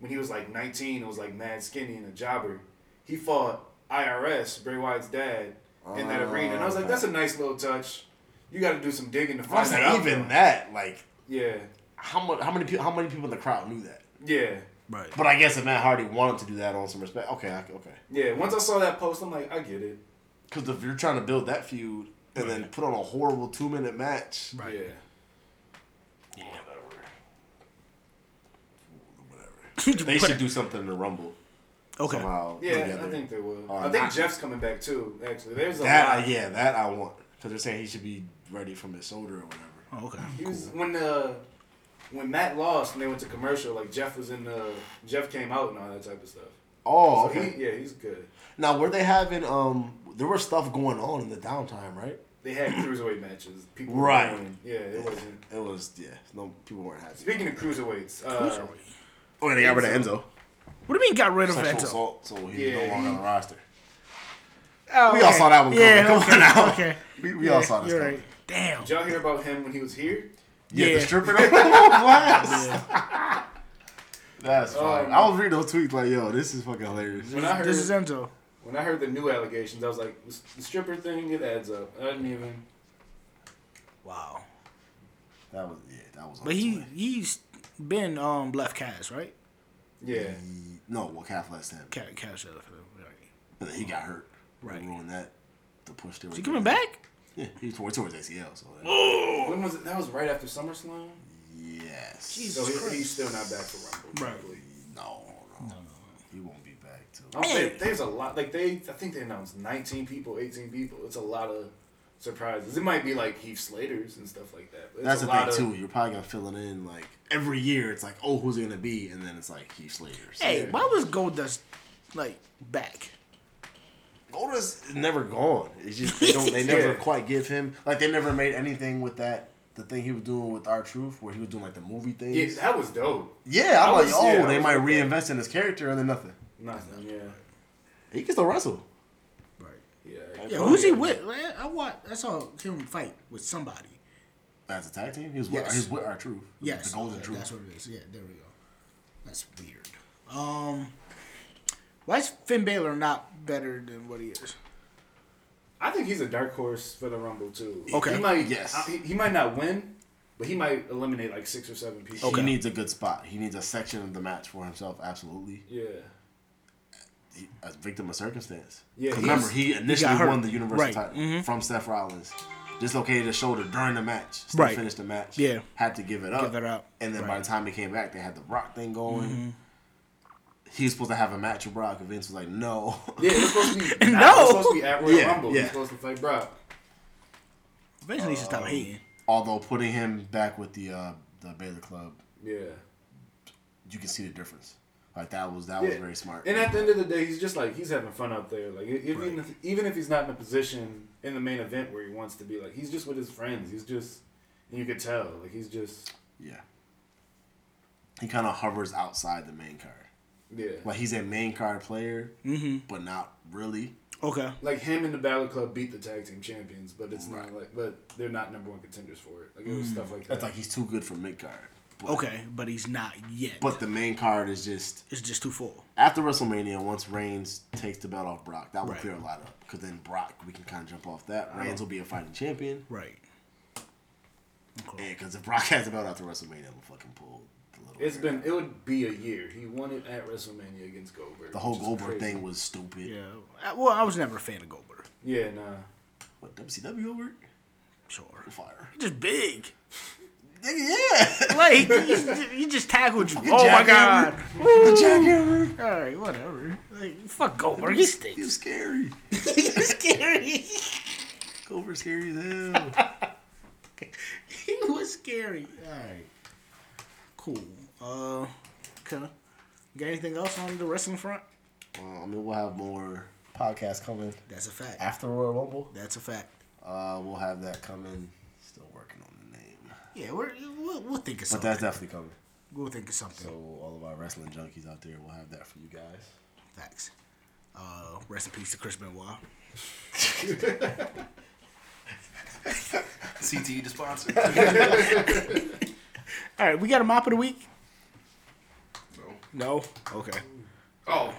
when he was like 19, was like mad skinny and a jobber. He fought IRS Bray Wyatt's dad in that arena, and I was like,
okay.
that's a nice little touch. You got to do some digging to
I
find
was
that
like,
out.
even
though.
that, like
Yeah,
how much how many people how many people in the crowd knew that?
yeah.
Right.
But I guess if Matt Hardy wanted to do that on some respect, okay, I, okay.
Yeah, once I saw that post, I'm like, I get it.
Because if you're trying to build that feud and then put on a horrible two minute match,
Right.
Yeah.
yeah, whatever. Whatever. they should do something in the Rumble
Okay.
somehow.
Yeah,
together.
I think they will.
Uh,
I think
I-
Jeff's coming back too, actually. There's a
that.
lot.
I, yeah, that I want because they're saying he should be ready from his shoulder or whatever.
Oh, okay.
He was when the uh, when Matt lost and they went to commercial, like Jeff was in the Jeff came out and all that type of stuff.
Oh,
So
okay.
he, yeah, he's good.
Now, were they having um? There was stuff going on in the downtime, right?
They had cruiserweight matches. People
Right.
Were going, yeah, it wasn't.
It was yeah. No people weren't happy.
Speaking of cruiserweights, uh,
Oh, and they got rid of Enzo.
What do you mean got rid of
Sexual
Enzo?
assault, so he's
Yeah,
no longer on
he-
the roster.
Oh,
We all saw that one
Yeah,
coming. Come
okay,
on now.
okay.
We, we all
Yeah,
saw this
you're
coming.
right. Damn.
did y'all hear about him when he was here?
Yeah,
Yeah.
the stripper. on blast. That's fine.
Um,
I was reading those tweets like, yo, this is fucking hilarious.
When I heard
This is Enzo.
when I heard the new allegations, I was like, the stripper thing, it adds up. I didn't even.
Wow.
That was yeah, that was. on
But he
Twitter.
he's been um left cast, right?
Yeah,
no, well, Calf last time,
Ca- Cast left. Right.
but he got hurt.
Right.
They ruined that. The push there.
Is he coming back?
Yeah, he tore, tore his ACL. So that- Oh.
when was it? That was right after SummerSlam.
yes.
So he, he's still not back for Rumble.
Right.
probably.
No, no, He won't be back till.
Oh, there-
Hey.
there's a lot. Like they, I think they announced 19 people, 18 people. It's a lot of surprises. It might be like Heath Slater's and stuff like that. But it's
That's
a
the
lot
thing
of,
too. You're probably gonna fill it in like every year. It's like, oh, who's it gonna be? And then it's like Heath Slater. So,
Hey,
Yeah.
why was Goldust like back?
Otis is never gone. It's just they don't. They never
Yeah.
quite give him like they never made anything with that. The thing he was doing with our truth, where he was doing like the movie thing.
Yeah,
Yeah,
that was dope.
I'm
I
like,
was-
oh,
yeah, I
they
was
might
with that.
reinvest in his character and then nothing.
Nothing. Yeah.
He can still wrestle.
Right.
Yeah.
Oh, Yeah, who's he with? Man, I watched, I saw him fight with somebody.
As a tag team, he was with,
Yes.
he's with our truth.
Yes.
the golden
okay,
truth.
That's what it is. Yeah, there we go. That's weird. Um why is Finn Balor not better than what he is?
I think he's a dark horse for the Rumble too.
Okay.
He might
Yes.
I- he, he might not win, but he might eliminate like six or seven people.
He needs a good spot. He needs a section of the match for himself. Absolutely.
Yeah.
he- a victim of circumstance.
Yeah,
Yeah,
he's-
remember he initially
hurt.
won the universal
Right,
title from Seth Rollins, dislocated his shoulder during the match. Still
Right.
finished the match.
Yeah.
had to give it up.
Give it up,
And then by the time he came back, they had the Rock thing going. He was supposed to have a match with Brock, and Vince was like, "No."
Yeah. It's supposed to be.
No.
It's supposed to be at Royal
Yeah,
Rumble.
yeah.
He's supposed to fight Brock.
Eventually he should stop hating.
Although putting him back with the uh, the Baylor Club,
Yeah.
you can see the difference. Like that was that was
Yeah.
very smart.
And at the end of the day, he's just like he's having fun out there. Like even if, even if he's not in a position in the main event where he wants to be, like he's just with his friends. He's just, and you could tell, like he's just,
yeah, he kind of hovers outside the main card.
yeah.
Like he's a main card player, but not really.
Okay.
Like him and the Battle Club beat the tag team champions, but it's not like, but they're not number one contenders for it. Like it was stuff like that.
Mm. That's like he's too good for mid card. But,
Okay, but he's not yet.
But the main card is just
it's just too full.
after WrestleMania. Once Reigns takes the belt off Brock, that will
Right.
clear a lot up. Because then Brock, we can kind of jump off that. Reigns will be a fighting champion.
Right. Okay.
Because if Brock has the belt after WrestleMania, I'm fucking pull the little.
It's
hair.
been it would be a year. He won it at WrestleMania against Goldberg.
the whole
which is
Goldberg
crazy.
thing was stupid.
Yeah. I- Well, I was never a fan of Goldberg.
Yeah, nah.
What WCW Goldberg?
Sure.
Fire.
Just big.
Nigga, yeah.
Like he just, he just tackled you.
Fucking
Oh my god.
jackhammer. the jackhammer.
All right, whatever. Like, fuck Goldberg. He
He
stinks.
was scary.
He's scary.
Goldberg's scary as hell.
he was scary. All right. Cool. Uh, okay. Got anything else on the wrestling front?
well, I mean, we'll have more podcasts coming
That's a fact.
after Royal Rumble.
That's a fact.
Uh, we'll have that coming. Still working on the name,
Yeah, we're, we'll, we'll think of
but
something.
that's definitely coming.
We'll think of something.
So all of our wrestling junkies out there, we'll have that for you guys.
Facts. Uh, rest in peace to Chris Benoit.
CTE the E sponsor.
All right, we got a mop of the week.
So,
No. Okay.
oh.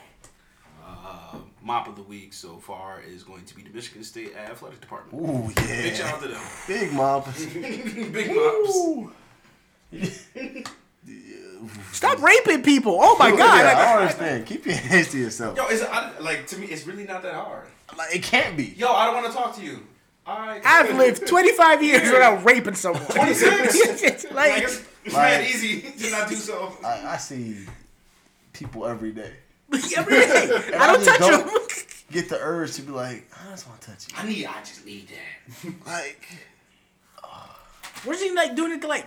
Uh, mop of the week so far is going to be the Michigan State Athletic Department.
Ooh
Big shout
yeah,
out to them.
big mop.
Big mops.
Ooh.
Stop raping people. Oh my god.
Yeah, I don't understand. Keep your hands to yourself.
Yo, it's I, like to me, it's really not that hard.
Like it can't be.
Yo, I don't want to talk to you. All right.
I've lived 25 years without raping someone.
26? Like,
like,
it's
Like-
it's mad easy to not do so.
I, I see people every day
every day. I
I
don't
just
touch
don't-
them.
get the urge to be like, I just want to touch you.
I need. I just need that.
Like
Was he like doing it to like,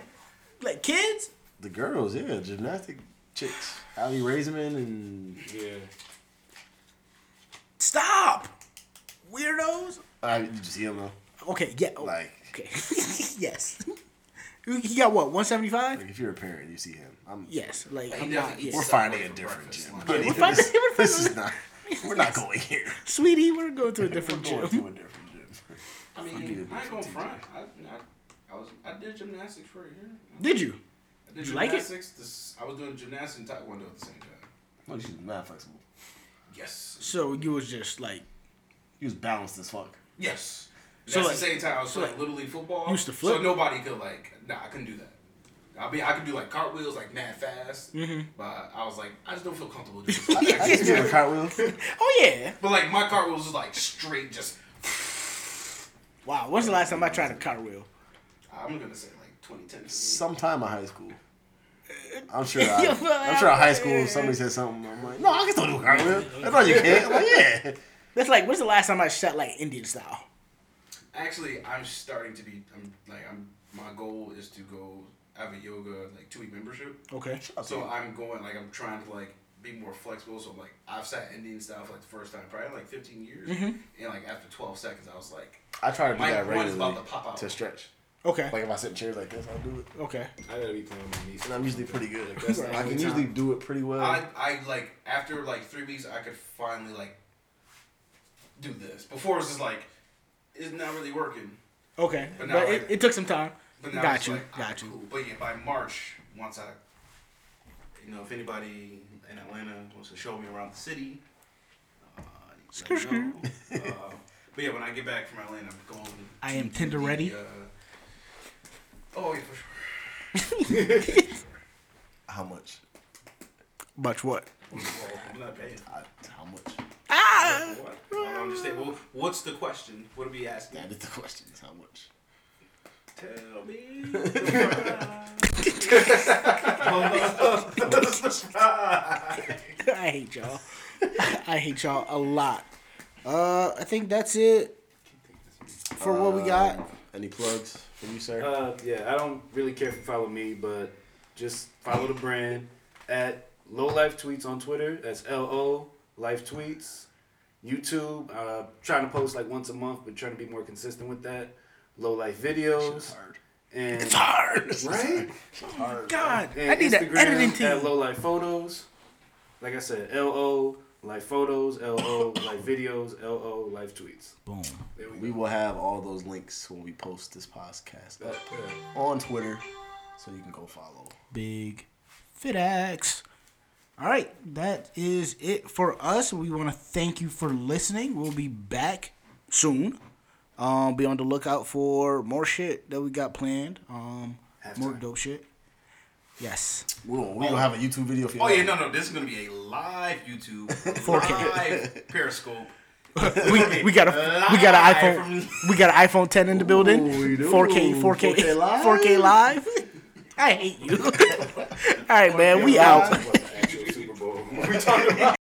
like kids?
The girls, yeah, gymnastic chicks. Allie Raisman and
Yeah.
Stop, weirdos.
I you see him though.
Okay, yeah. oh,
Like,
okay, yes. He got what? One seventy five.
like, if you're a parent, you see him. I'm
Yes, like
He
I'm
doesn't
not.
eat
Yeah.
We're
Subway
finding a
for
different
breakfast,
gym.
lunch.
Honey,
we're finding
this,
a different
this is not. We're not going here.
Sweetie, we're going to a different
We're going
gym.
to a different gym.
I mean,
you.
I ain't going front. I, I, I was I did gymnastics for a year.
Did you?
I did
You like it?
gymnastics. This, I was doing gymnastics and taekwondo at the same time.
No, she's not flexible.
Yes.
So you was just like
He was balanced as fuck.
Yes.
So,
That's
like-
the same time I was
so,
playing
like,
little league football.
used to flip.
So nobody could like. Nah, I couldn't do that. I mean, I could do like cartwheels, like mad fast.
Mm-hmm.
But I was like, I just don't feel comfortable doing. This.
I used to do a cartwheel.
Oh yeah.
but like my cartwheels was like straight. Just
Wow. When's the last time I tried a cartwheel?
I'm gonna say like 2010.
Sometime in high school. I'm sure. I,
Yeah, well,
I'm eh. sure in high school somebody said something. I'm like, no, I can still do a cartwheel. I know you can. I'm like, yeah.
That's like when's the last time I shot like Indian style?
Actually, I'm starting to be. I'm like I'm. My goal is to go. I have a yoga like two week membership.
Okay.
So I'm going like I'm trying to like be more flexible. So I'm like I've sat Indian style for like the first time probably in, like 15 years,
Mm-hmm.
and like after 12 seconds I was like
I try to do
My
that
one is about
regularly
to pop out.
to stretch.
Okay.
Like if I sit in chairs like this, I'll do it.
okay.
I gotta be playing with my niece.
And I'm usually pretty good. at
That's
that.
the
I can
only
usually
time.
do it pretty well.
I I like after like three weeks I could finally like do this. Before it was just like it's not really working.
Okay. But,
But now,
it,
like-
it took some time.
But now
Got
it's
you.
like, ah,
got you.
Cool. But yeah, by March once I you know if anybody in Atlanta wants to show me around the city. uh, let me know. Uh, But yeah, when I get back from Atlanta, I'm going.
I
to
am Tinder ready.
the, uh, oh yeah, for sure.
how much?
Much what?
Well, I'm not paying.
Uh,
I, how much?
Ah.
What? I don't understand. Well, what's the question? What are we asking?
That is the question. Is how much?
Tell me.
I hate y'all. I hate y'all a lot. Uh, I think that's it for what we got.
Any plugs for you, sir?
Uh, yeah, I don't really care if you follow me, but just follow the brand at Low Life Tweets on Twitter. That's L O Life Tweets. YouTube. Uh, trying to post like once a month, but trying to be more consistent with that. Low Life videos and
Hard.
right.
Uh,
Uh,
God,
And
I need an
Instagram
editing
At
team.
Low Life Photos. Like I said, L O Life Photos, L O Life Videos, L O Life Tweets.
Boom.
There we
We
go.
will have all those links when we post this podcast up on Twitter, so you can go follow.
Big FitX. All right, that is it for us. We want to thank you for listening. We'll be back soon. Um, be on the lookout for more shit that we got planned. Um, more dope shit. Yes.
We'll we will have a YouTube video for you.
Oh yeah, no, no. This is gonna be a live YouTube,
4K.
live Periscope.
we, we got a we got an iPhone we got an iPhone 10 in the building.
Ooh, we do.
4K 4K
4K live?
4K live. I hate you. All right, man, we out.
What the actual Super Bowl? we talking about?